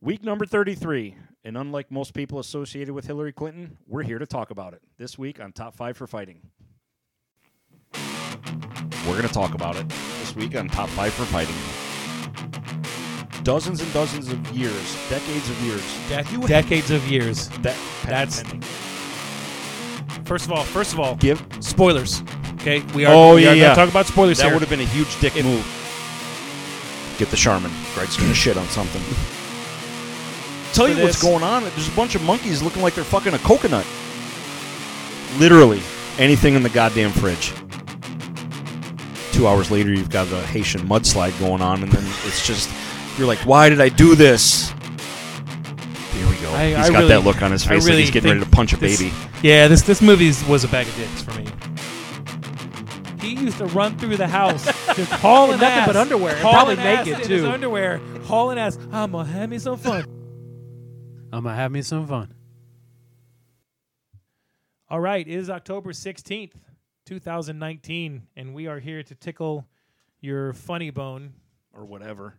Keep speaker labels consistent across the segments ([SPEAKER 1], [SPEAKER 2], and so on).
[SPEAKER 1] Week number 33. And unlike most people associated with Hillary Clinton, we're here to talk about it this week on Top 5 for Fighting. We're going to talk about it this week on Top 5 for Fighting. Dozens and dozens of years, decades of years.
[SPEAKER 2] decades of years.
[SPEAKER 1] That,
[SPEAKER 2] That's- First of all, first of all,
[SPEAKER 1] give.
[SPEAKER 2] spoilers. Okay, we are.
[SPEAKER 1] Oh,
[SPEAKER 2] we
[SPEAKER 1] yeah,
[SPEAKER 2] are
[SPEAKER 1] yeah.
[SPEAKER 2] Gonna talk about spoilers
[SPEAKER 1] That
[SPEAKER 2] here.
[SPEAKER 1] would have been a huge dick move. Get the Charmin. Greg's going to shit on something. Tell you
[SPEAKER 2] For
[SPEAKER 1] what's
[SPEAKER 2] this-
[SPEAKER 1] going on. There's a bunch of monkeys looking like they're fucking a coconut. Literally anything in the goddamn fridge. Two hours later, you've got the Haitian mudslide going on, and then it's just you're like, "Why did I do this?" Here we go.
[SPEAKER 2] I-
[SPEAKER 1] He's
[SPEAKER 2] I
[SPEAKER 1] got
[SPEAKER 2] really-
[SPEAKER 1] that look on his
[SPEAKER 2] I
[SPEAKER 1] face like
[SPEAKER 2] really
[SPEAKER 1] he's getting ready
[SPEAKER 2] think
[SPEAKER 1] to punch a
[SPEAKER 2] this-
[SPEAKER 1] baby.
[SPEAKER 2] Yeah, this this movie is- was a bag of dicks for me. He used to run through the house, just hauling
[SPEAKER 3] nothing
[SPEAKER 2] ass,
[SPEAKER 3] but underwear, and
[SPEAKER 2] hauling
[SPEAKER 3] probably
[SPEAKER 2] ass
[SPEAKER 3] naked,
[SPEAKER 2] in his
[SPEAKER 3] too.
[SPEAKER 2] underwear, hauling ass. I'm gonna have me some fun.
[SPEAKER 3] I'm gonna have me some fun.
[SPEAKER 2] All right, it is October 16th, 2019, and we are here to tickle your funny bone
[SPEAKER 1] Or whatever.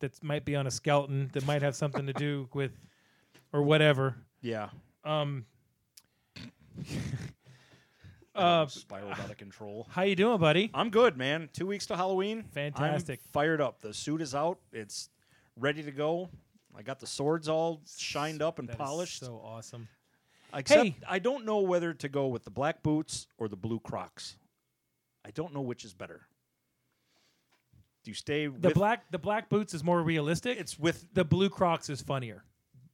[SPEAKER 2] that might be on a skeleton that might have something to do with or whatever.
[SPEAKER 1] Yeah.
[SPEAKER 2] Um uh,
[SPEAKER 1] spiraled out of control.
[SPEAKER 2] how you doing, buddy?
[SPEAKER 1] I'm good, man. Two weeks to Halloween.
[SPEAKER 2] Fantastic.
[SPEAKER 1] I'm fired up. The suit is out. It's ready to go. I got the swords all shined up and
[SPEAKER 2] That is
[SPEAKER 1] polished.
[SPEAKER 2] so awesome.
[SPEAKER 1] except
[SPEAKER 2] Hey.
[SPEAKER 1] I don't know whether to go with the black boots or the blue Crocs. I don't know which is better. Do you stay
[SPEAKER 2] The
[SPEAKER 1] with
[SPEAKER 2] black the black boots is more realistic.
[SPEAKER 1] It's with
[SPEAKER 2] the blue Crocs is funnier.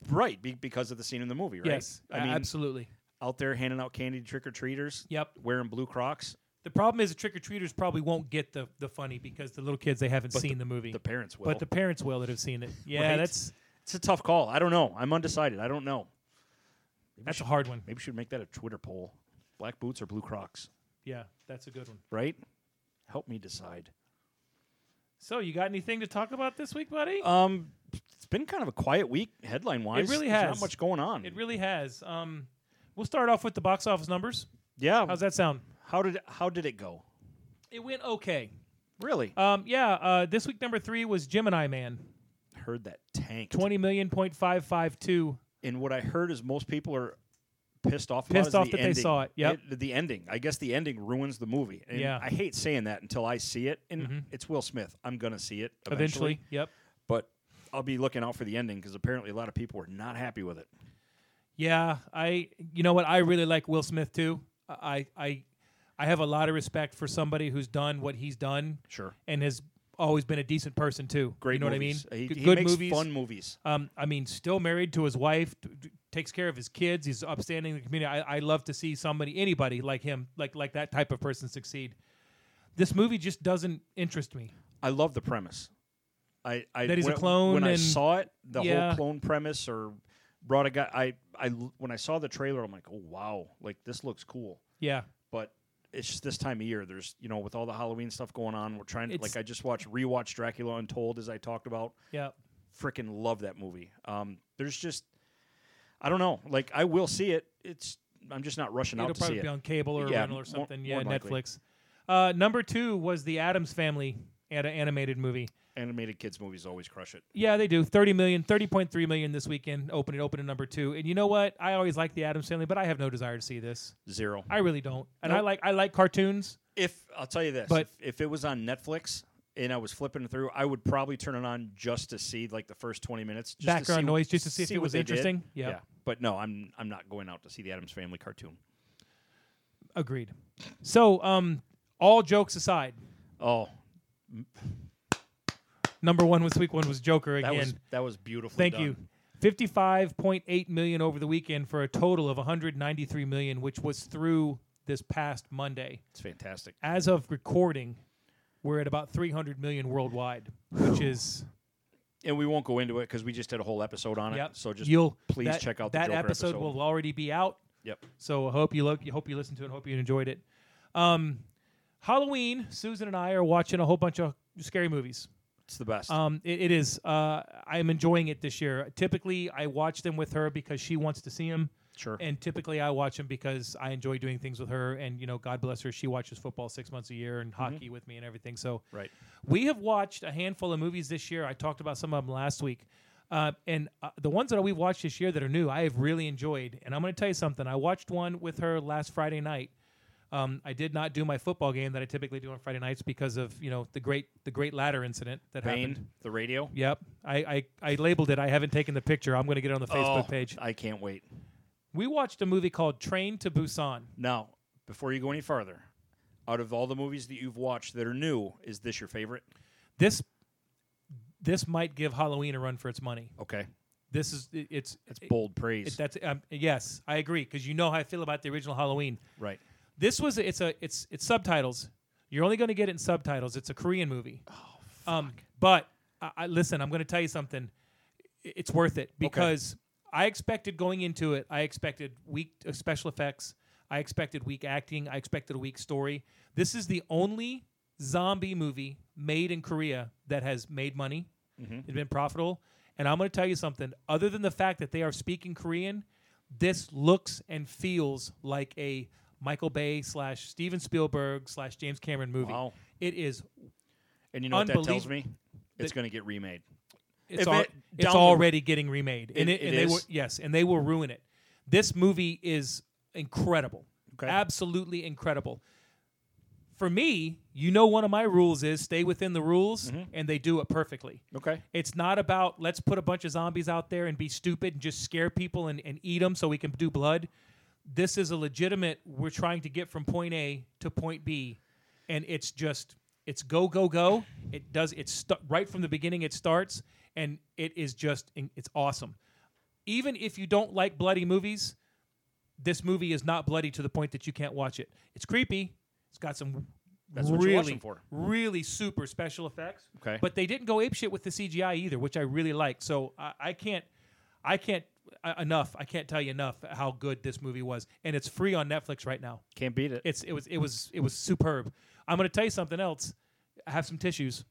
[SPEAKER 1] right be, because of the scene in the movie, right?
[SPEAKER 2] Yes,
[SPEAKER 1] I mean,
[SPEAKER 2] absolutely.
[SPEAKER 1] out there handing out candy to trick or treaters.
[SPEAKER 2] Yep.
[SPEAKER 1] Wearing blue Crocs.
[SPEAKER 2] The problem is the trick or treaters probably won't get the the funny because the little kids they haven't
[SPEAKER 1] But
[SPEAKER 2] seen the, movie.
[SPEAKER 1] The parents will.
[SPEAKER 2] but the parents will that have seen it. Yeah,
[SPEAKER 1] Right?
[SPEAKER 2] that's
[SPEAKER 1] it's a tough call. I don't know. I'm undecided. I don't know. Maybe
[SPEAKER 2] that's
[SPEAKER 1] she-
[SPEAKER 2] a hard one.
[SPEAKER 1] Maybe we should make that a Twitter poll. Black boots or blue crocs,
[SPEAKER 2] Yeah, that's a good one.
[SPEAKER 1] right? Help me decide.
[SPEAKER 2] So you got anything to talk about this week, buddy?
[SPEAKER 1] Um, it's been kind of a quiet week headline wise.
[SPEAKER 2] It really
[SPEAKER 1] There's
[SPEAKER 2] has.
[SPEAKER 1] not much going on.
[SPEAKER 2] it really has. Um, we'll start off with the box office numbers.
[SPEAKER 1] yeah.
[SPEAKER 2] How's that sound?
[SPEAKER 1] How did how did it go?
[SPEAKER 2] It went okay.
[SPEAKER 1] Really?
[SPEAKER 2] Um, yeah, uh, this week number three was Gemini Man,
[SPEAKER 1] heard that tank.
[SPEAKER 2] twenty million point five five two.
[SPEAKER 1] And what I heard is most people are pissed off. about
[SPEAKER 2] Pissed
[SPEAKER 1] is
[SPEAKER 2] off
[SPEAKER 1] the
[SPEAKER 2] that they
[SPEAKER 1] ending.
[SPEAKER 2] saw it. Yep.
[SPEAKER 1] The ending. I guess the ending ruins the movie. And
[SPEAKER 2] Yeah. Mm-hmm.
[SPEAKER 1] I hate saying that until I see it, and it's Will Smith. I'm gonna see it
[SPEAKER 2] Eventually, yep.
[SPEAKER 1] but I'll be looking out for the ending because apparently a lot of people were not happy with it.
[SPEAKER 2] Yeah, I. You know what? I really like Will Smith too. I, I, I have a lot of respect for somebody who's done what he's done.
[SPEAKER 1] Sure.
[SPEAKER 2] And has always been a decent person too.
[SPEAKER 1] Great
[SPEAKER 2] you know
[SPEAKER 1] movies.
[SPEAKER 2] what I
[SPEAKER 1] He,
[SPEAKER 2] mean? Good-
[SPEAKER 1] he
[SPEAKER 2] Good
[SPEAKER 1] makes
[SPEAKER 2] movies.
[SPEAKER 1] fun movies.
[SPEAKER 2] Um, I mean, still married to his wife, t- t- takes care of his kids. He's upstanding in the community. I, I love to see somebody, anybody like him, like like that type of person succeed. This movie just doesn't interest me.
[SPEAKER 1] I love the premise. I, I
[SPEAKER 2] That he's a
[SPEAKER 1] when,
[SPEAKER 2] clone
[SPEAKER 1] When I
[SPEAKER 2] and-
[SPEAKER 1] saw it, the whole
[SPEAKER 2] Yeah.
[SPEAKER 1] clone premise or brought a guy. I, I when I saw the trailer, I'm like, oh wow, like this looks cool.
[SPEAKER 2] Yeah,
[SPEAKER 1] But it's just this time of year. There's you know with all the Halloween stuff going on, we're trying to
[SPEAKER 2] It's-
[SPEAKER 1] like I just watched rewatched Dracula Untold as I talked about.
[SPEAKER 2] yeah.
[SPEAKER 1] Freaking love that movie. Um, there's just I don't know. Like I will see it. It's I'm just not rushing
[SPEAKER 2] It'll
[SPEAKER 1] out to see
[SPEAKER 2] probably
[SPEAKER 1] it.
[SPEAKER 2] be on cable or
[SPEAKER 1] Yeah,
[SPEAKER 2] rental
[SPEAKER 1] more-
[SPEAKER 2] or something.
[SPEAKER 1] more
[SPEAKER 2] yeah,
[SPEAKER 1] than likely.
[SPEAKER 2] Netflix. Uh, number two was the Adams Family an animated movie.
[SPEAKER 1] Animated kids movies always crush it.
[SPEAKER 2] Yeah, they do. 30 million, 30.3 million this weekend. Open it, open at number two. And you know what? I always like the Adams Family, but I have no desire to see this.
[SPEAKER 1] Zero.
[SPEAKER 2] I really don't. And I
[SPEAKER 1] Nope.
[SPEAKER 2] like I like cartoons.
[SPEAKER 1] If I'll tell you this,
[SPEAKER 2] But-
[SPEAKER 1] if, if it was on Netflix and I was flipping through, I would probably turn it on just to see like the first twenty minutes, just to
[SPEAKER 2] Background
[SPEAKER 1] see,
[SPEAKER 2] noise, just to see if it
[SPEAKER 1] what
[SPEAKER 2] was
[SPEAKER 1] they did.
[SPEAKER 2] interesting. Yep.
[SPEAKER 1] Yeah, but no, I'm I'm not going out to see the Adams Family cartoon.
[SPEAKER 2] Agreed. So, um, all jokes aside,
[SPEAKER 1] Oh,
[SPEAKER 2] number one this week one was Joker
[SPEAKER 1] that
[SPEAKER 2] again.
[SPEAKER 1] was that was beautiful.
[SPEAKER 2] Thank you. 55.8 million over the weekend for a total of 193 million, which was through this past Monday.
[SPEAKER 1] It's fantastic.
[SPEAKER 2] As of recording, we're at about 300 million worldwide, which is
[SPEAKER 1] And we won't go into it because we just did a whole episode on it.
[SPEAKER 2] Yep.
[SPEAKER 1] So just
[SPEAKER 2] You'll-
[SPEAKER 1] please
[SPEAKER 2] that-
[SPEAKER 1] check out
[SPEAKER 2] that
[SPEAKER 1] the Joker
[SPEAKER 2] episode, will already be out.
[SPEAKER 1] Yep.
[SPEAKER 2] So I hope you look, hope you listen to it, hope you enjoyed it. Um, Halloween, Susan and I are watching a whole bunch of scary movies.
[SPEAKER 1] It's the best.
[SPEAKER 2] Um, it, it is. Uh, I am enjoying it this year. Typically, I watch them with her because she wants to see them,
[SPEAKER 1] sure.
[SPEAKER 2] and typically I watch them because I enjoy doing things with her. And you know, God bless her, she watches football six months a year and
[SPEAKER 1] Mm-hmm.
[SPEAKER 2] hockey with me and everything. So
[SPEAKER 1] Right.
[SPEAKER 2] we have watched a handful of movies this year. I talked about some of them last week. Uh, and uh, the ones that we've watched this year that are new, I have really enjoyed. And I'm going to tell you something. I watched one with her last Friday night. Um, I did not do my football game that I typically do on Friday nights because of you know the great the great ladder incident that happened.
[SPEAKER 1] Bane, the radio.
[SPEAKER 2] Yep, I, I I labeled it. I haven't taken the picture. I'm going to get it on the Facebook
[SPEAKER 1] Oh,
[SPEAKER 2] page.
[SPEAKER 1] I can't wait.
[SPEAKER 2] We watched a movie called Train to Busan.
[SPEAKER 1] Now, before you go any farther, out of all the movies that you've watched that are new, is this your favorite?
[SPEAKER 2] This this might give Halloween a run for its money.
[SPEAKER 1] Okay,
[SPEAKER 2] This is it, it's
[SPEAKER 1] that's
[SPEAKER 2] it-
[SPEAKER 1] bold praise.
[SPEAKER 2] it- that's um, yes, I agree because you know how I feel about the original Halloween.
[SPEAKER 1] right.
[SPEAKER 2] This was it's a it's it's subtitles. You're only going to get it in subtitles. It's a Korean movie. Oh, fuck. Um, but I, I, listen, I'm going to tell you something. I- It's worth it because I expected going into it. I expected weak uh, special effects. I expected weak acting. I expected a weak story. This is the only zombie movie made in Korea that has made money. It's been profitable. And I'm going to tell you something. Other than the fact that they are speaking Korean, this looks and feels like a Michael Bay slash Steven Spielberg slash James Cameron movie.
[SPEAKER 1] Wow.
[SPEAKER 2] It is.
[SPEAKER 1] And you know what that tells
[SPEAKER 2] Unbelievable.
[SPEAKER 1] me? It's going to get remade.
[SPEAKER 2] It's,
[SPEAKER 1] If
[SPEAKER 2] al-
[SPEAKER 1] it- down
[SPEAKER 2] it's
[SPEAKER 1] the-
[SPEAKER 2] already getting remade, and,
[SPEAKER 1] It-
[SPEAKER 2] it, and
[SPEAKER 1] it
[SPEAKER 2] they
[SPEAKER 1] is?
[SPEAKER 2] will yes, and they will ruin it. This movie is incredible,
[SPEAKER 1] Okay.
[SPEAKER 2] absolutely incredible. For me, you know, one of my rules is stay within the rules,
[SPEAKER 1] Mm-hmm.
[SPEAKER 2] and they do it perfectly.
[SPEAKER 1] Okay.
[SPEAKER 2] It's not about let's put a bunch of zombies out there and be stupid and just scare people and, and eat them so we can do blood. This is a legitimate, we're trying to get from point A to point B. And it's just, it's go, go, go. It does, it's st- right from the beginning, it starts. And it is just, it's awesome. Even if you don't like bloody movies, this movie is not bloody to the point that you can't watch it. It's creepy. It's got some
[SPEAKER 1] That's what
[SPEAKER 2] really,
[SPEAKER 1] you watch them for. Mm-hmm.
[SPEAKER 2] really super special effects.
[SPEAKER 1] Okay.
[SPEAKER 2] But they didn't go apeshit with the CGI either, which I really like. So I, I can't, I can't I, enough. I can't tell you enough how good this movie was, and it's free on Netflix right now.
[SPEAKER 1] Can't beat it.
[SPEAKER 2] It's it was it was it was superb. I'm gonna tell you something else. Have some tissues.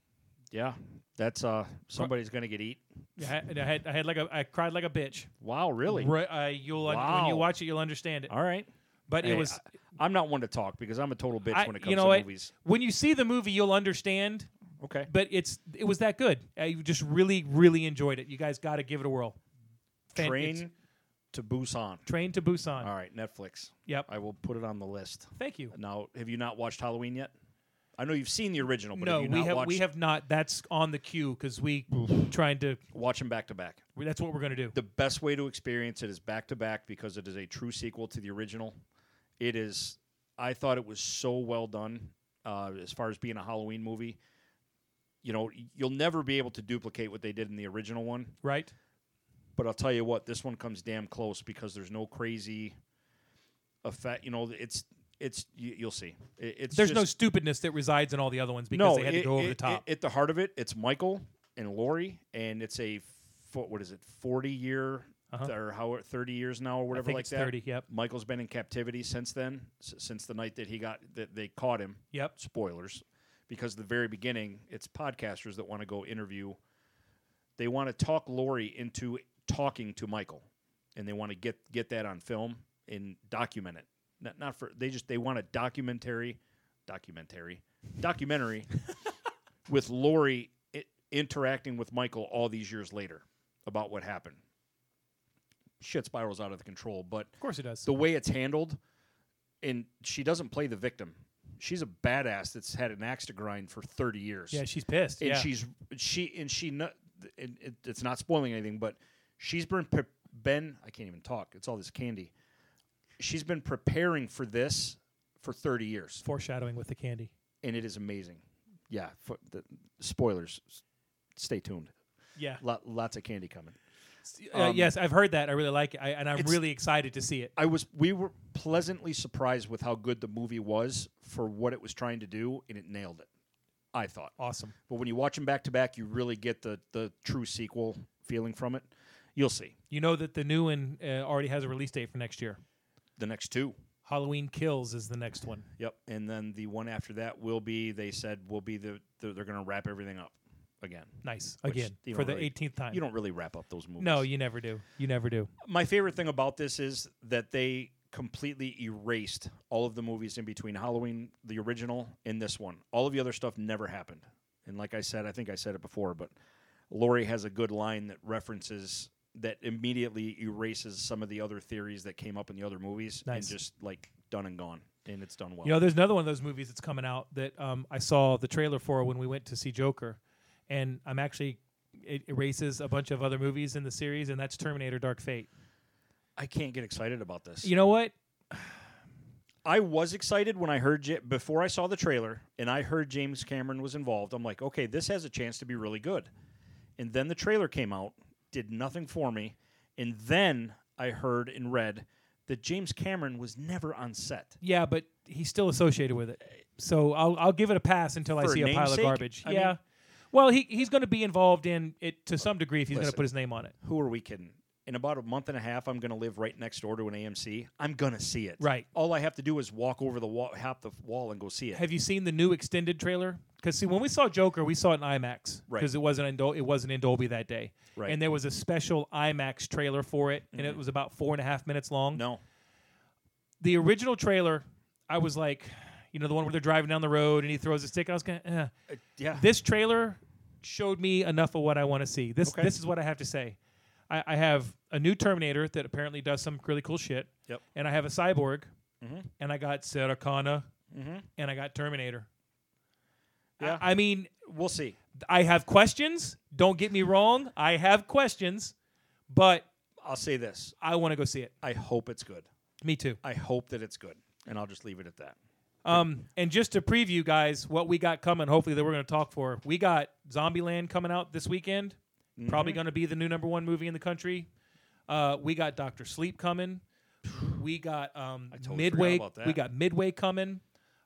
[SPEAKER 1] yeah. That's uh somebody's going to get eat.
[SPEAKER 2] I had, I had I had like a I cried like a bitch.
[SPEAKER 1] Wow, really?
[SPEAKER 2] Right, uh, you'll un- when you
[SPEAKER 1] Wow.
[SPEAKER 2] watch it, you'll understand it.
[SPEAKER 1] All right.
[SPEAKER 2] But
[SPEAKER 1] Hey,
[SPEAKER 2] it was
[SPEAKER 1] I, am not one to talk because I'm a total bitch
[SPEAKER 2] I,
[SPEAKER 1] when it comes
[SPEAKER 2] you know
[SPEAKER 1] to
[SPEAKER 2] what?
[SPEAKER 1] movies.
[SPEAKER 2] When you see the movie, you'll understand.
[SPEAKER 1] Okay.
[SPEAKER 2] But it's it was that good. I just really really enjoyed it. You guys got to give it a whirl. Fan- it's
[SPEAKER 1] Train to Busan.
[SPEAKER 2] Train to Busan.
[SPEAKER 1] All right, Netflix.
[SPEAKER 2] Yep.
[SPEAKER 1] I will put it on the list.
[SPEAKER 2] Thank you.
[SPEAKER 1] Now, have you not watched Halloween yet? I know you've seen the original, but
[SPEAKER 2] no,
[SPEAKER 1] have you
[SPEAKER 2] we
[SPEAKER 1] not
[SPEAKER 2] have
[SPEAKER 1] watched
[SPEAKER 2] we have not. That's on the queue because we trying to.
[SPEAKER 1] watch them back to back?
[SPEAKER 2] we- That's what we're gonna do.
[SPEAKER 1] the best way to experience it is back to back because it is a true sequel to the original. It is. I thought it was so well done uh, as far as being a Halloween movie. You know, you'll never be able to duplicate what they did in the original one.
[SPEAKER 2] right?
[SPEAKER 1] But I'll tell you what, this one comes damn close because there's no crazy effect. You know, it's it's you, you'll see. It, it's
[SPEAKER 2] There's no
[SPEAKER 1] just-
[SPEAKER 2] stupidness that resides in all the other ones because they had
[SPEAKER 1] it-
[SPEAKER 2] to go over
[SPEAKER 1] it-
[SPEAKER 2] the top.
[SPEAKER 1] it- at the heart of it, it's Michael and Lori, and it's a fo- what is it, forty year
[SPEAKER 2] Uh-huh.
[SPEAKER 1] or how thirty years now or
[SPEAKER 2] I
[SPEAKER 1] whatever
[SPEAKER 2] think
[SPEAKER 1] like
[SPEAKER 2] it's
[SPEAKER 1] that.
[SPEAKER 2] thirty. Yep.
[SPEAKER 1] Michael's been in captivity since then, s- since the night that he got that they caught him.
[SPEAKER 2] Yep.
[SPEAKER 1] Spoilers, because the very beginning, it's podcasters that want to go interview. They want to talk Lori into talking to Michael, and they want to get get that on film and document it. Not not for they just they want a documentary, documentary, documentary with Lori i interacting with Michael all these years later about what happened. Shit spirals out of the control, but
[SPEAKER 2] Of course it does.
[SPEAKER 1] the way it's handled, and she doesn't play the victim. She's a badass that's had an axe to grind for thirty years.
[SPEAKER 2] yeah, she's pissed.
[SPEAKER 1] and
[SPEAKER 2] yeah.
[SPEAKER 1] she's she and she. no- And it, it's not spoiling anything, but she's been pre- been. I can't even talk. It's all this candy. She's been preparing for this for thirty years,
[SPEAKER 2] foreshadowing with the candy.
[SPEAKER 1] and it is amazing. Yeah, for the, spoilers. S- Stay tuned.
[SPEAKER 2] Yeah.
[SPEAKER 1] Lot, lots of candy coming.
[SPEAKER 2] Uh,
[SPEAKER 1] Um,
[SPEAKER 2] yes, I've heard that. I really like it, I, and I'm
[SPEAKER 1] It's-
[SPEAKER 2] really excited to see it.
[SPEAKER 1] I was we were pleasantly surprised with how good the movie was for what it was trying to do, and it nailed it. I thought.
[SPEAKER 2] Awesome.
[SPEAKER 1] But when you watch them back to back, you really get the the true sequel feeling from it. You'll see
[SPEAKER 2] You know that the new one uh, already has a release date for next year.
[SPEAKER 1] the next two.
[SPEAKER 2] Halloween Kills is the next one.
[SPEAKER 1] Yep, and then the one after that will be. They said will be the, the they're going to wrap everything up again.
[SPEAKER 2] Nice
[SPEAKER 1] Which
[SPEAKER 2] again
[SPEAKER 1] you
[SPEAKER 2] for
[SPEAKER 1] don't
[SPEAKER 2] the
[SPEAKER 1] really-
[SPEAKER 2] 18th time.
[SPEAKER 1] You don't really wrap up those movies.
[SPEAKER 2] No, you never do. You never do.
[SPEAKER 1] my favorite thing about this is that they completely erased all of the movies in between Halloween, the original, and this one. All of the other stuff never happened. And like I said, I think I said it before, but Lori has a good line that references that immediately erases some of the other theories that came up in the other movies
[SPEAKER 2] Nice.
[SPEAKER 1] and just like done and gone, and it's done well.
[SPEAKER 2] You know, there's another one of those movies that's coming out that um, I saw the trailer for when we went to see Joker, and I'm actually it erases a bunch of other movies in the series, and that's Terminator: Dark Fate.
[SPEAKER 1] I can't get excited about this.
[SPEAKER 2] You know what?
[SPEAKER 1] I was excited when I heard Ja- before I saw the trailer and I heard James Cameron was involved. I'm like, okay, this has a chance to be really good. And then the trailer came out, did nothing for me, and then I heard and read that James Cameron was never on set.
[SPEAKER 2] Yeah, but he's still associated with it, so I'll I'll give it a pass until I
[SPEAKER 1] For
[SPEAKER 2] see a pile of
[SPEAKER 1] namesake?
[SPEAKER 2] garbage.
[SPEAKER 1] I
[SPEAKER 2] yeah.
[SPEAKER 1] mean-
[SPEAKER 2] well, he he's going to be involved in it to some degree if he's going to
[SPEAKER 1] Listen.
[SPEAKER 2] put his name on it.
[SPEAKER 1] Who are we kidding? In about a month and a half, I'm going to live right next door to an AMC. I'm going to see it.
[SPEAKER 2] Right.
[SPEAKER 1] All I have to do is walk over the wall, hop the wall, and go see it.
[SPEAKER 2] Have you seen the new extended trailer? Because see, when we saw Joker, we saw it in IMAX
[SPEAKER 1] Right.
[SPEAKER 2] because it wasn't in Dol- it wasn't in Dolby that day.
[SPEAKER 1] Right. Mm-hmm.
[SPEAKER 2] And there was a special IMAX trailer for it, and it was about four and a half minutes long.
[SPEAKER 1] no.
[SPEAKER 2] The original trailer, I was like, you know, the one where they're driving down the road and he throws a stick. I was going, eh.
[SPEAKER 1] Uh, yeah.
[SPEAKER 2] this trailer showed me enough of what I want to see. This
[SPEAKER 1] Okay.
[SPEAKER 2] this is what I have to say. I, I have a new Terminator that apparently does some really cool shit.
[SPEAKER 1] Yep. Mm-hmm.
[SPEAKER 2] And I have a cyborg, and I got Sarah Connor, and I got Terminator.
[SPEAKER 1] Yeah.
[SPEAKER 2] I, I mean,
[SPEAKER 1] we'll see.
[SPEAKER 2] I have questions. Don't get me wrong. I have questions, but
[SPEAKER 1] I'll say this.
[SPEAKER 2] I want to go see it.
[SPEAKER 1] I hope it's good.
[SPEAKER 2] Me too.
[SPEAKER 1] I hope that it's good. And I'll just leave it at that.
[SPEAKER 2] Um, and just to preview, guys, what we got coming, hopefully that we're going to talk for. We got Zombieland coming out this weekend. Probably
[SPEAKER 1] Mm-hmm.
[SPEAKER 2] going to be the new number one movie in the country. Uh, we got Doctor Sleep coming. We got um,
[SPEAKER 1] totally
[SPEAKER 2] Midway.
[SPEAKER 1] forgot about
[SPEAKER 2] We
[SPEAKER 1] that.
[SPEAKER 2] got Midway coming.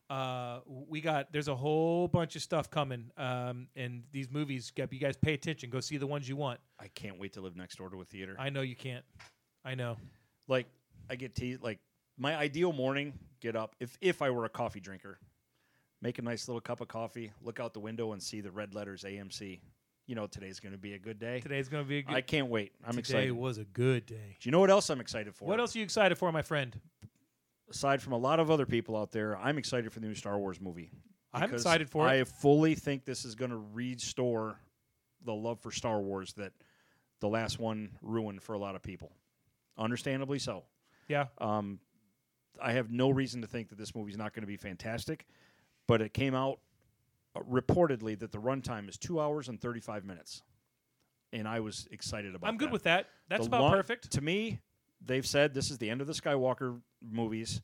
[SPEAKER 2] Uh, we got there's a whole bunch of stuff coming. Um, and these movies, you guys pay attention. Go see the ones you want.
[SPEAKER 1] I can't wait to live next door to a theater.
[SPEAKER 2] I know you can't. I know.
[SPEAKER 1] like I get teased. Like my ideal morning, get up if if I were a coffee drinker, make a nice little cup of coffee, look out the window and see the red letters AMC. You know today's going to be a good day.
[SPEAKER 2] Today's gonna be a good.
[SPEAKER 1] I can't wait. I'm
[SPEAKER 2] today
[SPEAKER 1] excited. Do
[SPEAKER 2] was a good day.
[SPEAKER 1] you know what else I'm excited for?
[SPEAKER 2] What else are you excited for, my friend?
[SPEAKER 1] Aside from a lot of other people out there, I'm excited for the new Star Wars movie.
[SPEAKER 2] I'm
[SPEAKER 1] because
[SPEAKER 2] excited for it.
[SPEAKER 1] I fully think this is going to restore the love for Star Wars that the last one ruined for a lot of people. Understandably so.
[SPEAKER 2] Yeah.
[SPEAKER 1] Um, I have no reason to think that this movie's not going to be fantastic, but it came out uh, reportedly that the runtime is two hours and thirty-five minutes, and I was excited about.
[SPEAKER 2] I'm good
[SPEAKER 1] that.
[SPEAKER 2] with that. That's
[SPEAKER 1] The
[SPEAKER 2] about
[SPEAKER 1] long-
[SPEAKER 2] perfect.
[SPEAKER 1] to me. They've said this is the end of the Skywalker movies.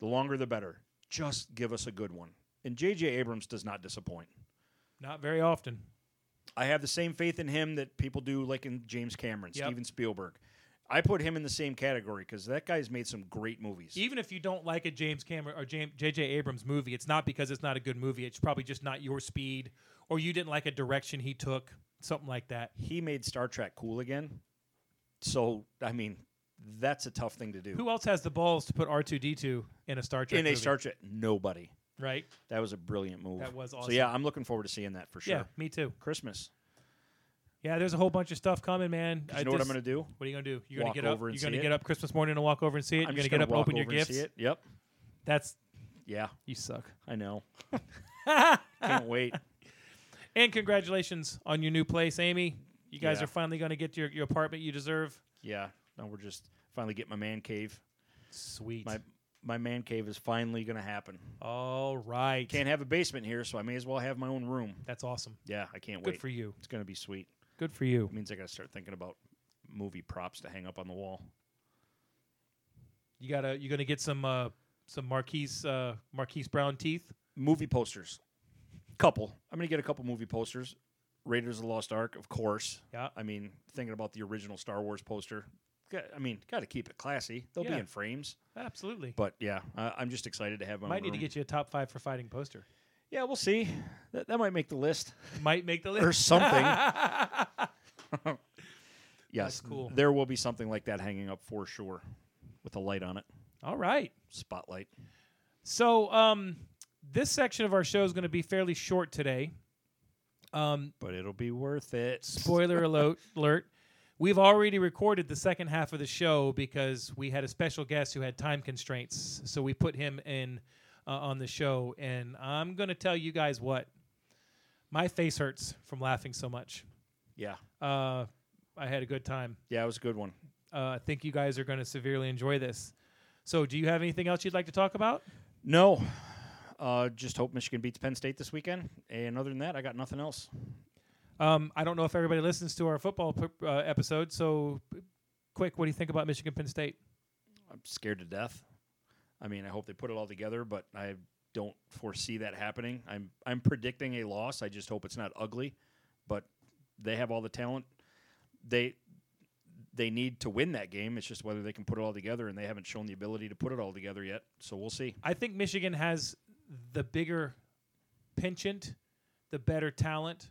[SPEAKER 1] The longer, the better. Just give us a good one. And J.J. Abrams does not disappoint.
[SPEAKER 2] Not very often.
[SPEAKER 1] I have the same faith in him that people do, like in James Cameron,
[SPEAKER 2] Yep.
[SPEAKER 1] Steven Spielberg. I put him in the same category because that guy's made some great movies.
[SPEAKER 2] Even if you don't like a James Cameron or Jam- J.J. Abrams movie, it's not because it's not a good movie. It's probably just not your speed, or you didn't like a direction he took, something like that.
[SPEAKER 1] he made Star Trek cool again. So I mean, that's a tough thing to do.
[SPEAKER 2] Who else has the balls to put R2D2 in a Star Trek
[SPEAKER 1] in a
[SPEAKER 2] movie,
[SPEAKER 1] Star Trek? Nobody.
[SPEAKER 2] right?
[SPEAKER 1] That was a brilliant move.
[SPEAKER 2] That was
[SPEAKER 1] So
[SPEAKER 2] awesome.
[SPEAKER 1] yeah, I'm looking forward to seeing that for sure.
[SPEAKER 2] Yeah, me too.
[SPEAKER 1] Christmas.
[SPEAKER 2] Yeah, there's a whole bunch of stuff coming, man.
[SPEAKER 1] You know what I'm
[SPEAKER 2] just-
[SPEAKER 1] going to do?
[SPEAKER 2] What are you gonna do? You're gonna
[SPEAKER 1] Walk
[SPEAKER 2] get up.
[SPEAKER 1] over and
[SPEAKER 2] You're gonna
[SPEAKER 1] see
[SPEAKER 2] get
[SPEAKER 1] it.
[SPEAKER 2] up Christmas morning and walk over and see it.
[SPEAKER 1] I'm
[SPEAKER 2] you're
[SPEAKER 1] just
[SPEAKER 2] get up,
[SPEAKER 1] gonna walk
[SPEAKER 2] open your
[SPEAKER 1] over and
[SPEAKER 2] gifts.
[SPEAKER 1] see it. Yep.
[SPEAKER 2] That's
[SPEAKER 1] Yeah,
[SPEAKER 2] you suck.
[SPEAKER 1] I know. Can't wait.
[SPEAKER 2] And congratulations on your new place, Amy. You guys
[SPEAKER 1] Yeah.
[SPEAKER 2] are finally gonna get your, your apartment you deserve.
[SPEAKER 1] Yeah. Now we're just finally getting my man cave.
[SPEAKER 2] Sweet.
[SPEAKER 1] My my man cave is finally going to happen.
[SPEAKER 2] All right.
[SPEAKER 1] Can't have a basement here, so I may as well have my own room.
[SPEAKER 2] That's awesome.
[SPEAKER 1] Yeah, I can't
[SPEAKER 2] Good
[SPEAKER 1] wait.
[SPEAKER 2] for you.
[SPEAKER 1] It's going to be sweet.
[SPEAKER 2] Good for you.
[SPEAKER 1] It means I got to start thinking about movie props to hang up on the wall.
[SPEAKER 2] You gotta. You're gonna get some uh, some Marquise uh, Marquise Brown teeth.
[SPEAKER 1] movie posters. Couple. I'm gonna get a couple movie posters. Raiders of the Lost Ark, of course.
[SPEAKER 2] Yeah.
[SPEAKER 1] I mean, thinking about the original Star Wars poster. Got- I mean, got to keep it classy. They'll
[SPEAKER 2] Yeah.
[SPEAKER 1] be in frames,
[SPEAKER 2] Absolutely.
[SPEAKER 1] but yeah, I I'm just excited to have my.
[SPEAKER 2] might
[SPEAKER 1] own
[SPEAKER 2] need to
[SPEAKER 1] room.
[SPEAKER 2] get you a top five for fighting poster.
[SPEAKER 1] Yeah, we'll see. That, that might make the list
[SPEAKER 2] Might make the list.
[SPEAKER 1] or something. yes,
[SPEAKER 2] That's cool.
[SPEAKER 1] There will be something like that hanging up for sure, with a light on it,
[SPEAKER 2] All right.
[SPEAKER 1] spotlight.
[SPEAKER 2] So um, this section of our show is going to be fairly short today. Um,
[SPEAKER 1] But it'll be worth it.
[SPEAKER 2] spoiler alert, alert. We've already recorded the second half of the show because we had a special guest who had time constraints, so we put him in uh, on the show. And I'm gonna tell you guys what my face hurts from laughing so much.
[SPEAKER 1] Yeah.
[SPEAKER 2] Uh, I had a good time.
[SPEAKER 1] Yeah, it was a good one.
[SPEAKER 2] Uh, I think you guys are going to severely enjoy this. So, do you have anything else you'd like to talk about?
[SPEAKER 1] No. Uh, just hope Michigan beats Penn State this weekend. And other than that, I got nothing else.
[SPEAKER 2] Um, I don't know if everybody listens to our football p- uh, episode. So, quick, what do you think about Michigan Penn State?
[SPEAKER 1] I'm scared to death. I mean, I hope they put it all together, but I don't foresee that happening. I'm I'm predicting a loss. I just hope it's not ugly. But they have all the talent. They they need to win that game. It's just whether they can put it all together, and they haven't shown the ability to put it all together yet. So we'll see.
[SPEAKER 2] I think Michigan has the bigger penchant, the better talent,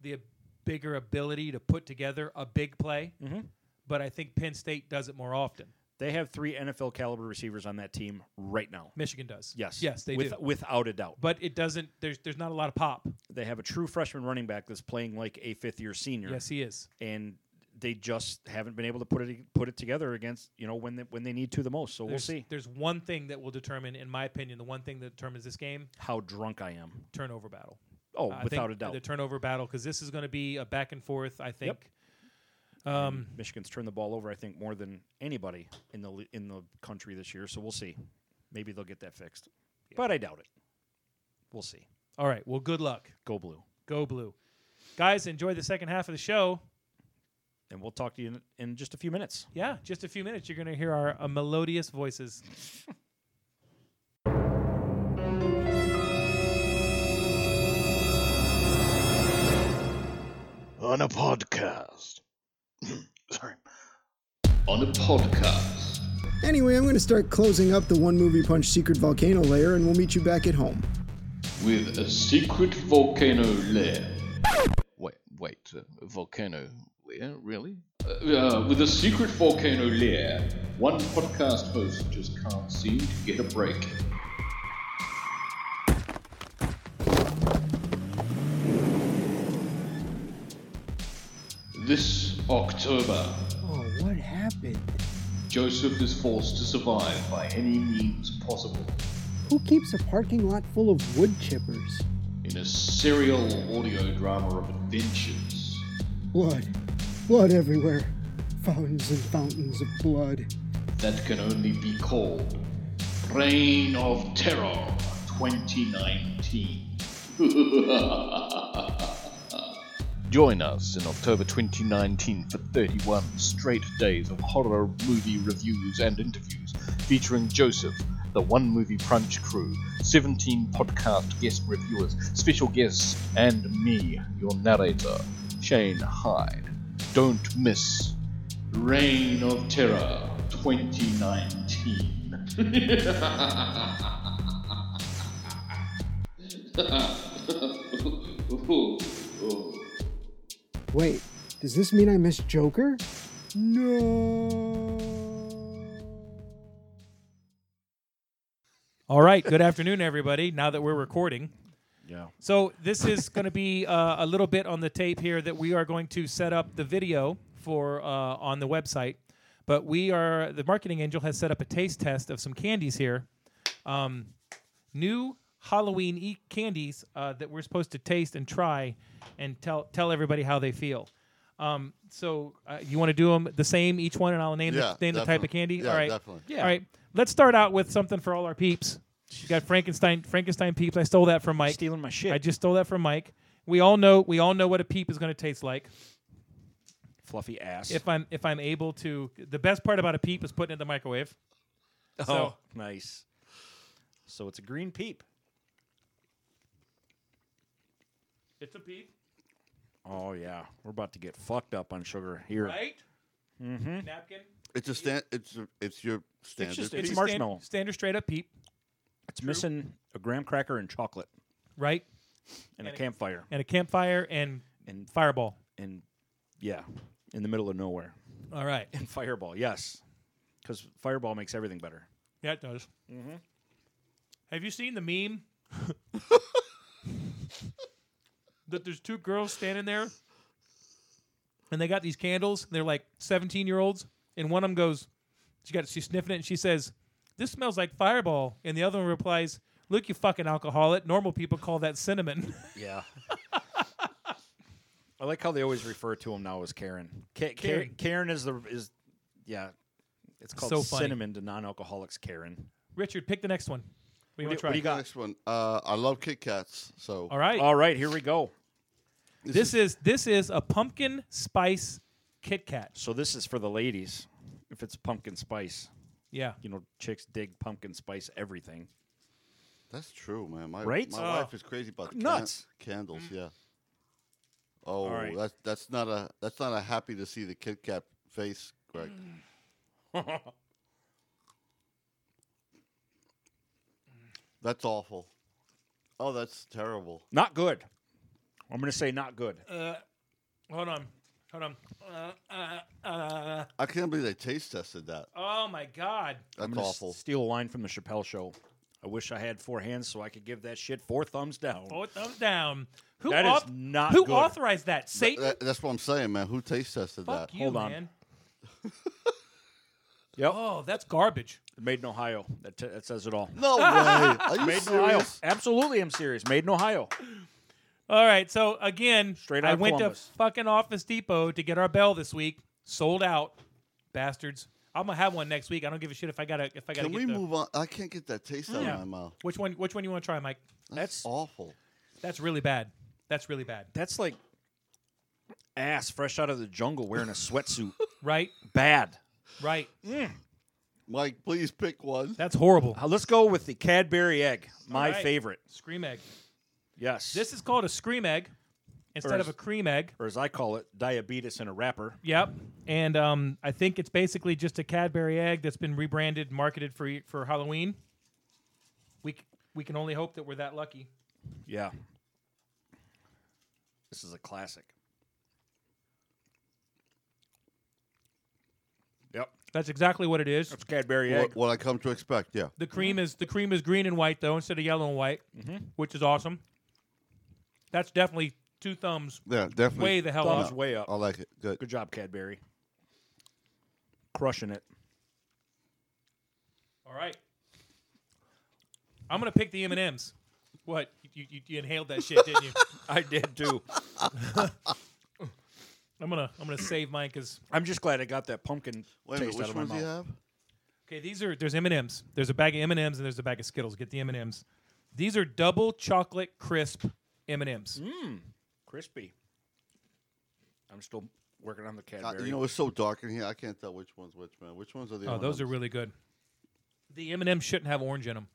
[SPEAKER 2] the bigger ability to put together a big play.
[SPEAKER 1] Mm-hmm.
[SPEAKER 2] But I think Penn State does it more often.
[SPEAKER 1] They have three NFL caliber receivers on that team right now.
[SPEAKER 2] Michigan does.
[SPEAKER 1] Yes.
[SPEAKER 2] Yes, they
[SPEAKER 1] With,
[SPEAKER 2] do.
[SPEAKER 1] Without a doubt.
[SPEAKER 2] But it doesn't. There's there's not a lot of pop.
[SPEAKER 1] They have a true freshman running back that's playing like a fifth year senior.
[SPEAKER 2] Yes, he is.
[SPEAKER 1] and they just haven't been able to put it put it together against you know when they, when they need to the most. So we'll
[SPEAKER 2] there's,
[SPEAKER 1] see
[SPEAKER 2] There's one thing that will determine, in my opinion, the one thing that determines this game:
[SPEAKER 1] how drunk I am.
[SPEAKER 2] turnover battle.
[SPEAKER 1] Oh,
[SPEAKER 2] I
[SPEAKER 1] without a
[SPEAKER 2] think
[SPEAKER 1] doubt,
[SPEAKER 2] the turnover battle because this is going to be a back and forth. I think. Um,
[SPEAKER 1] Michigan's turned the ball over. I think more than anybody in the le- in the country this year. So we'll see. Maybe they'll get that fixed, but I doubt it. We'll see.
[SPEAKER 2] all right. Well, good luck.
[SPEAKER 1] Go blue,
[SPEAKER 2] Go blue, guys. Enjoy the second half of the show.
[SPEAKER 1] and we'll talk to you in, in just a few minutes.
[SPEAKER 2] Yeah, just a few minutes. You're going to hear our uh, melodious voices.
[SPEAKER 4] on a podcast. Sorry. On a podcast.
[SPEAKER 5] Anyway, I'm going to start closing up the One Movie Punch Secret Volcano layer, and we'll meet you back at home.
[SPEAKER 4] With a secret volcano lair. Wait, wait. A volcano lair? Really? Uh, uh, with a secret volcano lair, one podcast host just can't seem to get a break. This October,
[SPEAKER 5] Oh, what happened?
[SPEAKER 4] Joseph is forced to survive by any means possible
[SPEAKER 5] Who keeps a parking lot full of wood chippers?
[SPEAKER 4] in a serial audio drama of adventures.
[SPEAKER 5] Blood. Blood everywhere. Fountains and fountains of blood.
[SPEAKER 4] that can only be called Reign of Terror 2019. Join us in October 2019 for 31 straight days of horror movie reviews and interviews featuring Joseph, the One Movie Crunch crew, 17 podcast guest reviewers, special guests, and me, your narrator, Shane Hyde. Don't miss Reign of Terror 2019.
[SPEAKER 5] Wait, does this mean I missed Joker? No.
[SPEAKER 2] All right. Good afternoon, everybody. Now that we're recording.
[SPEAKER 1] Yeah,
[SPEAKER 2] So this is going to be uh, a little bit on the tape here that we are going to set up the video for uh, on the website, but we are the marketing angel has set up a taste test of some candies here, um, new Halloween e- candies uh, that we're supposed to taste and try, and tell tell everybody how they feel. Um, so uh, you want to do them the same each one, and I'll name
[SPEAKER 6] Yeah,
[SPEAKER 2] the name the type
[SPEAKER 6] definitely.
[SPEAKER 2] of candy.
[SPEAKER 6] Yeah,
[SPEAKER 2] all right,
[SPEAKER 6] definitely.
[SPEAKER 2] All right, let's start out with something for all our peeps. You got Frankenstein Frankenstein peeps. I stole that from Mike.
[SPEAKER 1] stealing my shit.
[SPEAKER 2] I just stole that from Mike. We all know we all know what a peep is going to taste like.
[SPEAKER 1] Fluffy ass.
[SPEAKER 2] If I'm if I'm able to, the best part about a peep is putting it in the microwave.
[SPEAKER 1] oh,
[SPEAKER 2] so-
[SPEAKER 1] nice. So it's a green peep.
[SPEAKER 2] It's a peep,
[SPEAKER 1] Oh yeah, we're about to get fucked up on sugar here.
[SPEAKER 2] right? Mm-hmm. Napkin.
[SPEAKER 6] It's a stand. It's a, it's your standard.
[SPEAKER 1] just-
[SPEAKER 6] piece.
[SPEAKER 1] It's marshmallow.
[SPEAKER 2] Stand, standard straight up peep,
[SPEAKER 1] It's missing a graham cracker and chocolate
[SPEAKER 2] right?
[SPEAKER 1] and,
[SPEAKER 2] And
[SPEAKER 1] a
[SPEAKER 2] a-
[SPEAKER 1] campfire
[SPEAKER 2] And a campfire and
[SPEAKER 1] and
[SPEAKER 2] fireball.
[SPEAKER 1] and yeah, in the middle of nowhere.
[SPEAKER 2] All right.
[SPEAKER 1] And Fireball, yes, because Fireball makes everything better.
[SPEAKER 2] Yeah, it does. Have you seen the meme that there's two girls standing there and they got these candles? And they're like 17 year olds, and one of them goes, she got she's sniffing it and she says, "This smells like Fireball," and the other one replies. Look, you fucking alcoholic. Normal people call that cinnamon.
[SPEAKER 1] Yeah. I like how they always refer to him now as Karen. Ka- Karen.
[SPEAKER 2] Karen.
[SPEAKER 1] Karen is the is yeah. It's called
[SPEAKER 2] So funny.
[SPEAKER 1] cinnamon to non-alcoholics Karen.
[SPEAKER 2] Richard, pick the next one. What do
[SPEAKER 1] What
[SPEAKER 2] you want
[SPEAKER 1] do-
[SPEAKER 2] to try?
[SPEAKER 1] what do you got?
[SPEAKER 6] Next one. Uh, I love Kit Kats. So
[SPEAKER 2] All right.
[SPEAKER 1] All right, here we go.
[SPEAKER 2] this is this is a pumpkin spice Kit Kat.
[SPEAKER 1] So this is for the ladies. If it's pumpkin spice,
[SPEAKER 2] Yeah.
[SPEAKER 1] you know, chicks dig pumpkin spice everything.
[SPEAKER 6] that's true, man. My,
[SPEAKER 1] Right?
[SPEAKER 6] my
[SPEAKER 2] Oh.
[SPEAKER 6] wife is crazy about the
[SPEAKER 1] Nuts.
[SPEAKER 6] can- candles. Yeah. Oh,
[SPEAKER 1] Mm. right.
[SPEAKER 6] that's that's not a that's not a happy to see the Kit Kat face, Greg.
[SPEAKER 1] Mm.
[SPEAKER 6] that's awful. Oh, that's terrible.
[SPEAKER 1] Not good. I'm going to say not good.
[SPEAKER 2] Hold on. Hold on. Uh, uh, uh.
[SPEAKER 6] I can't believe they taste tested that.
[SPEAKER 2] Oh my God.
[SPEAKER 1] I'm
[SPEAKER 6] That's
[SPEAKER 1] gonna
[SPEAKER 6] awful.
[SPEAKER 1] s- steal a line from the Chappelle show. I wish I had four hands so I could give that shit four thumbs down.
[SPEAKER 2] Four thumbs down. Who
[SPEAKER 1] That is
[SPEAKER 2] auth-
[SPEAKER 1] not
[SPEAKER 2] Who
[SPEAKER 1] good.
[SPEAKER 2] authorized that?
[SPEAKER 6] Th-
[SPEAKER 2] Satan.
[SPEAKER 6] that- that's what I'm saying, man. Who taste tested
[SPEAKER 2] Fuck
[SPEAKER 6] that?
[SPEAKER 2] you,
[SPEAKER 1] Hold on.
[SPEAKER 2] man.
[SPEAKER 1] Yep.
[SPEAKER 2] Oh, that's garbage.
[SPEAKER 1] Made in Ohio. That, t- that says it all.
[SPEAKER 6] No way. Are you
[SPEAKER 1] Made in Ohio.
[SPEAKER 6] serious?
[SPEAKER 1] Absolutely, I'm serious. Made in Ohio.
[SPEAKER 2] All right, so again,
[SPEAKER 1] Straight
[SPEAKER 2] I
[SPEAKER 1] out of
[SPEAKER 2] went
[SPEAKER 1] Columbus.
[SPEAKER 2] to fucking Office Depot to get our bell this week. Sold out, bastards. I'm gonna have one next week. I don't give a shit if I gotta if I gotta.
[SPEAKER 6] Can
[SPEAKER 2] get
[SPEAKER 6] we
[SPEAKER 2] the-
[SPEAKER 6] move on? I can't get that taste out
[SPEAKER 2] Yeah.
[SPEAKER 6] of my mouth.
[SPEAKER 2] Which one? Which one you want to try, Mike?
[SPEAKER 1] That's
[SPEAKER 6] Awful.
[SPEAKER 2] That's really bad. That's really bad.
[SPEAKER 1] that's like ass fresh out of the jungle wearing a sweatsuit.
[SPEAKER 2] Right,
[SPEAKER 1] Bad.
[SPEAKER 2] right.
[SPEAKER 6] Mike, please pick one.
[SPEAKER 2] That's horrible.
[SPEAKER 1] Uh, let's go with the Cadbury egg. My
[SPEAKER 2] right.
[SPEAKER 1] favorite.
[SPEAKER 2] Scream egg.
[SPEAKER 1] Yes.
[SPEAKER 2] This is called a scream egg instead
[SPEAKER 1] is-
[SPEAKER 2] of a cream egg.
[SPEAKER 1] or as I call it, diabetes in a wrapper.
[SPEAKER 2] Yep. And um, I think it's basically just a Cadbury egg that's been rebranded, marketed for for Halloween. We c- we can only hope that we're that lucky.
[SPEAKER 1] Yeah. This is a classic. Yep.
[SPEAKER 2] That's exactly what it is.
[SPEAKER 1] It's Cadbury egg.
[SPEAKER 6] What, what I come to expect, yeah.
[SPEAKER 2] The cream is the cream is green and white though instead of yellow and white, which is awesome. That's definitely two thumbs
[SPEAKER 6] Yeah, definitely.
[SPEAKER 2] way the hell
[SPEAKER 1] Thumbs
[SPEAKER 2] up.
[SPEAKER 1] way up.
[SPEAKER 6] I like it. Good.
[SPEAKER 1] Good job, Cadbury. Crushing it.
[SPEAKER 2] All right, I'm gonna pick the M and M's. What you, you, you inhaled that shit, didn't you?
[SPEAKER 1] I did too.
[SPEAKER 2] I'm gonna I'm gonna save mine because
[SPEAKER 1] I'm just glad I got that pumpkin
[SPEAKER 6] Wait a minute,
[SPEAKER 1] taste out
[SPEAKER 6] which
[SPEAKER 1] of my
[SPEAKER 6] ones do
[SPEAKER 1] mouth.
[SPEAKER 6] you have?
[SPEAKER 2] okay these are there's M and M's. There's a bag of M and M's and there's a bag of Skittles. Get the M and M's. These are double chocolate crisp M and M's.
[SPEAKER 1] Mm. Crispy. I'm still working on the
[SPEAKER 6] Uh,
[SPEAKER 1] Cadbury.
[SPEAKER 6] you know, it's so dark in here. I can't tell which one's which, man. Which ones are the?
[SPEAKER 2] Oh, those are
[SPEAKER 6] M&Ms?
[SPEAKER 2] really good. The M and M's shouldn't have orange in them.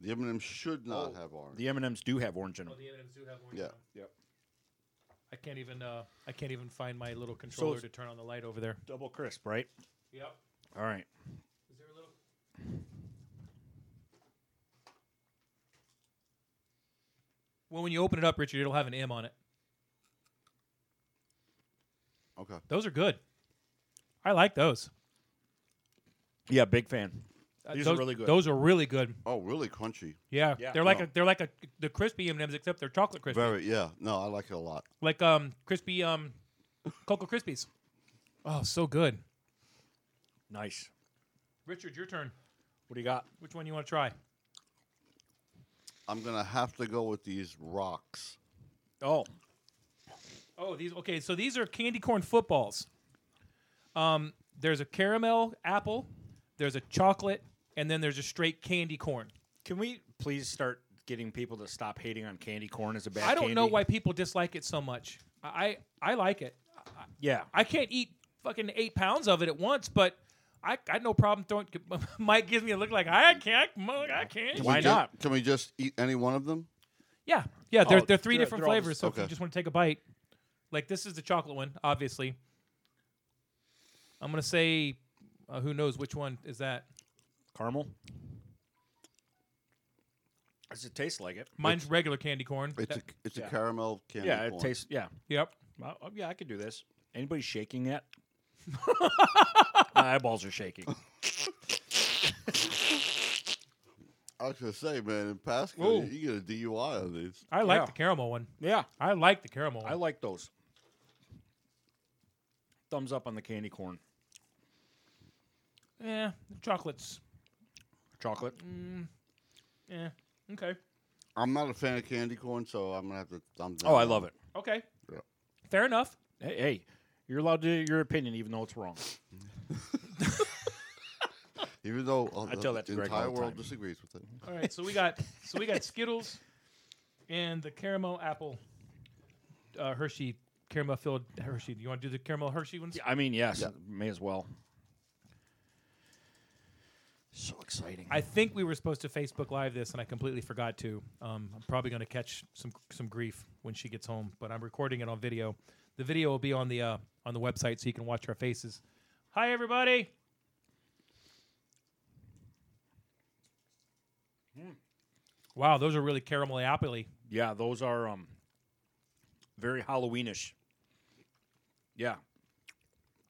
[SPEAKER 6] the M and M's should not have orange.
[SPEAKER 1] Oh, the M&Ms do have orange in them.
[SPEAKER 2] Oh, the M&Ms do have orange.
[SPEAKER 6] Yeah.
[SPEAKER 2] on 'em. I can't even uh, I can't even find my little
[SPEAKER 1] controller
[SPEAKER 2] controller
[SPEAKER 1] it's-
[SPEAKER 2] to turn on the light over there.
[SPEAKER 1] Double crisp, right?
[SPEAKER 2] Yep.
[SPEAKER 1] All right.
[SPEAKER 2] Is there a little? Well, when you open it up, Richard, it'll have an M on it.
[SPEAKER 6] Okay.
[SPEAKER 2] Those are good. I like those.
[SPEAKER 1] Yeah, big fan.
[SPEAKER 2] Uh,
[SPEAKER 1] These
[SPEAKER 2] those
[SPEAKER 1] are really good.
[SPEAKER 2] Those are really good.
[SPEAKER 6] Oh, really crunchy.
[SPEAKER 2] Yeah,
[SPEAKER 1] Yeah.
[SPEAKER 2] they're like
[SPEAKER 1] No.
[SPEAKER 2] a, they're like a, the crispy M and M's except they're chocolate crispy,
[SPEAKER 6] Very. Yeah. No, I like it a lot.
[SPEAKER 2] like um crispy um Cocoa Krispies. Oh, so good.
[SPEAKER 1] nice.
[SPEAKER 2] Richard, your turn.
[SPEAKER 1] What do you got?
[SPEAKER 2] Which one you want to try?
[SPEAKER 6] I'm gonna have to go with these rocks.
[SPEAKER 1] Oh,
[SPEAKER 2] Oh, these okay. So these are candy corn footballs. Um, there's a caramel apple, there's a chocolate, and then there's a straight candy corn.
[SPEAKER 1] can we please start getting people to stop hating on candy corn as a bad
[SPEAKER 2] I don't know
[SPEAKER 1] candy?
[SPEAKER 2] why people dislike it so much. I I, I like it.
[SPEAKER 1] Yeah.
[SPEAKER 2] I can't eat fucking eight pounds of it at once, but I got no problem throwing. Mike gives me a look like I can't, I can't.
[SPEAKER 1] Why
[SPEAKER 6] We ju-
[SPEAKER 1] not?
[SPEAKER 6] Can we just eat any one of them?
[SPEAKER 2] Yeah, yeah. There,
[SPEAKER 1] Oh,
[SPEAKER 2] there are three
[SPEAKER 1] they're-
[SPEAKER 2] different
[SPEAKER 1] they're all
[SPEAKER 2] flavors.
[SPEAKER 1] just-
[SPEAKER 2] so if you
[SPEAKER 6] okay.
[SPEAKER 2] just want to take a bite, like this is the chocolate one, obviously. I'm gonna say, uh, who knows which one is that?
[SPEAKER 1] Caramel? Does it taste like it?
[SPEAKER 2] Mine's regular candy corn.
[SPEAKER 6] It's a
[SPEAKER 2] That-
[SPEAKER 6] it's
[SPEAKER 1] yeah.
[SPEAKER 6] a caramel candy.
[SPEAKER 1] Yeah, it
[SPEAKER 6] corn.
[SPEAKER 1] tastes. Yeah.
[SPEAKER 2] yep.
[SPEAKER 1] Well, oh, yeah, I could do this. Anybody shaking yet? My eyeballs are shaking.
[SPEAKER 6] I was gonna say, man, in Pasco,
[SPEAKER 2] Ooh.
[SPEAKER 6] you get a DUI on these.
[SPEAKER 2] I like
[SPEAKER 1] Yeah.
[SPEAKER 2] the caramel one.
[SPEAKER 1] Yeah,
[SPEAKER 2] I like the caramel one.
[SPEAKER 1] I like those. Thumbs up on the candy corn.
[SPEAKER 2] yeah, the chocolates.
[SPEAKER 1] Chocolate.
[SPEAKER 2] Yeah. Okay.
[SPEAKER 6] I'm not a fan of candy corn, so I'm gonna have to. I'm
[SPEAKER 1] Oh, I love it.
[SPEAKER 2] Okay.
[SPEAKER 6] Yeah.
[SPEAKER 2] Fair enough.
[SPEAKER 1] Hey, hey, you're allowed to do your opinion even though it's wrong.
[SPEAKER 6] Even though uh,
[SPEAKER 1] I tell
[SPEAKER 6] the
[SPEAKER 1] that to Greg
[SPEAKER 6] entire
[SPEAKER 1] all the
[SPEAKER 6] world
[SPEAKER 1] time.
[SPEAKER 6] disagrees with it.
[SPEAKER 2] All right, so we got so we got Skittles and the caramel apple uh, Hershey caramel filled Hershey. Do you want to do the caramel Hershey ones?
[SPEAKER 1] I mean, yes,
[SPEAKER 6] Yeah.
[SPEAKER 1] may as well. So exciting.
[SPEAKER 2] I think we were supposed to Facebook Live this, and I completely forgot to. Um, I'm probably going to catch some some grief when she gets home, but I'm recording it on video. The video will be on the uh, on the website, so you can watch our faces. Hi, everybody. Wow, those are really caramel apple
[SPEAKER 1] yeah, those are um very Halloweenish. Yeah,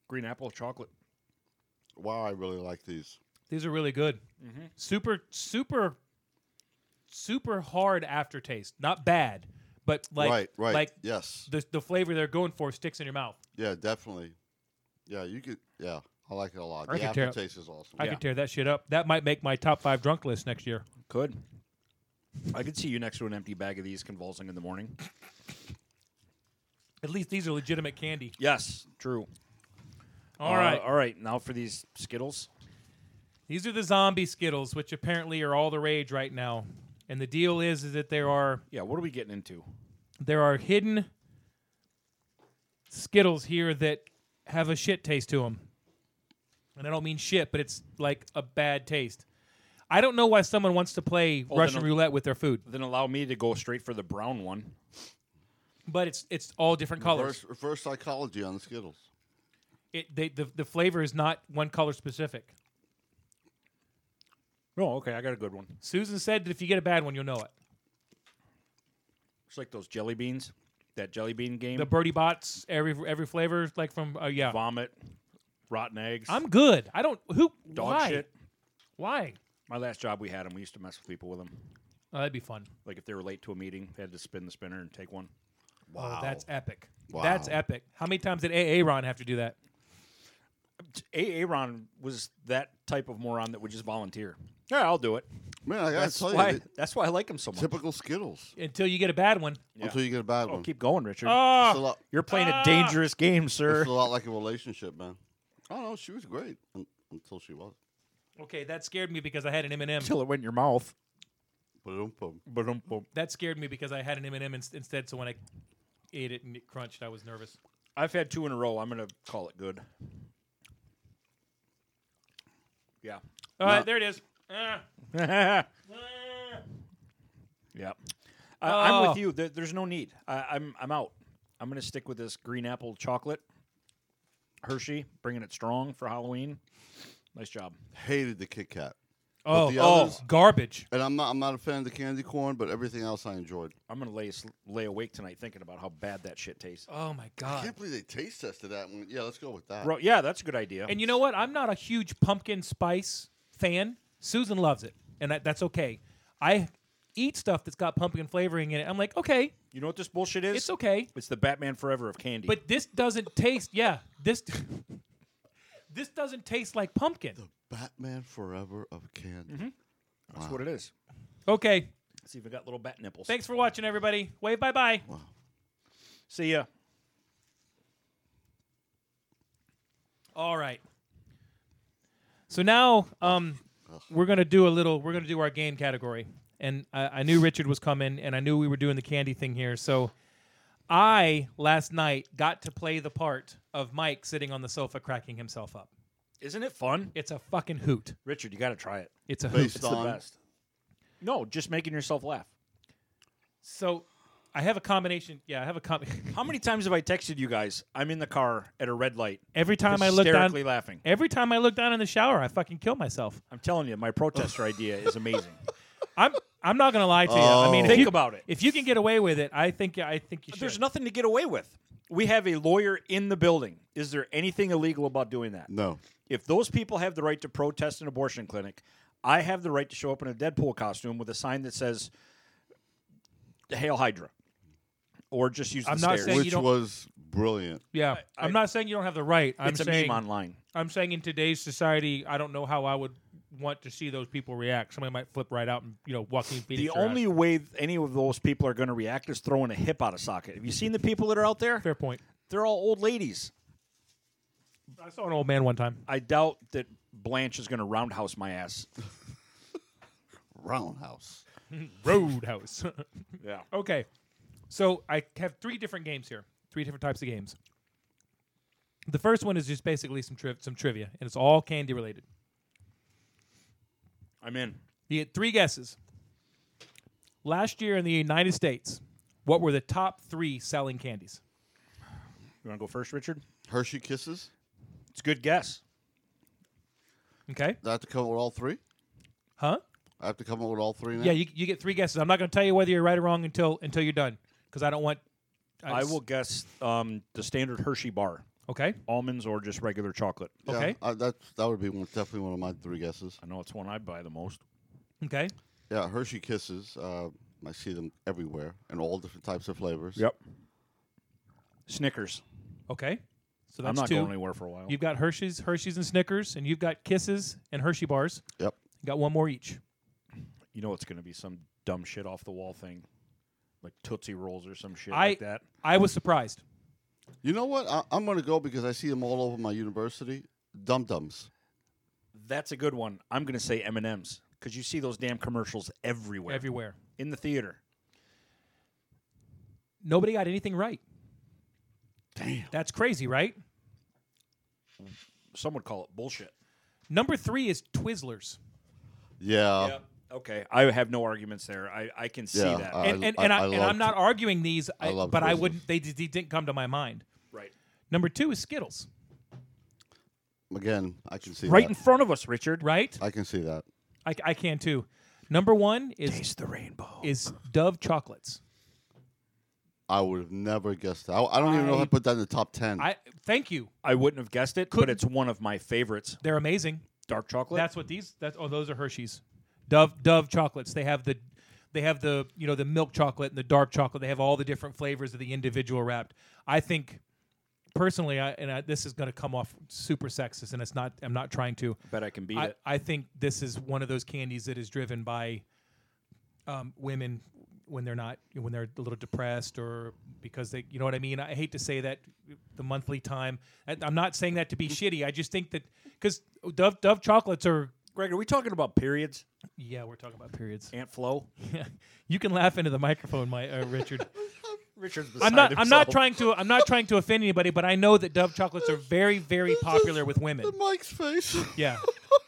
[SPEAKER 1] green apple chocolate.
[SPEAKER 6] Wow, I really like these.
[SPEAKER 2] These are really good. Super, super, super hard aftertaste. Not bad, but like,
[SPEAKER 6] right, right.
[SPEAKER 2] like
[SPEAKER 6] yes.
[SPEAKER 2] the the flavor they're going for sticks in your mouth.
[SPEAKER 6] Yeah, definitely. Yeah, you could. Yeah, I like it a lot.
[SPEAKER 2] I
[SPEAKER 6] the
[SPEAKER 2] could tear-
[SPEAKER 6] aftertaste is awesome.
[SPEAKER 2] I
[SPEAKER 1] Yeah.
[SPEAKER 2] could tear that shit up. That might make my top five drunk list next year.
[SPEAKER 1] Could. I could see you next to an empty bag of these convulsing in the morning.
[SPEAKER 2] At least these are legitimate candy.
[SPEAKER 1] Yes, true. Uh,
[SPEAKER 2] All right,
[SPEAKER 1] all right. Now for these Skittles.
[SPEAKER 2] these are the zombie Skittles, which apparently are all the rage right now. And the deal is, is that there are
[SPEAKER 1] Yeah, what are we getting into?
[SPEAKER 2] there are hidden Skittles here that have a shit taste to them. And I don't mean shit, but it's like a bad taste. I don't know why someone wants to play
[SPEAKER 1] Oh,
[SPEAKER 2] Russian
[SPEAKER 1] then-
[SPEAKER 2] roulette with their food,
[SPEAKER 1] Then allow me to go straight for the brown one.
[SPEAKER 2] but it's it's all different colors.
[SPEAKER 6] Reverse, reverse psychology on the Skittles.
[SPEAKER 2] It, they, the, the flavor is not one color specific.
[SPEAKER 1] No, okay, I got a good one.
[SPEAKER 2] Susan said that if you get a bad one, you'll know it.
[SPEAKER 1] It's like those jelly beans. That jelly bean game.
[SPEAKER 2] The Birdie Bots, every every flavor, like from uh, yeah.
[SPEAKER 1] vomit, rotten eggs,
[SPEAKER 2] I'm good. I don't who
[SPEAKER 1] dog
[SPEAKER 2] why
[SPEAKER 1] shit.
[SPEAKER 2] why
[SPEAKER 1] My last job, we had them. We used to mess with people with them.
[SPEAKER 2] oh, that'd be fun.
[SPEAKER 1] Like if they were late to a meeting, they had to spin the spinner and take one.
[SPEAKER 2] Oh, that's epic.
[SPEAKER 6] Wow.
[SPEAKER 2] That's epic. How many times did AA Ron have to do that?
[SPEAKER 1] A- Aaron was that type of moron that would just volunteer. Yeah, I'll do it.
[SPEAKER 6] Man, I gotta
[SPEAKER 1] That's
[SPEAKER 6] tell you,
[SPEAKER 1] why.
[SPEAKER 6] the
[SPEAKER 1] That's why I like him so much.
[SPEAKER 6] typical Skittles.
[SPEAKER 2] Until you get a bad one.
[SPEAKER 1] Yeah.
[SPEAKER 6] Until you get a bad
[SPEAKER 1] Oh,
[SPEAKER 6] one.
[SPEAKER 1] keep going, Richard.
[SPEAKER 6] it's, a lot,
[SPEAKER 1] You're playing
[SPEAKER 2] Ah!
[SPEAKER 1] a dangerous game,
[SPEAKER 6] Hmm. it's
[SPEAKER 1] sir.
[SPEAKER 6] a lot like a relationship, man. I don't know. She was great un- until she wasn't.
[SPEAKER 2] Okay, that scared me because I had an M&M.
[SPEAKER 1] Until it went in your mouth.
[SPEAKER 6] But um, boom.
[SPEAKER 1] Ba-dum-bum.
[SPEAKER 2] That scared me because I had an M&M in- instead. So when I ate it and it crunched, I was nervous.
[SPEAKER 1] I've had two in a row. I'm gonna call it good. Yeah.
[SPEAKER 2] All right, there it is. Ah,
[SPEAKER 1] yeah.
[SPEAKER 2] ah.
[SPEAKER 1] I I'm
[SPEAKER 2] Oh.
[SPEAKER 1] with you. There, there's no need. I, I'm I'm out. I'm gonna stick with this green apple chocolate. Hershey bringing it strong for Halloween. Nice job.
[SPEAKER 6] Hated the Kit Kat.
[SPEAKER 2] Oh,
[SPEAKER 6] the
[SPEAKER 2] oh,
[SPEAKER 6] others-
[SPEAKER 2] garbage.
[SPEAKER 6] And I'm not. I'm not a fan of the candy corn, but everything else I enjoyed.
[SPEAKER 1] I'm gonna lay s- lay awake tonight thinking about how bad that shit tastes.
[SPEAKER 2] Oh my
[SPEAKER 6] I
[SPEAKER 2] god.
[SPEAKER 6] can't believe they taste tested that one. Yeah, let's go with that.
[SPEAKER 1] Bro, yeah, that's a good idea.
[SPEAKER 2] And you know what? I'm not a huge pumpkin spice fan. Susan loves it, and that, that's okay. I eat stuff that's got pumpkin flavoring in it. I'm like, okay,
[SPEAKER 1] you know what this bullshit is?
[SPEAKER 2] it's okay.
[SPEAKER 1] It's the Batman Forever of candy.
[SPEAKER 2] But this doesn't taste. Yeah, this this doesn't taste like pumpkin.
[SPEAKER 6] Batman Forever of candy.
[SPEAKER 2] Mm-hmm.
[SPEAKER 1] that's what it is.
[SPEAKER 2] Okay,
[SPEAKER 1] It's even got little bat nipples.
[SPEAKER 2] thanks for watching, everybody. Wave bye bye.
[SPEAKER 1] See ya.
[SPEAKER 2] All right. So now um, we're gonna do a little. We're gonna do our game category, and I, I knew Richard was coming, and I knew we were doing the candy thing here. So I last night got to play the part of Mike sitting on the sofa cracking himself up.
[SPEAKER 1] Isn't it fun?
[SPEAKER 2] It's a fucking hoot.
[SPEAKER 1] Richard, you gotta try it.
[SPEAKER 2] It's a hoot.
[SPEAKER 6] Based
[SPEAKER 1] It's
[SPEAKER 6] on
[SPEAKER 1] the best. No, just making yourself laugh.
[SPEAKER 2] So I have a combination. Yeah, I have a com.
[SPEAKER 1] How many times have I texted you guys? I'm in the car at a red light.
[SPEAKER 2] Every time I look down,
[SPEAKER 1] hysterically laughing.
[SPEAKER 2] every time I look down in the shower, I fucking kill myself.
[SPEAKER 1] I'm telling you, my protester idea is amazing.
[SPEAKER 2] I'm I'm not gonna lie to you. I mean, if
[SPEAKER 1] Oh. Think
[SPEAKER 2] you-
[SPEAKER 1] about it.
[SPEAKER 2] If you can get away with it, I think I think you should.
[SPEAKER 1] There's nothing to get away with. We have a lawyer in the building. Is there anything illegal about doing that?
[SPEAKER 6] No.
[SPEAKER 1] If those people have the right to protest an abortion clinic, I have the right to show up in a Deadpool costume with a sign that says "Hail Hydra," or just use
[SPEAKER 2] I'm
[SPEAKER 1] the
[SPEAKER 2] not
[SPEAKER 1] stairs.
[SPEAKER 2] saying you
[SPEAKER 6] Which
[SPEAKER 2] don't-
[SPEAKER 6] was brilliant.
[SPEAKER 2] Yeah, I, am not saying you don't have the right. I'm
[SPEAKER 1] it's a
[SPEAKER 2] saying
[SPEAKER 1] meme online.
[SPEAKER 2] I'm saying in today's society, I don't know how I would want to see those people react. Somebody might flip right out and you know Joaquin Phoenix.
[SPEAKER 1] The
[SPEAKER 2] your ass.
[SPEAKER 1] only way th- any of those people are going to react is throwing a hip out of socket. Have you seen the people that are out there?
[SPEAKER 2] fair point.
[SPEAKER 1] They're all old ladies.
[SPEAKER 2] I saw an old man one time.
[SPEAKER 1] I doubt that Blanche is going to roundhouse my ass.
[SPEAKER 6] Roundhouse.
[SPEAKER 2] Roadhouse.
[SPEAKER 1] Yeah.
[SPEAKER 2] okay, so I have three different games here. Three different types of games. The first one is just basically some triv- some trivia, and it's all candy related.
[SPEAKER 1] I'm in.
[SPEAKER 2] You get three guesses. Last year in the United States, what were the top three selling candies?
[SPEAKER 1] You want to go first, Richard?
[SPEAKER 6] Hershey Kisses.
[SPEAKER 1] It's a good guess.
[SPEAKER 2] Okay,
[SPEAKER 6] I have to come up with all three.
[SPEAKER 2] huh?
[SPEAKER 6] I have to come up with all three now.
[SPEAKER 2] Yeah, you, you get three guesses. I'm not going to tell you whether you're right or wrong until until you're done because I don't want.
[SPEAKER 1] I
[SPEAKER 2] just-
[SPEAKER 1] will guess um, the standard Hershey bar,
[SPEAKER 2] Okay.
[SPEAKER 1] almonds or just regular chocolate.
[SPEAKER 6] Yeah,
[SPEAKER 2] okay.
[SPEAKER 6] I, that that would be one, definitely one of my three guesses.
[SPEAKER 1] I know it's one I buy the most.
[SPEAKER 2] Okay.
[SPEAKER 6] Yeah, Hershey Kisses. Uh, I see them everywhere in all different types of flavors.
[SPEAKER 1] Snickers.
[SPEAKER 2] Okay. So that's
[SPEAKER 1] I'm not
[SPEAKER 2] two.
[SPEAKER 1] going anywhere for a while.
[SPEAKER 2] You've got Hershey's, Hershey's and Snickers, and you've got Kisses and Hershey bars.
[SPEAKER 6] Yep.
[SPEAKER 2] You got one more each.
[SPEAKER 1] you know it's going to be some dumb shit off the wall thing, like Tootsie Rolls or some shit
[SPEAKER 2] I-
[SPEAKER 1] like that.
[SPEAKER 2] I was surprised.
[SPEAKER 6] You know what? I, I'm going to go because I see them all over my university. Dum Dums.
[SPEAKER 1] That's a good one. I'm going to say M and M's because you see those damn commercials everywhere,
[SPEAKER 2] Everywhere.
[SPEAKER 1] in the theater.
[SPEAKER 2] Nobody got anything right. Damn. That's crazy, right?
[SPEAKER 1] Some would call it bullshit.
[SPEAKER 2] Number three is Twizzlers.
[SPEAKER 6] Yeah.
[SPEAKER 1] Okay, I have no arguments there. I, I can see
[SPEAKER 6] Yeah,
[SPEAKER 1] that.
[SPEAKER 6] I-
[SPEAKER 2] and and, and, I,
[SPEAKER 6] I
[SPEAKER 2] and
[SPEAKER 6] love
[SPEAKER 2] I'm not arguing these, I
[SPEAKER 6] love
[SPEAKER 2] but I
[SPEAKER 6] Twizzlers.
[SPEAKER 2] wouldn't. They, d- didn't come to my mind.
[SPEAKER 1] right,
[SPEAKER 2] Number two is Skittles,
[SPEAKER 6] Again, I can see
[SPEAKER 1] right in
[SPEAKER 6] that.
[SPEAKER 1] front of us, Richard.
[SPEAKER 2] right?
[SPEAKER 6] I can see that.
[SPEAKER 2] I, I can too. Number one is
[SPEAKER 1] Taste the rainbow.
[SPEAKER 2] is Dove chocolates.
[SPEAKER 6] I would have never guessed that. I, I don't even know how
[SPEAKER 2] I-
[SPEAKER 6] to put that in the top 10.
[SPEAKER 2] I thank you.
[SPEAKER 1] I wouldn't have guessed it, but
[SPEAKER 2] Couldn't-
[SPEAKER 1] it's one of my favorites.
[SPEAKER 2] They're amazing.
[SPEAKER 1] Dark chocolate.
[SPEAKER 2] That's what these. That's oh, those are Hershey's, Dove Dove chocolates. They have the, they have the you know the milk chocolate and the dark chocolate. They have all the different flavors of the individual wrapped. I think, personally, I and I, this is going to come off super sexist, and it's not. I'm not trying to.
[SPEAKER 1] bet I can beat
[SPEAKER 2] I,
[SPEAKER 1] it.
[SPEAKER 2] I think this is one of those candies that is driven by um, women when they're not when they're a little depressed or because they you know what I mean. I hate to say that the monthly time. I, I'm not saying that to be shitty. I just think that because Dove Dove chocolates are
[SPEAKER 1] Greg, are we talking about periods?
[SPEAKER 2] yeah we're talking about periods.
[SPEAKER 1] Ant flow.
[SPEAKER 2] you can laugh into the microphone, my uh, Richard.
[SPEAKER 1] Richard's
[SPEAKER 2] I'm
[SPEAKER 1] beside
[SPEAKER 2] not I'm not
[SPEAKER 1] himself.
[SPEAKER 2] trying to I'm not trying to offend anybody, but I know that Dove chocolates are very very popular with women.
[SPEAKER 6] Mike's face.
[SPEAKER 2] Yeah.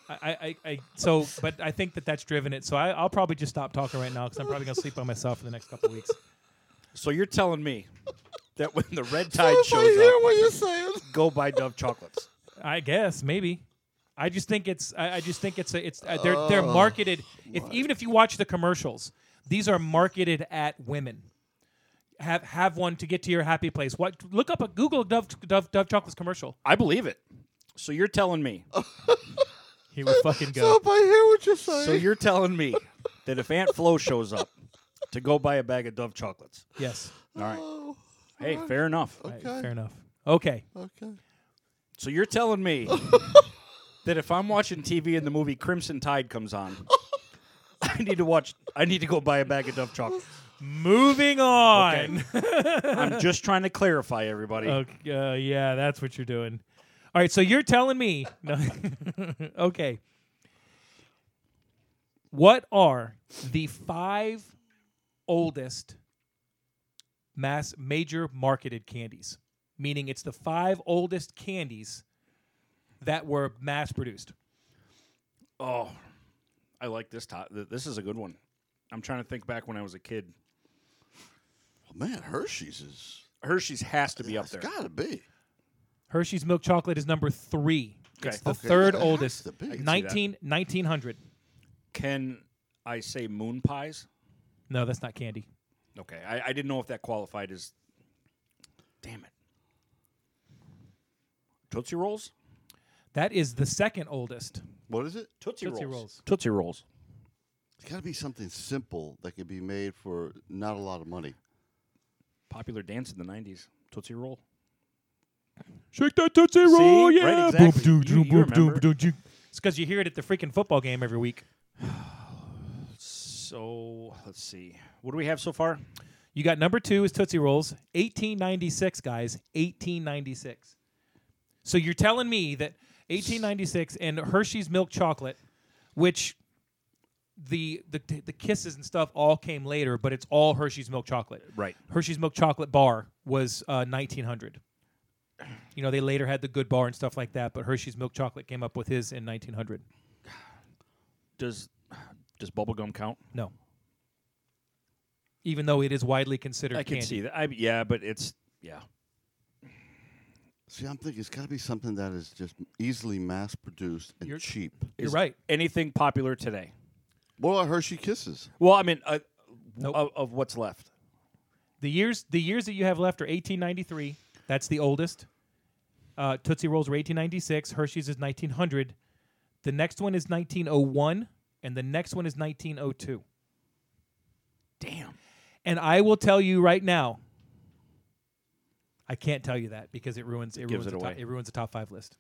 [SPEAKER 2] I, I, I, so, but I think that that's driven it. So I, I'll probably just stop talking right now because I'm probably gonna sleep by myself for the next couple weeks.
[SPEAKER 1] So you're telling me that when the red
[SPEAKER 6] I
[SPEAKER 1] tide shows
[SPEAKER 6] hear
[SPEAKER 1] up,
[SPEAKER 6] what you're saying.
[SPEAKER 1] go buy Dove chocolates.
[SPEAKER 2] I guess maybe. I just think it's. I, I just think it's. A, it's. Uh, they're they're marketed. If even if you watch the commercials, these are marketed at women. Have have one to get to your happy place. What? Look up a Google Dove Dove Dove chocolates commercial.
[SPEAKER 1] I believe it. So you're telling me.
[SPEAKER 2] Here we fucking go.
[SPEAKER 6] Stop, I hear what you're saying.
[SPEAKER 1] So you're telling me that if Aunt Flo shows up to go buy a bag of Dove chocolates.
[SPEAKER 2] Yes.
[SPEAKER 1] All right. Hey, fair enough.
[SPEAKER 6] Oh, okay.
[SPEAKER 2] Fair enough. Okay.
[SPEAKER 6] Okay.
[SPEAKER 1] So you're telling me that if I'm watching TV and the movie Crimson Tide comes on, I need to watch I need to go buy a bag of Dove chocolates.
[SPEAKER 2] Moving on.
[SPEAKER 1] I'm just trying to clarify everybody.
[SPEAKER 2] Okay, uh, yeah, that's what you're doing. All right, so you're telling me. No. okay. What are the five oldest mass major marketed candies? Meaning it's the five oldest candies that were mass produced.
[SPEAKER 1] Oh, I like this. To- th- this is a good one. I'm trying to think back when I was a kid.
[SPEAKER 6] Oh, Man, Hershey's is.
[SPEAKER 1] Hershey's has to be up
[SPEAKER 6] It's
[SPEAKER 1] there.
[SPEAKER 6] got to be.
[SPEAKER 2] Hershey's milk chocolate is number three. It's
[SPEAKER 1] Okay.
[SPEAKER 2] the
[SPEAKER 6] Okay,
[SPEAKER 2] third
[SPEAKER 6] that has
[SPEAKER 2] oldest.
[SPEAKER 6] to be. I can see that.
[SPEAKER 2] 19, 1900.
[SPEAKER 1] Can I say moon pies?
[SPEAKER 2] No, that's not candy.
[SPEAKER 1] Okay, I, I didn't know if that qualified as. Damn it. Tootsie rolls.
[SPEAKER 2] That is the second oldest.
[SPEAKER 6] What is it?
[SPEAKER 1] Tootsie,
[SPEAKER 2] Tootsie
[SPEAKER 1] rolls.
[SPEAKER 2] Rolls.
[SPEAKER 1] Tootsie rolls.
[SPEAKER 6] It's got to be something simple that could be made for not a lot of money.
[SPEAKER 1] Popular dance in the '90s. Tootsie roll.
[SPEAKER 2] Shake that Tootsie
[SPEAKER 1] See? Right, exactly.
[SPEAKER 2] Boop, doo,
[SPEAKER 1] You-
[SPEAKER 2] doo,
[SPEAKER 1] you
[SPEAKER 2] boop, doo,
[SPEAKER 1] remember.
[SPEAKER 2] doo, doo. It's because you hear it at the freaking football game every week.
[SPEAKER 1] So let's see. What do we have so far?
[SPEAKER 2] You got number two is Tootsie Rolls, 1896, guys, 1896. So you're telling me that 1896 and Hershey's milk chocolate, which the the the kisses and stuff all came later, but it's all Hershey's milk chocolate.
[SPEAKER 1] Right.
[SPEAKER 2] Hershey's milk chocolate bar was uh, 1900. You know, they later had the good bar and stuff like that, but Hershey's milk chocolate came up with his in 1900.
[SPEAKER 1] Does does bubblegum count?
[SPEAKER 2] No. Even though it is widely considered
[SPEAKER 1] I can
[SPEAKER 2] candy.
[SPEAKER 1] see that. I, yeah, but it's yeah.
[SPEAKER 6] See, I'm thinking it's got to be something that is just easily mass produced and
[SPEAKER 2] You're-
[SPEAKER 6] cheap.
[SPEAKER 2] You're
[SPEAKER 1] Is
[SPEAKER 2] right.
[SPEAKER 1] Anything popular today?
[SPEAKER 6] What are Hershey Kisses?
[SPEAKER 1] Well, I mean, uh,
[SPEAKER 2] Nope.
[SPEAKER 1] of, of what's left.
[SPEAKER 2] The years the years that you have left are 1893. That's the oldest. Uh, Tootsie Rolls were 1896. Hershey's is 1900. The next one is 1901, and the next one is 1902.
[SPEAKER 1] Damn.
[SPEAKER 2] And I will tell you right now. I can't tell you that because it ruins it,
[SPEAKER 1] gives
[SPEAKER 2] ruins
[SPEAKER 1] it
[SPEAKER 2] the top,
[SPEAKER 1] away.
[SPEAKER 2] it ruins the top five list.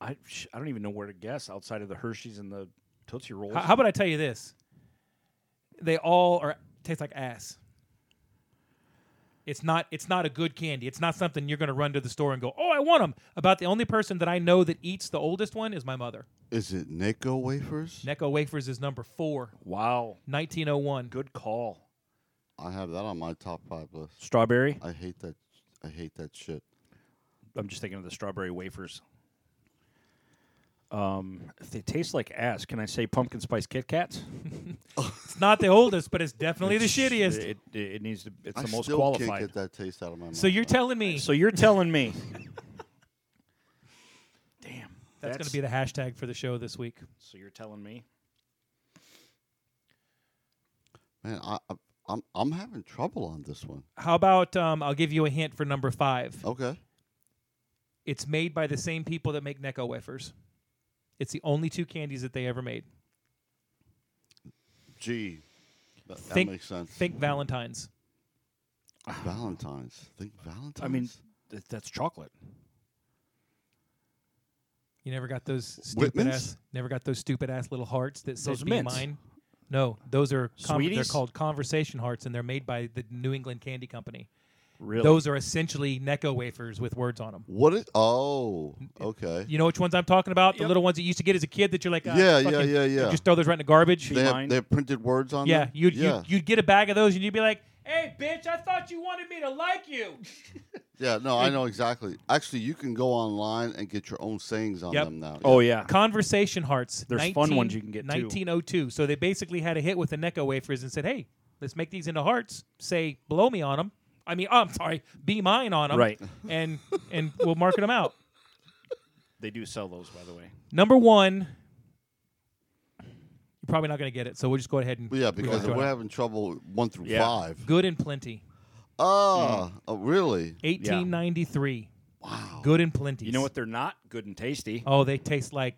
[SPEAKER 1] I sh- I don't even know where to guess outside of the Hershey's and the Tootsie Rolls.
[SPEAKER 2] How, how about I tell you this? They all are taste like ass. It's not it's not a good candy. It's not something you're going to run to the store and go, "Oh, I want them." About the only person that I know that eats the oldest one is my mother.
[SPEAKER 6] Is it Necco wafers?
[SPEAKER 2] Necco wafers is number oh 4,
[SPEAKER 1] wow,
[SPEAKER 2] 1901.
[SPEAKER 1] good call.
[SPEAKER 6] I have that on my top five list.
[SPEAKER 1] Strawberry.
[SPEAKER 6] I hate that. I hate that shit.
[SPEAKER 1] I'm just thinking of the strawberry wafers. Um, if they taste like ass, can I say pumpkin spice Kit Kats?
[SPEAKER 2] It's not the oldest, but it's definitely the shittiest.
[SPEAKER 1] It, it, it needs to. It's
[SPEAKER 6] I
[SPEAKER 1] the most
[SPEAKER 6] still
[SPEAKER 1] qualified.
[SPEAKER 6] can't get that taste out of my mouth.
[SPEAKER 2] so you're telling me
[SPEAKER 1] So you're telling me? Damn,
[SPEAKER 2] that's going to be the hashtag for the show this week.
[SPEAKER 1] So you're telling me?
[SPEAKER 6] man, I, I, I'm I'm having trouble on this one.
[SPEAKER 2] How about um, I'll give you a hint for number 5.
[SPEAKER 6] Okay,
[SPEAKER 2] It's made by the same people that make Necco wafers. It's the only two candies that they ever made.
[SPEAKER 6] gee, that, that
[SPEAKER 2] Think-
[SPEAKER 6] makes sense.
[SPEAKER 2] Think Valentine's.
[SPEAKER 6] Valentine's. Think Valentine's.
[SPEAKER 1] I mean, th- that's chocolate.
[SPEAKER 2] You never got those stupid
[SPEAKER 6] Whitman's?
[SPEAKER 2] ass. Never got those stupid ass little hearts that says
[SPEAKER 1] Those
[SPEAKER 2] "Be
[SPEAKER 1] mints.
[SPEAKER 2] mine." No, those are con- they're
[SPEAKER 1] Sweeties?
[SPEAKER 2] called conversation hearts, and they're made by the New England Candy Company.
[SPEAKER 1] Really?
[SPEAKER 2] Those are essentially Necco wafers with words on them.
[SPEAKER 6] what is? Oh, okay.
[SPEAKER 2] You know which ones I'm talking about? The
[SPEAKER 1] Yep.
[SPEAKER 2] little ones that you used to get as a kid that you're like, uh,
[SPEAKER 6] Yeah, yeah,
[SPEAKER 2] fucking-
[SPEAKER 6] yeah,
[SPEAKER 2] you
[SPEAKER 6] yeah.
[SPEAKER 2] Just throw those right in the garbage.
[SPEAKER 6] They have,
[SPEAKER 1] mine?
[SPEAKER 6] they have printed words on
[SPEAKER 2] yeah,
[SPEAKER 6] them.
[SPEAKER 2] you'd,
[SPEAKER 6] yeah,
[SPEAKER 2] you'd you'd get a bag of those and you'd be like, "Hey, bitch, I thought you wanted me to like you."
[SPEAKER 6] yeah. No, I know exactly. Actually, you can go online and get your own sayings on
[SPEAKER 2] Yep.
[SPEAKER 6] them now.
[SPEAKER 1] Oh yeah.
[SPEAKER 2] Conversation hearts.
[SPEAKER 1] There's fun ones you can get, too.
[SPEAKER 2] 1902. So they basically had a hit with the Necco wafers and said, "Hey, let's make these into hearts. Say, blow me on them. I mean, oh, I'm sorry, be mine on them.
[SPEAKER 1] Right.
[SPEAKER 2] And and we'll market them out.
[SPEAKER 1] They do sell those, by the way.
[SPEAKER 2] Number one. You're probably not going to get it, so we'll just go ahead and
[SPEAKER 6] But
[SPEAKER 2] we
[SPEAKER 6] yeah,
[SPEAKER 2] won't
[SPEAKER 6] because
[SPEAKER 2] go
[SPEAKER 6] we're
[SPEAKER 2] out.
[SPEAKER 6] having trouble with one through
[SPEAKER 1] Yeah.
[SPEAKER 6] five.
[SPEAKER 2] good and plenty.
[SPEAKER 6] Ah,
[SPEAKER 2] Mm.
[SPEAKER 6] oh, really?
[SPEAKER 2] 1893. Wow. Good and plenty.
[SPEAKER 1] You know what? They're not good and tasty.
[SPEAKER 2] Oh, they taste like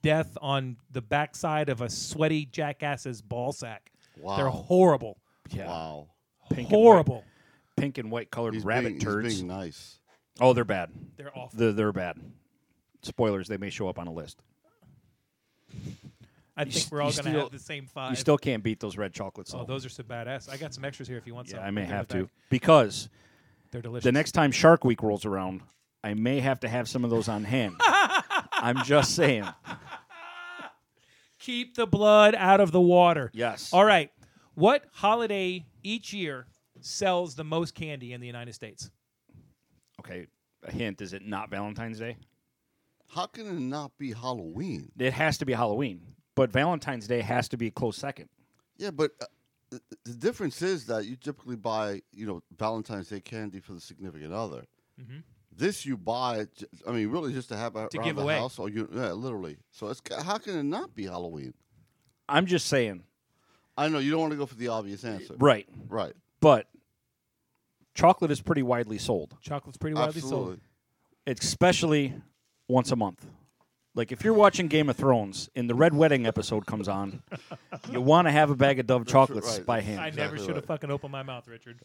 [SPEAKER 2] death on the backside of a sweaty jackass's ball sack. They're
[SPEAKER 6] Wow.
[SPEAKER 2] horrible.
[SPEAKER 1] yeah.
[SPEAKER 6] Wow.
[SPEAKER 1] Pink And
[SPEAKER 2] horrible.
[SPEAKER 1] white, pink and white colored
[SPEAKER 6] He's
[SPEAKER 1] rabbit
[SPEAKER 6] being,
[SPEAKER 1] turds.
[SPEAKER 6] He's being nice.
[SPEAKER 1] Oh, they're bad.
[SPEAKER 2] They're awful.
[SPEAKER 1] They're, they're bad. Spoilers. They may show up on a list.
[SPEAKER 2] I
[SPEAKER 1] You
[SPEAKER 2] think
[SPEAKER 1] s-
[SPEAKER 2] we're all
[SPEAKER 1] you
[SPEAKER 2] going to
[SPEAKER 1] still-
[SPEAKER 2] have the same five.
[SPEAKER 1] You still can't beat those red chocolates.
[SPEAKER 2] oh,
[SPEAKER 1] though.
[SPEAKER 2] those are so badass. I got some extras here if you want
[SPEAKER 1] yeah,
[SPEAKER 2] some.
[SPEAKER 1] I may
[SPEAKER 2] They're in
[SPEAKER 1] have
[SPEAKER 2] the
[SPEAKER 1] to
[SPEAKER 2] back.
[SPEAKER 1] because
[SPEAKER 2] They're delicious.
[SPEAKER 1] the next time Shark Week rolls around, I may have to have some of those on hand. I'm just saying.
[SPEAKER 2] Keep the blood out of the water.
[SPEAKER 1] Yes.
[SPEAKER 2] All right. What holiday each year sells the most candy in the United States?
[SPEAKER 1] Okay. A hint: Is it not Valentine's Day?
[SPEAKER 6] How can it not be Halloween?
[SPEAKER 1] It has to be Halloween, but Valentine's Day has to be a close second.
[SPEAKER 6] Yeah, but uh, th- the difference is that you typically buy, you know, Valentine's Day candy for the significant other. This you buy, it j- I mean, really just to have
[SPEAKER 2] Mm-hmm.
[SPEAKER 6] a,
[SPEAKER 2] To
[SPEAKER 6] around
[SPEAKER 2] give
[SPEAKER 6] the
[SPEAKER 2] away.
[SPEAKER 6] house, or you, yeah, literally. So it's ca- how can it not be Halloween?
[SPEAKER 1] I'm just saying.
[SPEAKER 6] I know you don't want to go for the obvious answer,
[SPEAKER 1] Right.
[SPEAKER 6] Right,
[SPEAKER 1] But chocolate is pretty widely sold,
[SPEAKER 2] Chocolate's pretty widely
[SPEAKER 6] absolutely.
[SPEAKER 2] sold.
[SPEAKER 1] especially once a month. Like if you're watching Game of Thrones and the Red Wedding episode comes on, you want to have a bag of Dove chocolates
[SPEAKER 6] right.
[SPEAKER 1] by
[SPEAKER 2] I
[SPEAKER 1] hand.
[SPEAKER 2] never
[SPEAKER 6] Exactly
[SPEAKER 2] should have
[SPEAKER 6] right.
[SPEAKER 2] fucking opened my mouth, Richard.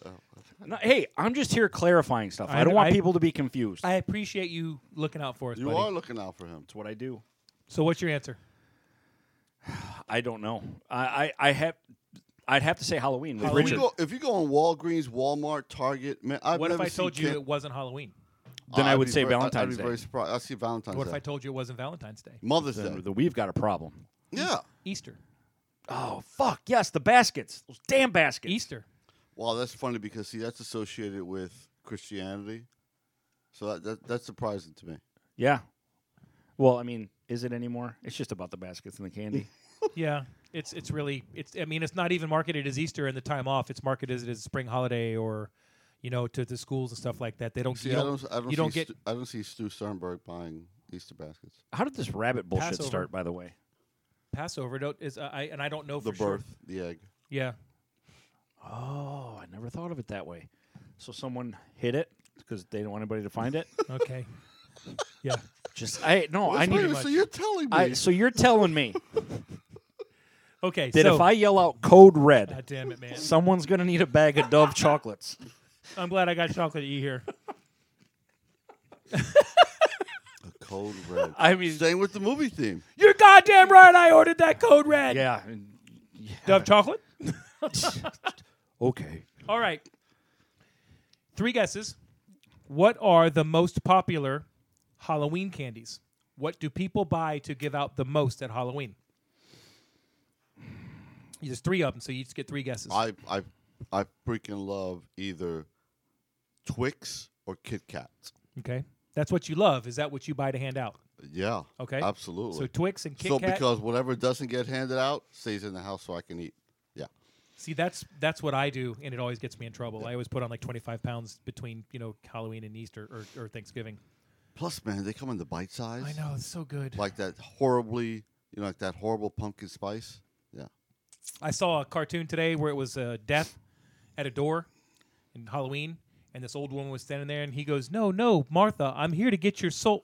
[SPEAKER 1] No, hey, I'm just here clarifying stuff. I,
[SPEAKER 2] I-
[SPEAKER 1] don't want
[SPEAKER 2] I-
[SPEAKER 1] people to be confused.
[SPEAKER 2] I appreciate you looking out for us,
[SPEAKER 6] You
[SPEAKER 2] buddy.
[SPEAKER 6] are looking out for him.
[SPEAKER 1] That's what I do.
[SPEAKER 2] So what's your answer?
[SPEAKER 1] I don't know. I I, I have. I'd have to say Halloween with
[SPEAKER 6] If you
[SPEAKER 1] Richard.
[SPEAKER 6] go, if you go on Walgreens, Walmart, Target, man, I've
[SPEAKER 2] What if
[SPEAKER 6] never
[SPEAKER 2] I
[SPEAKER 6] seen
[SPEAKER 2] told you
[SPEAKER 6] kid-
[SPEAKER 2] it wasn't Halloween?
[SPEAKER 1] then I
[SPEAKER 6] I'd
[SPEAKER 1] would
[SPEAKER 6] be
[SPEAKER 1] say
[SPEAKER 6] very- I'd-
[SPEAKER 1] Valentine's
[SPEAKER 6] I'd be
[SPEAKER 1] Day.
[SPEAKER 6] very surprised. I see Valentine's
[SPEAKER 2] What
[SPEAKER 6] Day.
[SPEAKER 2] if I told you it wasn't Valentine's Day?
[SPEAKER 6] Mother's
[SPEAKER 1] Then
[SPEAKER 6] Day.
[SPEAKER 1] the- we've got a problem.
[SPEAKER 6] Yeah.
[SPEAKER 2] Easter.
[SPEAKER 1] Oh fuck! Yes, the baskets. Those damn baskets.
[SPEAKER 2] Easter.
[SPEAKER 6] Wow, that's funny because see, that's associated with Christianity, so that, that that's surprising to me.
[SPEAKER 1] Yeah. Well, I mean, is it anymore? It's just about the baskets and the candy.
[SPEAKER 2] yeah. It's it's really it's I mean it's not even marketed as Easter and the time off. It's marketed as, as spring holiday or you know to the schools and stuff like that. They don't
[SPEAKER 6] See,
[SPEAKER 2] you
[SPEAKER 6] I
[SPEAKER 2] don't,
[SPEAKER 6] don't, I don't,
[SPEAKER 2] you
[SPEAKER 6] see
[SPEAKER 2] don't get
[SPEAKER 6] Stu, I don't see Stu Sternberg buying Easter baskets.
[SPEAKER 1] How did this rabbit bullshit
[SPEAKER 2] Passover.
[SPEAKER 1] start, by the way?
[SPEAKER 2] Passover don't, is uh, I and I don't know for
[SPEAKER 6] The
[SPEAKER 2] sure.
[SPEAKER 6] birth, the egg.
[SPEAKER 2] Yeah.
[SPEAKER 1] Oh, I never thought of it that way. So someone hid it because they didn't want anybody to find it.
[SPEAKER 2] Okay. yeah.
[SPEAKER 1] Just I no, I
[SPEAKER 6] Wait a
[SPEAKER 1] need.
[SPEAKER 6] minute, so you're telling me
[SPEAKER 1] I, so you're telling me
[SPEAKER 2] Okay.
[SPEAKER 1] that
[SPEAKER 2] so,
[SPEAKER 1] if I yell out code red,
[SPEAKER 2] God damn it, man.
[SPEAKER 1] someone's gonna need a bag of Dove chocolates.
[SPEAKER 2] I'm glad I got chocolate to eat here.
[SPEAKER 6] a cold red?
[SPEAKER 1] I mean,
[SPEAKER 6] Staying with the movie theme.
[SPEAKER 2] You're goddamn right. I ordered that code red.
[SPEAKER 1] yeah. and-
[SPEAKER 2] Dove chocolate.
[SPEAKER 1] Okay.
[SPEAKER 2] All right. Three guesses. What are the most popular Halloween candies? What do people buy to give out the most at Halloween? There's three of them, so you just get three guesses.
[SPEAKER 6] I I I freaking love either Twix or Kit Kat.
[SPEAKER 2] okay. That's what you love. Is that what you buy to hand out?
[SPEAKER 6] Yeah.
[SPEAKER 2] Okay. So
[SPEAKER 6] Absolutely.
[SPEAKER 2] Twix and Kit
[SPEAKER 6] so
[SPEAKER 2] Kat.
[SPEAKER 6] because whatever doesn't get handed out stays in the house so I can eat. Yeah.
[SPEAKER 2] See, that's that's what I do, and it always gets me in trouble. I always put on like 25 pounds between you know Halloween and Easter or, or Thanksgiving.
[SPEAKER 6] Plus, man, they come in the bite size.
[SPEAKER 2] I know it's so good.
[SPEAKER 6] Like that horribly, you know, like that horrible pumpkin spice. Yeah.
[SPEAKER 2] I saw a cartoon today where it was uh, death at a door in Halloween, and this old woman was standing there, and he goes, "No, no, Martha, I'm here to get your soul."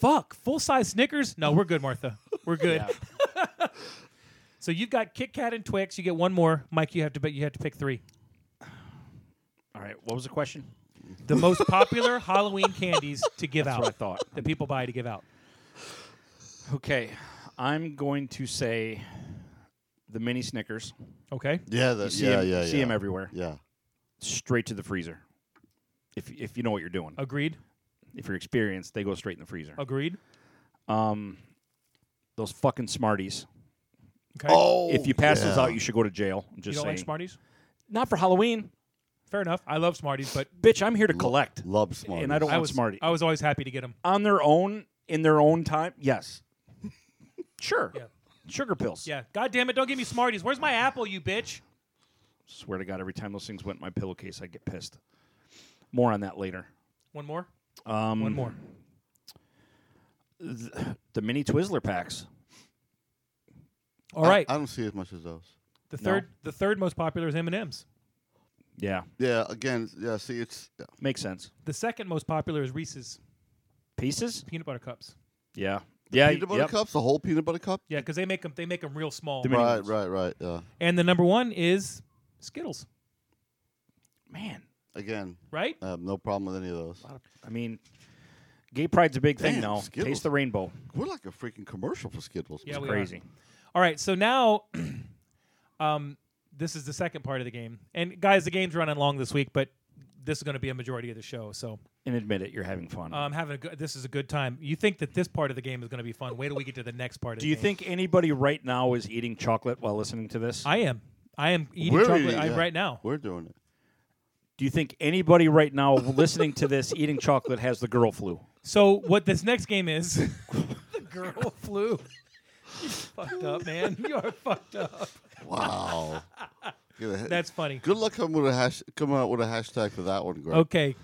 [SPEAKER 2] Fuck, full size Snickers? No, we're good, Martha. We're good. so you've got Kit Kat and Twix. You get one more, Mike. You have to bet. You have to pick three.
[SPEAKER 1] All right. What was the question?
[SPEAKER 2] The most popular Halloween candies to give out.
[SPEAKER 1] what I thought.
[SPEAKER 2] That people buy to give out.
[SPEAKER 1] Okay, I'm going to say the mini Snickers.
[SPEAKER 2] Okay.
[SPEAKER 6] Yeah. That,
[SPEAKER 1] You see
[SPEAKER 6] yeah,
[SPEAKER 1] them,
[SPEAKER 6] yeah.
[SPEAKER 1] see
[SPEAKER 6] yeah.
[SPEAKER 1] 'em everywhere.
[SPEAKER 6] Yeah.
[SPEAKER 1] Straight to the freezer. If if you know what you're doing,
[SPEAKER 2] Agreed.
[SPEAKER 1] if you're experienced, they go straight in the freezer.
[SPEAKER 2] Agreed.
[SPEAKER 1] Um, those fucking Smarties.
[SPEAKER 2] Okay.
[SPEAKER 6] Oh.
[SPEAKER 1] if you pass those
[SPEAKER 6] yeah.
[SPEAKER 1] out, you should go to jail. I'm
[SPEAKER 2] you
[SPEAKER 1] Just
[SPEAKER 2] don't
[SPEAKER 1] saying.
[SPEAKER 2] like Smarties?
[SPEAKER 1] Not for Halloween,
[SPEAKER 2] Fair enough. I love Smarties, but
[SPEAKER 1] bitch. I'm here to collect
[SPEAKER 6] love smart.
[SPEAKER 1] And I don't-
[SPEAKER 2] I
[SPEAKER 1] want
[SPEAKER 2] was
[SPEAKER 1] Smarties.
[SPEAKER 2] I was always happy to get them.
[SPEAKER 1] on their own in their own time. Yes. sure.
[SPEAKER 2] Yeah.
[SPEAKER 1] Sugar pills.
[SPEAKER 2] Yeah. God damn it, don't give me Smarties. Where's my apple, you bitch?
[SPEAKER 1] Swear to God, every time those things went in my pillowcase, I'd get pissed. More on that later.
[SPEAKER 2] One more?
[SPEAKER 1] Um,
[SPEAKER 2] One more.
[SPEAKER 1] The mini Twizzler packs.
[SPEAKER 2] All right.
[SPEAKER 6] I, I don't see as much as those.
[SPEAKER 2] the third the third most popular is M&Ms.
[SPEAKER 1] Yeah,
[SPEAKER 6] Yeah. Again. Yeah. See, it's yeah.
[SPEAKER 1] makes sense.
[SPEAKER 2] The second most popular is Reese's
[SPEAKER 1] Pieces.
[SPEAKER 2] peanut butter cups.
[SPEAKER 1] Yeah. yeah.
[SPEAKER 6] peanut butter
[SPEAKER 1] yep.
[SPEAKER 6] cups. The whole peanut butter cup.
[SPEAKER 2] Yeah, cuz they make them they make them real small.
[SPEAKER 1] The mini
[SPEAKER 6] Right.
[SPEAKER 1] ones.
[SPEAKER 6] Right. Right. Yeah.
[SPEAKER 2] and the number 1 is Skittles,
[SPEAKER 1] Man,
[SPEAKER 6] Again,
[SPEAKER 2] right?
[SPEAKER 6] I have no problem with any of those.
[SPEAKER 1] I mean, gay pride's a big thing
[SPEAKER 6] Damn,
[SPEAKER 1] now.
[SPEAKER 6] Skittles.
[SPEAKER 1] Taste the rainbow.
[SPEAKER 6] We're like a freaking commercial for Skittles.
[SPEAKER 2] Yeah,
[SPEAKER 6] man.
[SPEAKER 2] we are.
[SPEAKER 1] Crazy.
[SPEAKER 2] All right, so now um this is the second part of the game. And guys, the game's running long this week, but this is going to be a majority of the show, so
[SPEAKER 1] And admit it, you're having fun.
[SPEAKER 2] I'm having a good. This is a good time. You think that this part of the game is going to be fun? Wait till we get to the next part. Of
[SPEAKER 1] Do
[SPEAKER 2] the
[SPEAKER 1] you
[SPEAKER 2] game.
[SPEAKER 1] think anybody right now is eating chocolate while listening to this?
[SPEAKER 2] I am? I am eating
[SPEAKER 6] We're
[SPEAKER 2] chocolate
[SPEAKER 6] eating
[SPEAKER 2] I-
[SPEAKER 6] it.
[SPEAKER 2] right now.
[SPEAKER 6] We're doing it.
[SPEAKER 1] Do you think anybody right now listening to this eating chocolate has the girl flu?
[SPEAKER 2] So what this next game is? the girl flew. You fucked up, man. You are fucked up.
[SPEAKER 6] Wow. Get a-
[SPEAKER 2] That's funny.
[SPEAKER 6] Good luck coming with a hash. Come out with a hashtag for that one, Greg.
[SPEAKER 2] Okay.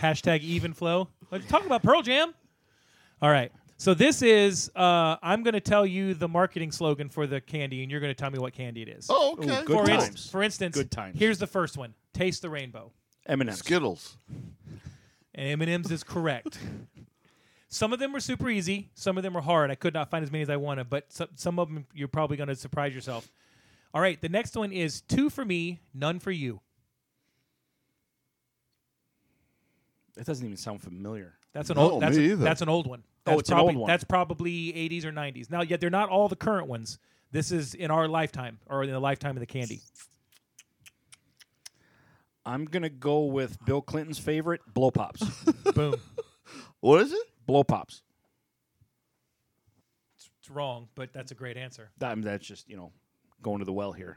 [SPEAKER 2] Hashtag even flow. Let's talk about Pearl Jam. All right. So this is. Uh, I'm going to tell you the marketing slogan for the candy, and you're going to tell me what candy it is.
[SPEAKER 6] Oh, okay.
[SPEAKER 1] Ooh,
[SPEAKER 2] for,
[SPEAKER 1] good
[SPEAKER 2] inst-
[SPEAKER 1] times.
[SPEAKER 2] for instance,
[SPEAKER 1] Good times.
[SPEAKER 2] Here's the first one. Taste the rainbow.
[SPEAKER 1] M&M's.
[SPEAKER 6] Skittles.
[SPEAKER 2] And M&M's is correct. Some of them were super easy. Some of them were hard. I could not find as many as I wanted, but some, some of them you're probably going to surprise yourself. All right, the next one is two for me, none for you.
[SPEAKER 1] That doesn't even sound familiar.
[SPEAKER 2] That's an
[SPEAKER 6] No,
[SPEAKER 2] old. That's,
[SPEAKER 6] me
[SPEAKER 2] a-
[SPEAKER 6] either.
[SPEAKER 2] that's an old one.
[SPEAKER 1] Oh,
[SPEAKER 2] That's
[SPEAKER 1] it's an
[SPEAKER 2] probably,
[SPEAKER 1] old one.
[SPEAKER 2] That's probably 80s or 90s. Now, yet they're not all the current ones. This is in our lifetime or in the lifetime of the candy.
[SPEAKER 1] I'm gonna go with Bill Clinton's favorite, blow pops.
[SPEAKER 2] Boom.
[SPEAKER 6] What is it?
[SPEAKER 1] blow pops.
[SPEAKER 2] It's wrong, but that's a great answer.
[SPEAKER 1] That- I mean, that's just you know going to the well here.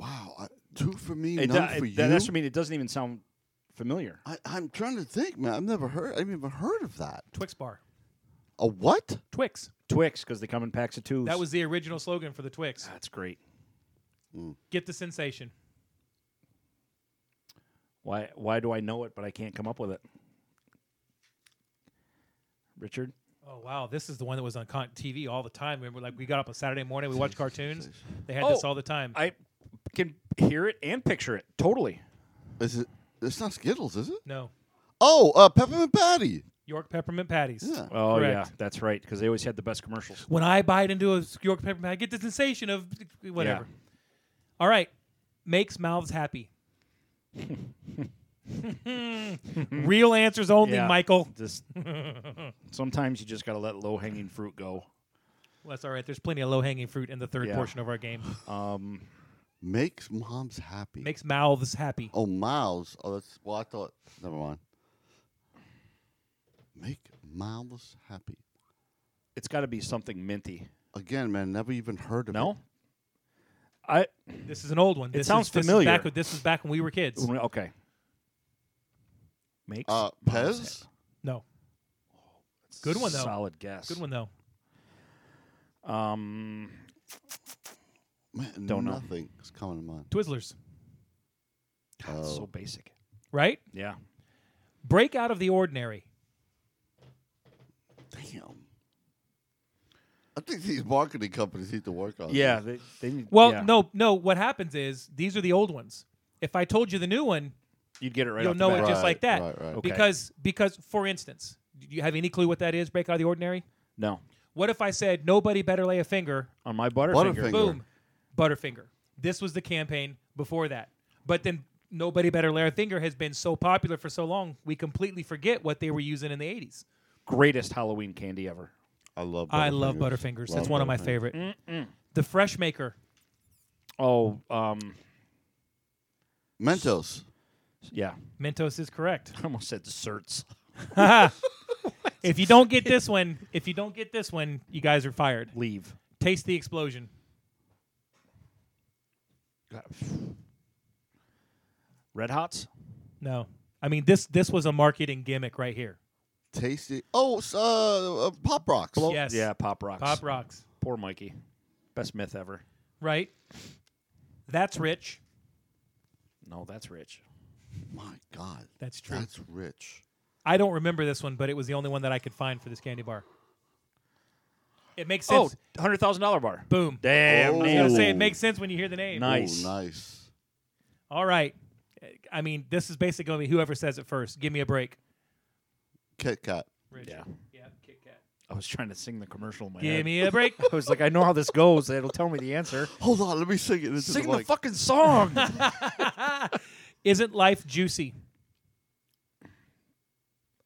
[SPEAKER 6] Wow, I, two for me,
[SPEAKER 1] It-
[SPEAKER 6] none
[SPEAKER 1] that-
[SPEAKER 6] for
[SPEAKER 1] that-
[SPEAKER 6] you.
[SPEAKER 1] That's what I mean. It doesn't even sound familiar.
[SPEAKER 6] I, I'm trying to think, man. I've never heard. I've even heard of that.
[SPEAKER 2] Twix bar.
[SPEAKER 6] A what?
[SPEAKER 2] Twix.
[SPEAKER 1] Twix because they come in packs of twos.
[SPEAKER 2] That was the original slogan for the Twix.
[SPEAKER 1] that's great.
[SPEAKER 2] Get the sensation.
[SPEAKER 1] Why why do I know it but I can't come up with it? Richard,
[SPEAKER 2] Oh wow, this is the one that was on con- TV all the time. Remember, like we got up on Saturday morning, we watched cartoons. They had this
[SPEAKER 1] Oh,
[SPEAKER 2] all the time.
[SPEAKER 1] I can hear it and picture it totally.
[SPEAKER 6] Is it? It's not Skittles, is it?
[SPEAKER 2] no,
[SPEAKER 6] Oh, uh, peppermint patty.
[SPEAKER 2] York peppermint patties.
[SPEAKER 6] Yeah.
[SPEAKER 1] Oh
[SPEAKER 2] Correct.
[SPEAKER 1] yeah, that's right because they always had the best commercials.
[SPEAKER 2] When I bite into a York peppermint, I get the sensation of whatever.
[SPEAKER 1] Yeah.
[SPEAKER 2] All right, makes mouths happy. Real answers only,
[SPEAKER 1] Yeah.
[SPEAKER 2] Michael.
[SPEAKER 1] Just sometimes you just gotta let low hanging fruit go.
[SPEAKER 2] Well, that's all right. There's plenty of low hanging fruit in the third
[SPEAKER 1] Yeah.
[SPEAKER 2] portion of our game.
[SPEAKER 1] Um,
[SPEAKER 6] Makes moms happy.
[SPEAKER 2] Makes mouths happy.
[SPEAKER 6] oh, mouths. Oh, that's. Well, I thought. Never mind. Make mouths happy.
[SPEAKER 1] it's got to be something minty.
[SPEAKER 6] Again, man. Never even heard of it.
[SPEAKER 1] No, I
[SPEAKER 2] This is an old one. This is-
[SPEAKER 1] sounds
[SPEAKER 2] this is
[SPEAKER 1] familiar.
[SPEAKER 2] back when- this was back when we were kids.
[SPEAKER 1] okay. Makes
[SPEAKER 6] Uh,
[SPEAKER 1] moms
[SPEAKER 6] Pez.
[SPEAKER 2] No,
[SPEAKER 1] happy.
[SPEAKER 2] good one, though.
[SPEAKER 1] Solid guess.
[SPEAKER 2] good one though.
[SPEAKER 1] Um,
[SPEAKER 6] Man,
[SPEAKER 1] Don't know.
[SPEAKER 6] nothing's coming to mind.
[SPEAKER 2] Twizzlers,
[SPEAKER 1] God, it's
[SPEAKER 6] Oh.
[SPEAKER 1] so basic.
[SPEAKER 2] right?
[SPEAKER 1] Yeah.
[SPEAKER 2] Break out of the ordinary.
[SPEAKER 6] Damn. I think these marketing companies need to work on.
[SPEAKER 1] Yeah.
[SPEAKER 6] this.
[SPEAKER 1] They, they need,
[SPEAKER 2] Well,
[SPEAKER 1] yeah.
[SPEAKER 2] no, no. What happens is these are the old ones. If I told you the new one,
[SPEAKER 1] You'd get it right.
[SPEAKER 2] you'll
[SPEAKER 1] off the
[SPEAKER 2] know
[SPEAKER 1] bat.
[SPEAKER 2] it just
[SPEAKER 6] Right,
[SPEAKER 2] like that.
[SPEAKER 6] right, right.
[SPEAKER 1] Okay.
[SPEAKER 2] Because because for instance, do you have any clue what that is? Break out of the ordinary.
[SPEAKER 1] No,
[SPEAKER 2] What if I said nobody better lay a finger?
[SPEAKER 1] on my butterfinger.
[SPEAKER 6] Butterfinger.
[SPEAKER 2] Boom, Butterfinger. This was the campaign before that. But then nobody better lay a finger has been so popular for so long, we completely forget what they were using in the eighties.
[SPEAKER 1] Greatest Halloween candy ever.
[SPEAKER 6] I love.
[SPEAKER 2] I love
[SPEAKER 6] Butterfingers.
[SPEAKER 2] Butterfingers. That's one of my
[SPEAKER 6] Butterfingers.
[SPEAKER 2] favorite. The Fresh Maker.
[SPEAKER 1] Oh, um,
[SPEAKER 6] Mentos.
[SPEAKER 1] yeah.
[SPEAKER 2] Mentos is correct.
[SPEAKER 1] I almost said desserts.
[SPEAKER 2] If you don't get this one, if you don't get this one, you guys are fired.
[SPEAKER 1] Leave.
[SPEAKER 2] Taste the explosion.
[SPEAKER 1] Red Hots.
[SPEAKER 2] No, I mean this. This was a marketing gimmick right here.
[SPEAKER 6] Tasty. Oh, s- uh, uh, Pop Rocks.
[SPEAKER 2] yes.
[SPEAKER 1] Yeah. Pop rocks.
[SPEAKER 2] Pop rocks.
[SPEAKER 1] Poor Mikey. Best myth ever.
[SPEAKER 2] Right. That's rich.
[SPEAKER 1] No, that's rich.
[SPEAKER 6] My God.
[SPEAKER 2] That's true.
[SPEAKER 6] That's rich.
[SPEAKER 2] I don't remember this one, but it was the only one that I could find for this candy bar. It makes
[SPEAKER 1] Oh,
[SPEAKER 2] sense.
[SPEAKER 1] hundred thousand dollar bar.
[SPEAKER 2] Boom.
[SPEAKER 1] Damn.
[SPEAKER 6] Oh.
[SPEAKER 2] I was
[SPEAKER 1] man.
[SPEAKER 2] gonna say it makes sense when you hear the name.
[SPEAKER 1] Nice.
[SPEAKER 6] Ooh, nice.
[SPEAKER 2] All right. I mean, this is basically going to be whoever says it first. Give me a break.
[SPEAKER 6] Kit Kat.
[SPEAKER 2] Rich.
[SPEAKER 1] Yeah.
[SPEAKER 2] Yeah. Kit Kat.
[SPEAKER 1] I was trying to sing the commercial in my
[SPEAKER 2] Give
[SPEAKER 1] head.
[SPEAKER 2] me a break.
[SPEAKER 1] I was like, I know how this goes. It'll tell me the answer.
[SPEAKER 6] Hold on, let me sing it. Into
[SPEAKER 1] Sing
[SPEAKER 6] the,
[SPEAKER 1] the
[SPEAKER 6] mic.
[SPEAKER 1] fucking song.
[SPEAKER 2] Isn't life juicy?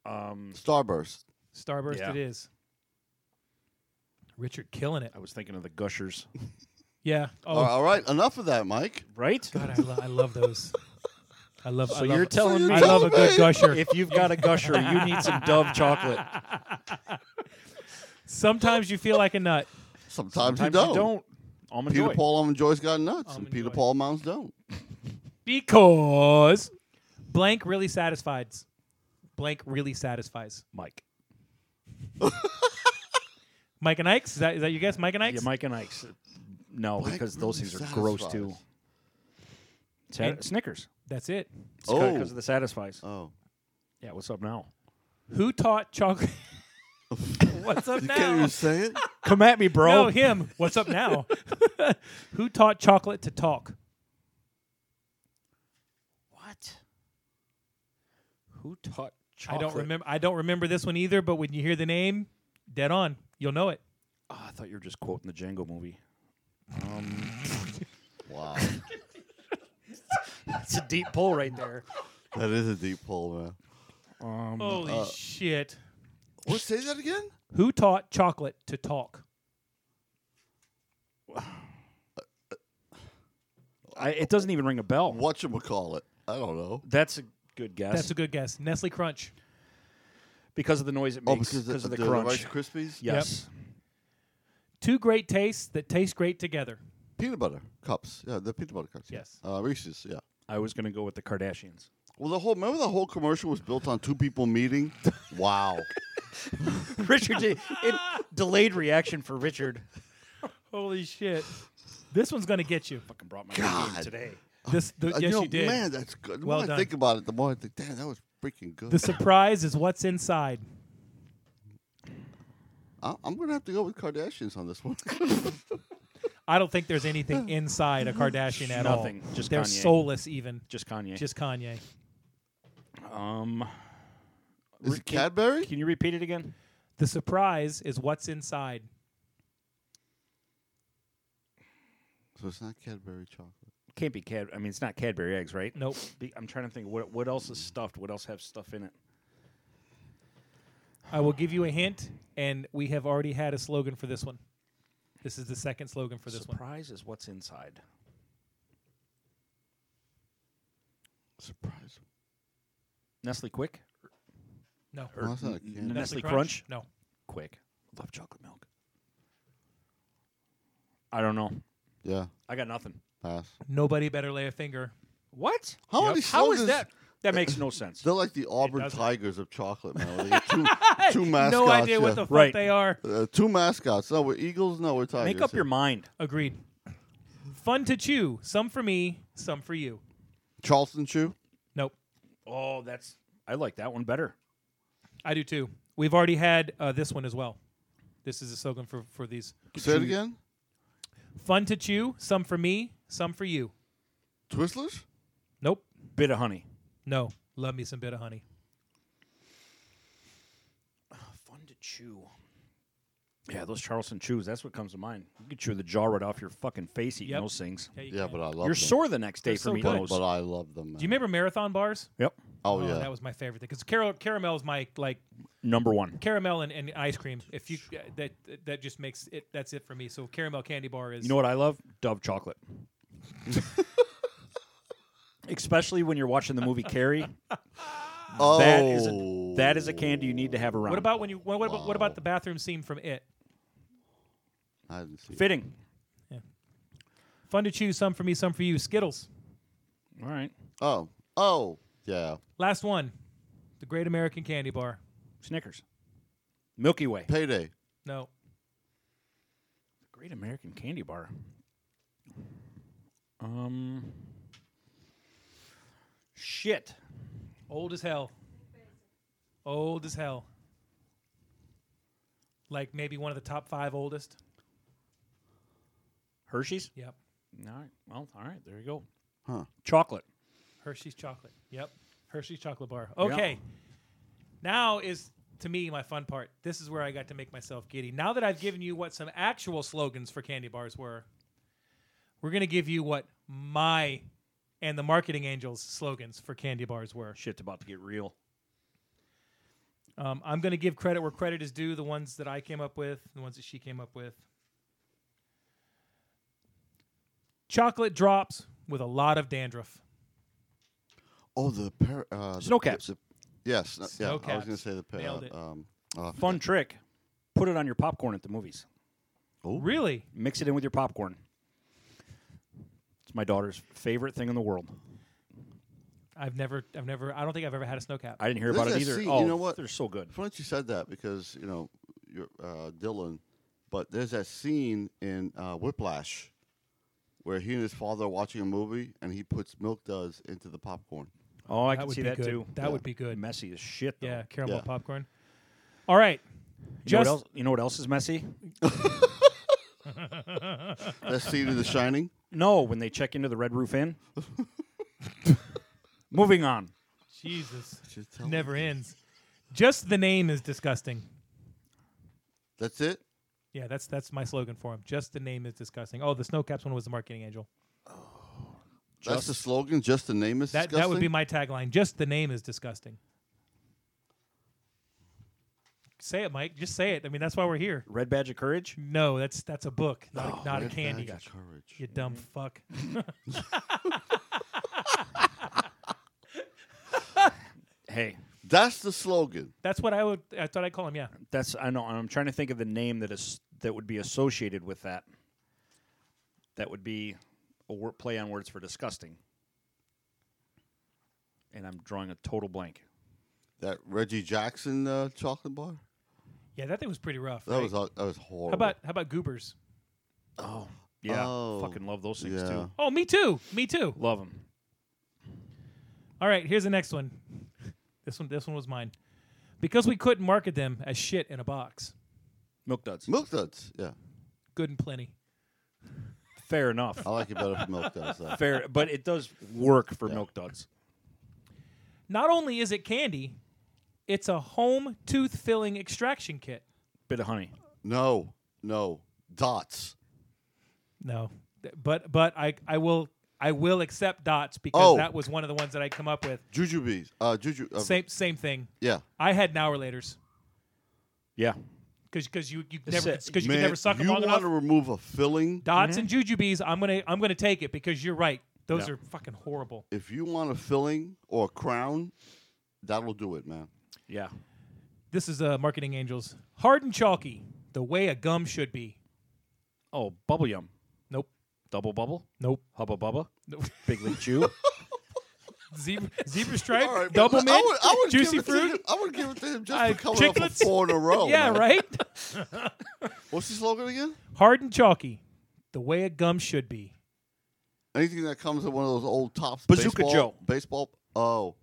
[SPEAKER 1] um,
[SPEAKER 6] Starburst.
[SPEAKER 2] Starburst
[SPEAKER 1] Yeah.
[SPEAKER 2] it is. Richard killing it.
[SPEAKER 1] I was thinking of the Gushers.
[SPEAKER 2] Yeah. Oh,
[SPEAKER 6] All right, all right, enough of that, Mike.
[SPEAKER 1] Right.
[SPEAKER 2] God, I, lo- I love those. I love. I
[SPEAKER 1] So
[SPEAKER 2] love-
[SPEAKER 1] you're telling
[SPEAKER 6] you're
[SPEAKER 1] me
[SPEAKER 2] I love a good
[SPEAKER 6] me.
[SPEAKER 2] gusher.
[SPEAKER 1] if you've got a Gusher, you need some Dove chocolate.
[SPEAKER 2] Sometimes you feel like a nut.
[SPEAKER 6] Sometimes,
[SPEAKER 1] Sometimes
[SPEAKER 6] you don't.
[SPEAKER 1] Almond
[SPEAKER 6] Peter
[SPEAKER 1] Joy.
[SPEAKER 6] Paul Almond Joy's got nuts,
[SPEAKER 2] Almond
[SPEAKER 6] and Peter
[SPEAKER 2] Joy.
[SPEAKER 6] Paul Mounds don't.
[SPEAKER 2] Because blank really satisfies. Blank really satisfies.
[SPEAKER 1] Mike.
[SPEAKER 2] Mike and Ike's? Is that, is that you guess? Mike and Ike's?
[SPEAKER 1] Yeah, Mike and Ike's. No,
[SPEAKER 6] Black
[SPEAKER 1] because those
[SPEAKER 6] really
[SPEAKER 1] things are gross
[SPEAKER 6] satisfies.
[SPEAKER 1] too. Sa-
[SPEAKER 2] And-
[SPEAKER 1] Snickers.
[SPEAKER 2] That's it.
[SPEAKER 6] Oh.
[SPEAKER 1] because of the satisfies.
[SPEAKER 6] Oh,
[SPEAKER 1] Yeah, what's up now?
[SPEAKER 2] Who taught chocolate? What's up
[SPEAKER 6] you can't
[SPEAKER 2] now?
[SPEAKER 6] even say it.
[SPEAKER 1] Come at me, bro.
[SPEAKER 2] No, him. What's up now? Who taught chocolate to talk?
[SPEAKER 1] What? Who taught
[SPEAKER 2] I
[SPEAKER 6] chocolate.
[SPEAKER 2] don't remember. I don't remember this one either. But when you hear the name, dead on, you'll know it.
[SPEAKER 1] Oh, I thought you were just quoting the Django movie. Um,
[SPEAKER 6] Wow,
[SPEAKER 1] That's a deep pull right there.
[SPEAKER 6] that is a deep pull, man.
[SPEAKER 2] Holy shit!
[SPEAKER 6] What? Say that again?
[SPEAKER 2] Who taught chocolate to talk?
[SPEAKER 1] I, it doesn't even ring a bell.
[SPEAKER 6] What you call it? I don't know.
[SPEAKER 1] That's a good guess.
[SPEAKER 2] That's a good guess. Nestle Crunch.
[SPEAKER 1] because of the noise it
[SPEAKER 6] Oh,
[SPEAKER 1] makes.
[SPEAKER 6] because the,
[SPEAKER 1] of the,
[SPEAKER 6] the
[SPEAKER 1] crunch.
[SPEAKER 6] Rice Krispies,
[SPEAKER 1] yes.
[SPEAKER 2] Two great tastes that taste great together.
[SPEAKER 6] peanut butter cups. Yeah, the peanut butter cups. yeah.
[SPEAKER 2] Yes.
[SPEAKER 6] uh, Reese's. Yeah.
[SPEAKER 1] I was going to go with the Kardashians.
[SPEAKER 6] Well, the whole remember the whole commercial was built on two people meeting. Wow.
[SPEAKER 1] Richard, it, it- delayed reaction for Richard.
[SPEAKER 2] Holy shit! This one's gonna get you.
[SPEAKER 1] Fucking brought my
[SPEAKER 6] God.
[SPEAKER 1] game today.
[SPEAKER 2] This, the,
[SPEAKER 6] Uh,
[SPEAKER 2] yes, you,
[SPEAKER 6] know,
[SPEAKER 2] did.
[SPEAKER 6] Man, that's good. The
[SPEAKER 2] Well
[SPEAKER 6] more
[SPEAKER 2] done.
[SPEAKER 6] I think about it, the more I think, damn, that was freaking good.
[SPEAKER 2] The surprise is what's inside.
[SPEAKER 6] I, I'm gonna have to go with Kardashians on this one.
[SPEAKER 2] I don't think there's anything inside a Kardashian at all.
[SPEAKER 1] Nothing. Just
[SPEAKER 2] They're
[SPEAKER 1] Kanye.
[SPEAKER 2] soulless, even.
[SPEAKER 1] Just Kanye.
[SPEAKER 2] Just Kanye.
[SPEAKER 1] um,
[SPEAKER 6] is it Cadbury?
[SPEAKER 1] can you repeat it again?
[SPEAKER 2] The surprise is what's inside.
[SPEAKER 6] so it's not Cadbury chocolate.
[SPEAKER 1] Can't be Cad. I mean, it's not Cadbury eggs, right?
[SPEAKER 2] Nope.
[SPEAKER 1] Be- I'm trying to think. What what else is stuffed? What else has stuff in it?
[SPEAKER 2] I will give you a hint, and we have already had a slogan for this one. This is the second slogan for this one.
[SPEAKER 1] Surprise is what's inside.
[SPEAKER 6] Surprise.
[SPEAKER 1] Nestle Quick.
[SPEAKER 2] No.
[SPEAKER 6] No, it's Oh, not a can.
[SPEAKER 1] Nestle Crunch?
[SPEAKER 2] No.
[SPEAKER 1] Quick. Love chocolate milk. I don't know.
[SPEAKER 6] Yeah.
[SPEAKER 1] I got nothing.
[SPEAKER 6] Pass.
[SPEAKER 2] Nobody better lay a finger.
[SPEAKER 1] What?
[SPEAKER 6] How many
[SPEAKER 1] How is
[SPEAKER 6] slogans-
[SPEAKER 1] that? That makes no sense.
[SPEAKER 6] They're like the Auburn
[SPEAKER 2] doesn't.
[SPEAKER 6] Tigers of chocolate, man. where They get two, two mascots.
[SPEAKER 2] no idea
[SPEAKER 6] yeah.
[SPEAKER 2] what the fuck
[SPEAKER 1] Right.
[SPEAKER 2] they are.
[SPEAKER 6] Uh, two mascots. No, we're Eagles. No, we're Tigers.
[SPEAKER 1] Make up your
[SPEAKER 6] yeah.
[SPEAKER 1] mind.
[SPEAKER 2] Agreed. Fun to chew. Some for me, some for you.
[SPEAKER 6] Charleston shoe.
[SPEAKER 2] Nope.
[SPEAKER 1] Oh, that's. I like that one better.
[SPEAKER 2] I do too. We've already had uh, this one as well. This is a slogan for, for these.
[SPEAKER 6] Say it again.
[SPEAKER 2] Fun to chew. Some for me, some for you.
[SPEAKER 6] Twizzlers.
[SPEAKER 2] Nope.
[SPEAKER 1] Bit of honey.
[SPEAKER 2] No. Love me some bit of honey.
[SPEAKER 1] Fun to chew. Yeah, those Charleston chews. That's what comes to mind. You can chew the jaw right off your fucking face eating
[SPEAKER 2] Yep.
[SPEAKER 1] those things.
[SPEAKER 2] you
[SPEAKER 6] Yeah,
[SPEAKER 2] can.
[SPEAKER 6] but I love them.
[SPEAKER 1] You're sore the next day
[SPEAKER 2] They're
[SPEAKER 1] from
[SPEAKER 2] so
[SPEAKER 1] eating
[SPEAKER 2] good.
[SPEAKER 1] those.
[SPEAKER 6] But uh, I love them. Man.
[SPEAKER 2] Do you remember marathon bars?
[SPEAKER 1] Yep,
[SPEAKER 6] Oh, yeah.
[SPEAKER 2] that was my favorite thing because car- caramel is my like
[SPEAKER 1] number one.
[SPEAKER 2] caramel and, and ice cream. If you that that just makes it that's it for me. So caramel candy bar is
[SPEAKER 1] You know what I love? Dove chocolate. Especially when you're watching the movie Carrie.
[SPEAKER 6] oh.
[SPEAKER 1] That is a that is a candy you need to have around.
[SPEAKER 2] What about when you what, what, about, what about the bathroom scene from It?
[SPEAKER 6] I didn't see. It.
[SPEAKER 1] fitting?
[SPEAKER 2] Fun to choose some for me, some for you. Skittles.
[SPEAKER 1] All right,
[SPEAKER 6] Oh. Oh. Yeah.
[SPEAKER 2] Last one, the Great American Candy Bar.
[SPEAKER 1] Snickers, Milky Way,
[SPEAKER 6] Payday.
[SPEAKER 2] No,
[SPEAKER 1] Great American Candy Bar. Um, shit.
[SPEAKER 2] old as hell. Old as hell. Like maybe one of the top five oldest.
[SPEAKER 1] Hershey's.
[SPEAKER 2] Yep.
[SPEAKER 1] All right. Well, all right. There you go.
[SPEAKER 6] Huh.
[SPEAKER 1] Chocolate.
[SPEAKER 2] Hershey's chocolate. Yep. Hershey's chocolate bar. Okay. Now is to me my fun part. This is where I got to make myself giddy. Now that I've given you what some actual slogans for candy bars were, we're going to give you what my and the marketing angels slogans for candy bars were.
[SPEAKER 1] Shit's about to get real.
[SPEAKER 2] Um, I'm going to give credit where credit is due, the ones that I came up with, the ones that she came up with. Chocolate drops with a lot of dandruff.
[SPEAKER 6] Oh, the par- uh, the-
[SPEAKER 1] Snow caps.
[SPEAKER 6] the- yes. no- yeah.
[SPEAKER 2] Snow
[SPEAKER 6] I was gonna
[SPEAKER 2] caps.
[SPEAKER 6] say the par-
[SPEAKER 2] Nailed it.
[SPEAKER 6] uh, um, uh,
[SPEAKER 1] Fun trick. Put it on your popcorn at the movies.
[SPEAKER 2] Really?
[SPEAKER 1] Mix it in with your popcorn. It's my daughter's favorite thing in the world.
[SPEAKER 2] I've never, I've never, I don't think I've ever had a snow cap.
[SPEAKER 1] I didn't hear
[SPEAKER 6] This
[SPEAKER 1] about it
[SPEAKER 6] I
[SPEAKER 1] either.
[SPEAKER 6] see. You
[SPEAKER 1] oh,
[SPEAKER 6] know what?
[SPEAKER 1] They're so good.
[SPEAKER 6] Funny that you said that because you know you're uh, Dylan, but there's that scene in uh, Whiplash where he and his father are watching a movie and he puts milk does into the popcorn.
[SPEAKER 1] Oh, I
[SPEAKER 2] That
[SPEAKER 1] can
[SPEAKER 2] would
[SPEAKER 1] see
[SPEAKER 2] be
[SPEAKER 1] that
[SPEAKER 2] good.
[SPEAKER 1] too.
[SPEAKER 2] That would be good.
[SPEAKER 1] Messy as shit. Though.
[SPEAKER 2] Yeah, caramel
[SPEAKER 6] Yeah.
[SPEAKER 2] popcorn. All right.
[SPEAKER 1] You know, what
[SPEAKER 2] Just-
[SPEAKER 1] else, you know what else is messy?
[SPEAKER 6] That scene in The Shining.
[SPEAKER 1] No, when they check into the Red Roof Inn. Moving on.
[SPEAKER 2] Jesus.
[SPEAKER 6] Just tell me.
[SPEAKER 2] Never ends. Just the name is disgusting.
[SPEAKER 6] That's it.
[SPEAKER 2] Yeah, that's that's my slogan for him. Just the name is disgusting. Oh, the snowcaps one was the marketing angel.
[SPEAKER 6] That's the slogan. Just the name is
[SPEAKER 2] That
[SPEAKER 6] disgusting.
[SPEAKER 2] that would be my tagline. Just the name is disgusting. Say it, Mike. Just say it. I mean, that's why we're here.
[SPEAKER 1] Red Badge of Courage.
[SPEAKER 2] No, that's that's a book, not
[SPEAKER 6] Oh,
[SPEAKER 2] a, not a
[SPEAKER 6] red
[SPEAKER 2] candy.
[SPEAKER 6] badge of courage.
[SPEAKER 2] You dumb fuck.
[SPEAKER 1] Hey,
[SPEAKER 6] That's the slogan.
[SPEAKER 2] That's what I would. I thought I'd call him. Yeah.
[SPEAKER 1] that's I know. I'm trying to think of the name that is that would be associated with that. That would be a wor- play on words for disgusting. And I'm drawing a total blank.
[SPEAKER 6] That Reggie Jackson uh, chocolate bar.
[SPEAKER 2] Yeah, that thing was pretty rough.
[SPEAKER 6] That
[SPEAKER 2] right?
[SPEAKER 6] was uh, that was horrible.
[SPEAKER 2] How about how about Goobers?
[SPEAKER 1] Yeah,
[SPEAKER 6] Oh,
[SPEAKER 1] fucking love those things
[SPEAKER 6] yeah.
[SPEAKER 1] too.
[SPEAKER 2] Oh, me too. Me too.
[SPEAKER 1] Love them.
[SPEAKER 2] All right, here's the next one. This one this one was mine. Because we couldn't market them as shit in a box.
[SPEAKER 1] Milk duds.
[SPEAKER 6] milk duds? Yeah,
[SPEAKER 2] Good and plenty.
[SPEAKER 1] Fair enough.
[SPEAKER 6] I like it better for milk duds. uh, though.
[SPEAKER 1] Fair, but it does work for milk duds.
[SPEAKER 2] Not only is it candy, it's a home tooth filling extraction kit.
[SPEAKER 1] Bit of honey.
[SPEAKER 6] No, no dots.
[SPEAKER 2] No. Th- But but I I will I will accept dots because
[SPEAKER 6] Oh.
[SPEAKER 2] that was one of the ones that I come up with.
[SPEAKER 6] Jujubes. Uh, juju. Uh,
[SPEAKER 2] Same same thing.
[SPEAKER 6] Yeah.
[SPEAKER 2] I had now relators
[SPEAKER 1] Yeah.
[SPEAKER 2] because you you never
[SPEAKER 1] it.
[SPEAKER 2] because you
[SPEAKER 6] Man,
[SPEAKER 2] could never suck them
[SPEAKER 6] you
[SPEAKER 2] long
[SPEAKER 6] want
[SPEAKER 2] enough.
[SPEAKER 6] to remove a filling?
[SPEAKER 2] Dots and jujubes, I'm gonna I'm gonna take it because you're right. Those
[SPEAKER 1] Yeah.
[SPEAKER 2] are fucking horrible.
[SPEAKER 6] If you want a filling or a crown, that'll do it, man.
[SPEAKER 1] Yeah.
[SPEAKER 2] This is uh, Marketing Angels. Hard and chalky, the way a gum should be.
[SPEAKER 1] Oh, bubble yum.
[SPEAKER 2] Nope.
[SPEAKER 1] Double bubble.
[SPEAKER 2] Nope.
[SPEAKER 1] Hubba bubba.
[SPEAKER 2] Nope.
[SPEAKER 1] Big league chew.
[SPEAKER 2] Zebra, zebra stripe,
[SPEAKER 6] All right,
[SPEAKER 2] double
[SPEAKER 6] but
[SPEAKER 2] mint,
[SPEAKER 6] I would, I would
[SPEAKER 2] juicy
[SPEAKER 6] give it to him-
[SPEAKER 2] fruit.
[SPEAKER 6] I would give it to him just
[SPEAKER 2] Uh,
[SPEAKER 6] for coming up with
[SPEAKER 2] chiclets.
[SPEAKER 6] four in a row.
[SPEAKER 2] yeah,
[SPEAKER 6] man.
[SPEAKER 2] right.
[SPEAKER 6] What's the slogan again?
[SPEAKER 2] Hard and chalky, the way a gum should be.
[SPEAKER 6] Anything that comes in one of those old tops.
[SPEAKER 1] Bazooka
[SPEAKER 6] baseball,
[SPEAKER 1] Joe.
[SPEAKER 6] Baseball. Oh,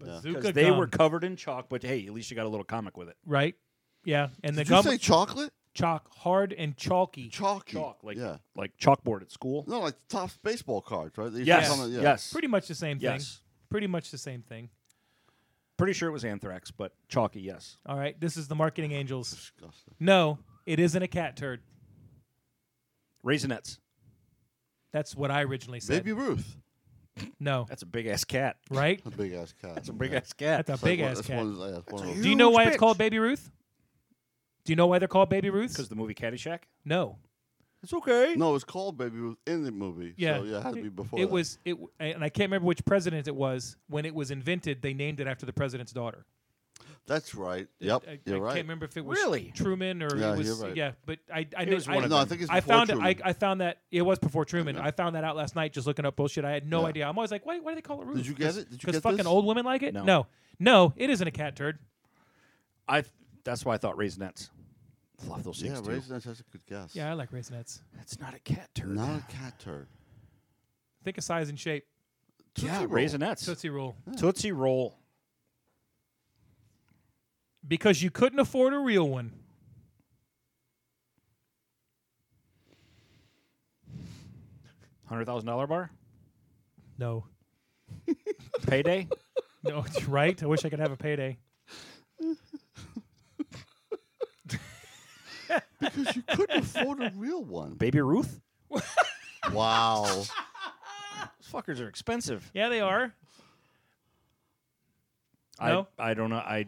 [SPEAKER 2] Bazooka
[SPEAKER 1] Because they
[SPEAKER 2] gum,
[SPEAKER 1] were covered in chalk, but hey, at least you got a little comic with it.
[SPEAKER 2] right. Yeah, and the
[SPEAKER 6] did you
[SPEAKER 2] gum
[SPEAKER 6] say chocolate?
[SPEAKER 2] chalk hard and chalky.
[SPEAKER 6] Chalky.
[SPEAKER 1] Chalk, like
[SPEAKER 6] yeah.
[SPEAKER 1] like chalkboard at school.
[SPEAKER 6] No, like tops baseball cards, right? They used to
[SPEAKER 1] Yes.
[SPEAKER 6] come in- yeah.
[SPEAKER 1] Yes.
[SPEAKER 2] Pretty much the same
[SPEAKER 1] Yes.
[SPEAKER 2] thing. Pretty much the same thing.
[SPEAKER 1] Pretty sure it was anthrax, but chalky, yes.
[SPEAKER 2] All right, this is the Marketing Angels.
[SPEAKER 6] Disgusting.
[SPEAKER 2] No, it isn't a cat turd.
[SPEAKER 1] Raisinets.
[SPEAKER 2] That's what I originally said.
[SPEAKER 6] Baby Ruth.
[SPEAKER 2] No,
[SPEAKER 1] That's a big ass cat.
[SPEAKER 2] right?
[SPEAKER 6] A big ass cat. That's
[SPEAKER 1] It's a big ass cat.
[SPEAKER 2] That's a big ass
[SPEAKER 6] that's
[SPEAKER 2] cat.
[SPEAKER 6] One, of those- that's one of those-
[SPEAKER 2] Do you know why it's called Baby Ruth? Do you know why they're called Baby Ruths?
[SPEAKER 1] Because the movie Caddyshack.
[SPEAKER 2] No.
[SPEAKER 1] It's okay.
[SPEAKER 6] no, it's called Baby Ruth in the movie.
[SPEAKER 2] Yeah.
[SPEAKER 6] So yeah, it had to be before.
[SPEAKER 2] It
[SPEAKER 6] that.
[SPEAKER 2] was it, w- and I can't remember which president it was. When it was invented, they named it after the president's daughter.
[SPEAKER 6] That's right. Yep.
[SPEAKER 2] I,
[SPEAKER 6] you're
[SPEAKER 2] I
[SPEAKER 6] right.
[SPEAKER 2] can't remember if it was
[SPEAKER 1] Really?
[SPEAKER 2] Truman or
[SPEAKER 6] Yeah,
[SPEAKER 2] it was
[SPEAKER 6] you're right.
[SPEAKER 2] yeah. But I I,
[SPEAKER 1] It was
[SPEAKER 2] I,
[SPEAKER 1] one of
[SPEAKER 6] No, I think it's
[SPEAKER 2] I
[SPEAKER 6] before
[SPEAKER 2] found it. I,
[SPEAKER 6] Truman.
[SPEAKER 2] I found that it was before Truman.
[SPEAKER 6] Yeah.
[SPEAKER 2] I found that out last night just looking up bullshit. I had no
[SPEAKER 6] Yeah.
[SPEAKER 2] idea. I'm always like, why, why do they call it Ruth?
[SPEAKER 6] Did you get it? Did you
[SPEAKER 2] Because
[SPEAKER 6] get
[SPEAKER 2] fucking
[SPEAKER 6] this?
[SPEAKER 2] old women like it.
[SPEAKER 1] No.
[SPEAKER 2] no, No, it isn't a cat turd.
[SPEAKER 1] I. That's why I thought raisinets. Love those
[SPEAKER 6] Yeah,
[SPEAKER 1] things too.
[SPEAKER 6] Raisinets. That's a good guess.
[SPEAKER 2] Yeah, I like raisinets.
[SPEAKER 1] That's not a cat turd.
[SPEAKER 6] Not a cat turd.
[SPEAKER 2] Think of size and shape.
[SPEAKER 1] yeah,
[SPEAKER 6] Tootsie Roll.
[SPEAKER 1] raisinets. Tootsie.
[SPEAKER 2] Tootsie roll.
[SPEAKER 1] roll.
[SPEAKER 2] Because you couldn't afford a real one.
[SPEAKER 1] Hundred thousand dollar bar.
[SPEAKER 2] No.
[SPEAKER 1] Payday.
[SPEAKER 2] No, it's right. I wish I could have a payday.
[SPEAKER 6] Because you couldn't afford a real one.
[SPEAKER 1] Baby Ruth.
[SPEAKER 6] Wow.
[SPEAKER 1] Those fuckers are expensive.
[SPEAKER 2] Yeah, they are. No?
[SPEAKER 1] I I don't know. I.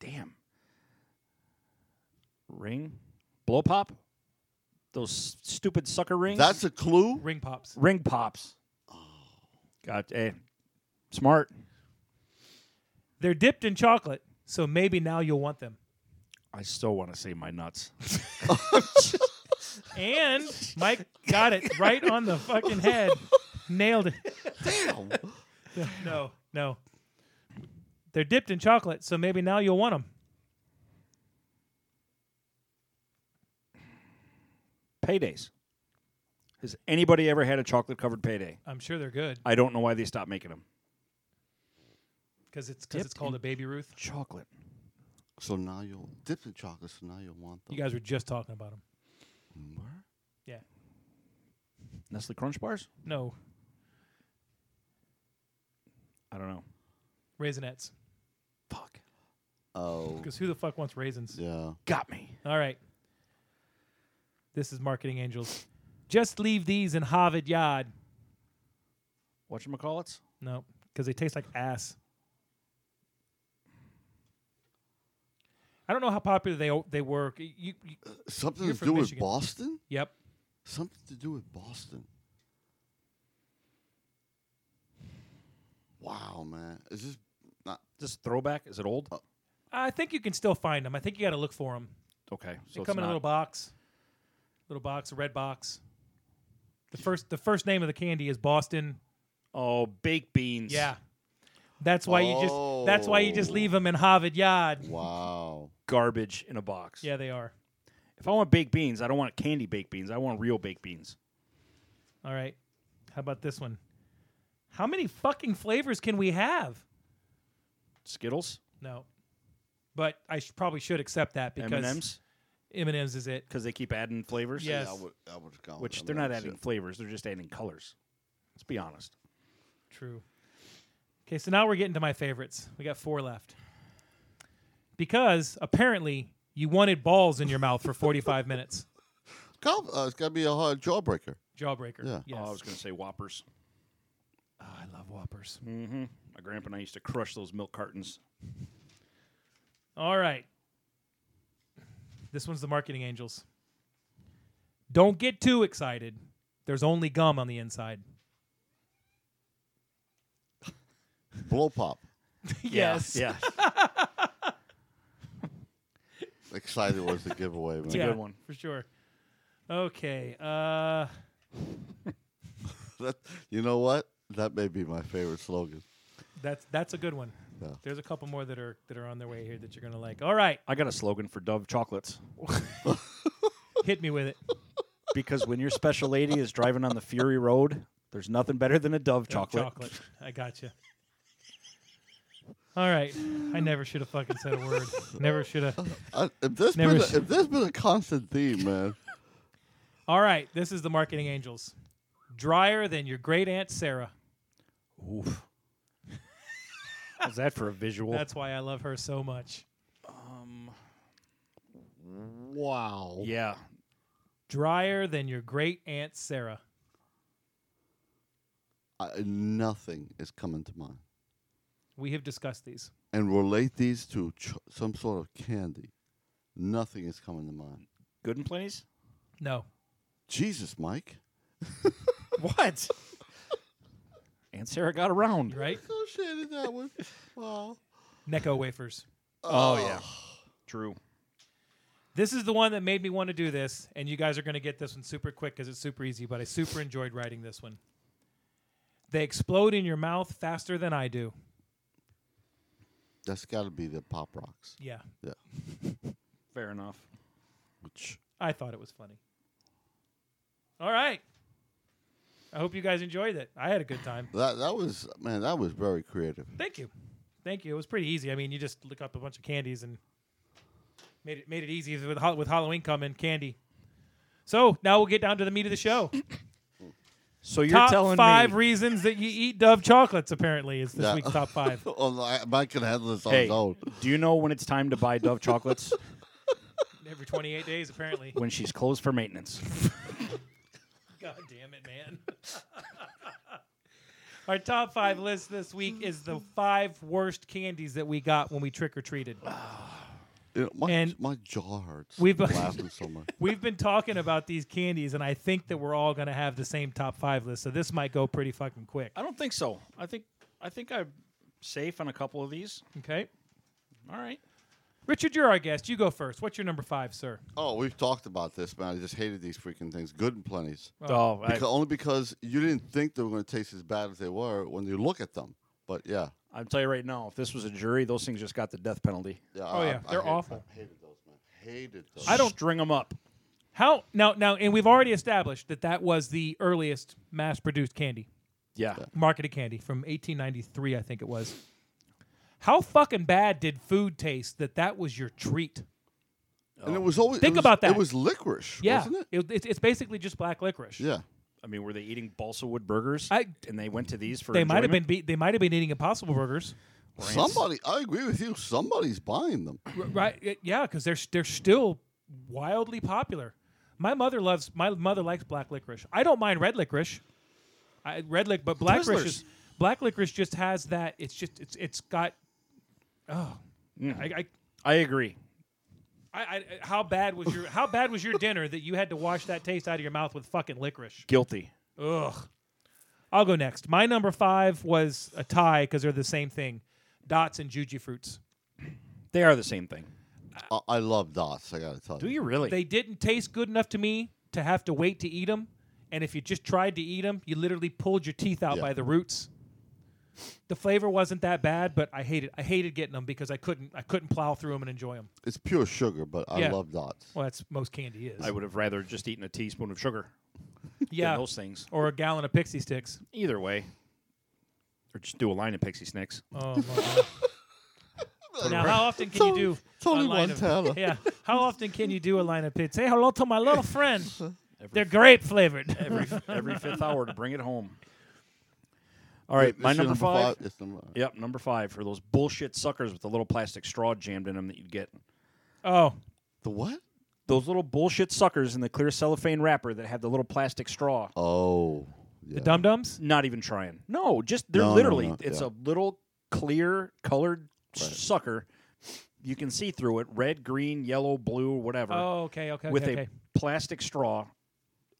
[SPEAKER 1] Damn. Ring. Blow pop. Those stupid sucker rings.
[SPEAKER 6] That's a clue.
[SPEAKER 2] Ring pops.
[SPEAKER 1] ring pops. Got a smart.
[SPEAKER 2] They're dipped in chocolate, so maybe now you'll want them.
[SPEAKER 1] I still want to say my nuts.
[SPEAKER 2] And Mike got it right on the fucking head. Nailed it. Damn. No, no. They're dipped in chocolate, so maybe now you'll want them.
[SPEAKER 1] Paydays. Has anybody ever had a chocolate covered payday?
[SPEAKER 2] I'm sure they're good
[SPEAKER 1] I don't know why they stopped making them.
[SPEAKER 2] because it's because it's
[SPEAKER 1] Dipped
[SPEAKER 2] called a baby Ruth.
[SPEAKER 1] Chocolate.
[SPEAKER 6] So now you'll dip in chocolate. So now you'll want them.
[SPEAKER 2] You guys were just talking about them. Yeah.
[SPEAKER 1] Nestle Crunch bars?
[SPEAKER 2] No.
[SPEAKER 1] I don't know.
[SPEAKER 2] Raisinets.
[SPEAKER 1] Fuck.
[SPEAKER 6] Oh,
[SPEAKER 2] Because who the fuck wants raisins?
[SPEAKER 6] yeah.
[SPEAKER 1] Got me.
[SPEAKER 2] All right. This is Marketing Angels. Just leave these in Harvard Yard.
[SPEAKER 1] Whatchamacallits?
[SPEAKER 2] No, because they taste like ass. I don't know how popular they they were. You, you,
[SPEAKER 6] Something
[SPEAKER 2] You're
[SPEAKER 6] to
[SPEAKER 2] from
[SPEAKER 6] do with
[SPEAKER 2] Michigan.
[SPEAKER 6] Boston?
[SPEAKER 2] yep.
[SPEAKER 6] Something to do with Boston. Wow, man. Is this not
[SPEAKER 1] This throwback is it old?
[SPEAKER 2] I think you can still find them. I think you got to look for them.
[SPEAKER 1] Okay,
[SPEAKER 2] They
[SPEAKER 1] so it's
[SPEAKER 2] come in
[SPEAKER 1] not-
[SPEAKER 2] a little box, little box, a red box. The first the first name of the candy is Boston.
[SPEAKER 1] Oh, baked beans.
[SPEAKER 2] Yeah, that's why you just that's why you just leave them in Harvard Yard.
[SPEAKER 6] wow?
[SPEAKER 1] garbage in a box.
[SPEAKER 2] Yeah, they are.
[SPEAKER 1] If I want baked beans, I don't want candy baked beans. I want real baked beans.
[SPEAKER 2] All right. How about this one? How many fucking flavors can we have?
[SPEAKER 1] Skittles,
[SPEAKER 2] No. But I sh- probably should accept that
[SPEAKER 1] M
[SPEAKER 2] because
[SPEAKER 1] and M's,
[SPEAKER 2] M&M's is it.
[SPEAKER 1] because they keep adding flavors.
[SPEAKER 2] Yeah.
[SPEAKER 6] I
[SPEAKER 2] Yes.
[SPEAKER 6] would, I would have gone with
[SPEAKER 1] which
[SPEAKER 6] them.
[SPEAKER 1] they're not
[SPEAKER 6] That's
[SPEAKER 1] adding
[SPEAKER 6] it.
[SPEAKER 1] flavors; they're just adding colors. Let's be honest.
[SPEAKER 2] True. Okay, so now we're getting to my favorites. We got four left. Because apparently you wanted balls in your mouth for 45 minutes.
[SPEAKER 6] Come, uh, it's got to be a hard jawbreaker.
[SPEAKER 2] Jawbreaker.
[SPEAKER 6] Yeah.
[SPEAKER 2] Yes.
[SPEAKER 1] Oh, I was going to say Whoppers.
[SPEAKER 2] Oh, I love Whoppers.
[SPEAKER 1] Mm-hmm. My grandpa and I used to crush those milk cartons.
[SPEAKER 2] All right. This one's the marketing angels. Don't get too excited. There's only gum on the inside.
[SPEAKER 6] Blow pop.
[SPEAKER 2] yes.
[SPEAKER 1] Yeah. yeah.
[SPEAKER 6] Excited was the giveaway, man.
[SPEAKER 2] Yeah,
[SPEAKER 1] good one.
[SPEAKER 2] for sure. Okay. Uh,
[SPEAKER 6] That- you know what? That may be my favorite slogan.
[SPEAKER 2] that's that's a good one.
[SPEAKER 6] Yeah.
[SPEAKER 2] There's a couple more that are that are on their way here that you're gonna like. All right,
[SPEAKER 1] I got a slogan for Dove chocolates
[SPEAKER 2] hit me with it.
[SPEAKER 1] because when your special lady is driving on the Fury Road, there's nothing better than a Dove chocolate.
[SPEAKER 2] Chocolate. I got you. All right. I never should have fucking said a word. Never should have.
[SPEAKER 6] I, Uh, if this
[SPEAKER 2] Never
[SPEAKER 6] been
[SPEAKER 2] s-
[SPEAKER 6] a, if this been a constant theme, man.
[SPEAKER 2] All right. This is the marketing angels. Drier than your great aunt Sarah.
[SPEAKER 1] Oof. How's that for a visual?
[SPEAKER 2] That's why I love her so much.
[SPEAKER 6] Wow.
[SPEAKER 1] yeah.
[SPEAKER 2] Drier than your great aunt Sarah.
[SPEAKER 6] I, nothing is coming to mind.
[SPEAKER 2] We have discussed these.
[SPEAKER 6] And relate these to ch- some sort of candy. Nothing is coming to mind.
[SPEAKER 1] Good and plenty's.
[SPEAKER 2] No.
[SPEAKER 6] Jesus, Mike.
[SPEAKER 1] What? Aunt Sarah got around.
[SPEAKER 2] You right?
[SPEAKER 6] Oh shit! Is that one? Wow.
[SPEAKER 2] Necco wafers.
[SPEAKER 1] Oh, yeah. True.
[SPEAKER 2] This is the one that made me want to do this, and you guys are going to get this one super quick because it's super easy, but I super enjoyed writing this one. They explode in your mouth faster than I do.
[SPEAKER 6] That's got to be the pop rocks.
[SPEAKER 2] Yeah,
[SPEAKER 6] Yeah.
[SPEAKER 1] Fair enough.
[SPEAKER 6] Which
[SPEAKER 2] I thought it was funny. All right. I hope you guys enjoyed it. I had a good time.
[SPEAKER 6] that that was man. That was very creative.
[SPEAKER 2] Thank you. Thank you. It was pretty easy. I mean, you just look up a bunch of candies and made it made it easy with, Hall- with Halloween coming, candy. So now we'll get down to the meat of the show.
[SPEAKER 1] So you're
[SPEAKER 2] top
[SPEAKER 1] telling
[SPEAKER 2] five
[SPEAKER 1] me
[SPEAKER 2] reasons that you eat Dove chocolates. Apparently, is this
[SPEAKER 6] Yeah.
[SPEAKER 2] week's top five.
[SPEAKER 6] Oh, no, I- Mike can handle this on
[SPEAKER 1] Hey.
[SPEAKER 6] his own.
[SPEAKER 1] Do you know when it's time to buy Dove chocolates?
[SPEAKER 2] Every 28 days, apparently.
[SPEAKER 1] when she's closed for maintenance.
[SPEAKER 2] God damn it, man. Our top five list this week is the five worst candies that we got when we trick or treated.
[SPEAKER 6] You know, my,
[SPEAKER 2] And
[SPEAKER 6] my jaw hurts.
[SPEAKER 2] we've-
[SPEAKER 6] laughing so much.
[SPEAKER 2] We've been talking about these candies, and I think that we're all going to have the same top five list. So this might go pretty fucking quick.
[SPEAKER 1] I don't think so. I think I think I'm safe on a couple of these.
[SPEAKER 2] Okay.
[SPEAKER 1] All right.
[SPEAKER 2] Richard, you're our guest. You go first. What's your number five, sir?
[SPEAKER 1] Uh,
[SPEAKER 6] Oh, we've talked about this, man. I just hated these freaking things. Good and plenties.
[SPEAKER 1] Oh, I,
[SPEAKER 6] Because, only because you didn't think they were going to taste as bad as they were when you look at them. But yeah,
[SPEAKER 1] I'll tell you right now, if this was a jury, those things just got the death penalty.
[SPEAKER 6] yeah.
[SPEAKER 2] Oh, yeah. They're
[SPEAKER 6] hated-
[SPEAKER 2] awful.
[SPEAKER 6] I hated those, man. Hated those.
[SPEAKER 1] I don't string them up.
[SPEAKER 2] How now? Now, and we've already established that that was the earliest mass-produced candy.
[SPEAKER 1] Yeah.
[SPEAKER 2] marketed candy from 1893, I think it was. How fucking bad did food taste that that was your treat?
[SPEAKER 6] And it was always
[SPEAKER 2] Oh,
[SPEAKER 6] it
[SPEAKER 2] Think
[SPEAKER 6] was-
[SPEAKER 2] about that.
[SPEAKER 6] It was licorice,
[SPEAKER 2] Yeah,
[SPEAKER 6] wasn't it?
[SPEAKER 2] It- it's, it's basically just black licorice.
[SPEAKER 6] Yeah.
[SPEAKER 1] I mean, were they eating balsa wood burgers?
[SPEAKER 2] I-
[SPEAKER 1] and they went to these for
[SPEAKER 2] They might have been
[SPEAKER 1] enjoyment?
[SPEAKER 2] be, they might have been eating Impossible Burgers. Rants.
[SPEAKER 6] Somebody, I agree with you. Somebody's buying them.
[SPEAKER 2] R- right? y- Yeah, because they're s- they're still wildly popular. My mother loves my mother likes black licorice. I don't mind red licorice. I, red lic, but black licorice, is, black licorice just has that. It's just it's it's got. Oh,
[SPEAKER 6] Mm.
[SPEAKER 2] I, I
[SPEAKER 1] I agree.
[SPEAKER 2] I, I, how bad was your how bad was your dinner that you had to wash that taste out of your mouth with fucking licorice?
[SPEAKER 1] Guilty.
[SPEAKER 2] Ugh. I'll go next. My number five was a tie because they're the same thing, dots and juji fruits.
[SPEAKER 1] They are the same thing.
[SPEAKER 6] I, I love dots. I gotta tell you.
[SPEAKER 1] Do you really?
[SPEAKER 2] They didn't taste good enough to me to have to wait to eat them, and if you just tried to eat them, you literally pulled your teeth out
[SPEAKER 6] Yeah.
[SPEAKER 2] by the roots. The flavor wasn't that bad, but I hated I hated getting them because I couldn't I couldn't plow through them and enjoy them.
[SPEAKER 6] It's pure sugar, but I
[SPEAKER 2] Yeah.
[SPEAKER 6] love dots.
[SPEAKER 2] Well, that's most candy is.
[SPEAKER 1] I would have rather just eaten a teaspoon of sugar
[SPEAKER 2] yeah,
[SPEAKER 1] than those things.
[SPEAKER 2] or a gallon of pixie sticks.
[SPEAKER 1] Either way, or just do a line of pixie snacks.
[SPEAKER 2] Oh, my God. Now, how often can you
[SPEAKER 6] Tony-
[SPEAKER 2] do
[SPEAKER 6] Tony
[SPEAKER 2] a line
[SPEAKER 6] Montana.
[SPEAKER 2] Of, yeah, how often can you do a line of pits? Say hello to my little friend. They're grape flavored.
[SPEAKER 1] Every every fifth hour to bring it home. All right, my
[SPEAKER 6] It's your
[SPEAKER 1] number five.
[SPEAKER 6] It's number-
[SPEAKER 1] Yep, number five for those bullshit suckers with the little plastic straw jammed in them that you get.
[SPEAKER 2] oh,
[SPEAKER 6] The what?
[SPEAKER 1] Those little bullshit suckers in the clear cellophane wrapper that have the little plastic straw.
[SPEAKER 6] Oh, yeah.
[SPEAKER 2] the dum dums.
[SPEAKER 1] Not even trying. No, just they're
[SPEAKER 6] No, no,
[SPEAKER 1] literally.
[SPEAKER 6] no,
[SPEAKER 1] It's
[SPEAKER 6] yeah.
[SPEAKER 1] a little clear colored s- sucker. You can see through it. Red, green, yellow, blue, whatever.
[SPEAKER 2] Oh, okay, okay,
[SPEAKER 1] with
[SPEAKER 2] okay.
[SPEAKER 1] a
[SPEAKER 2] okay.
[SPEAKER 1] plastic straw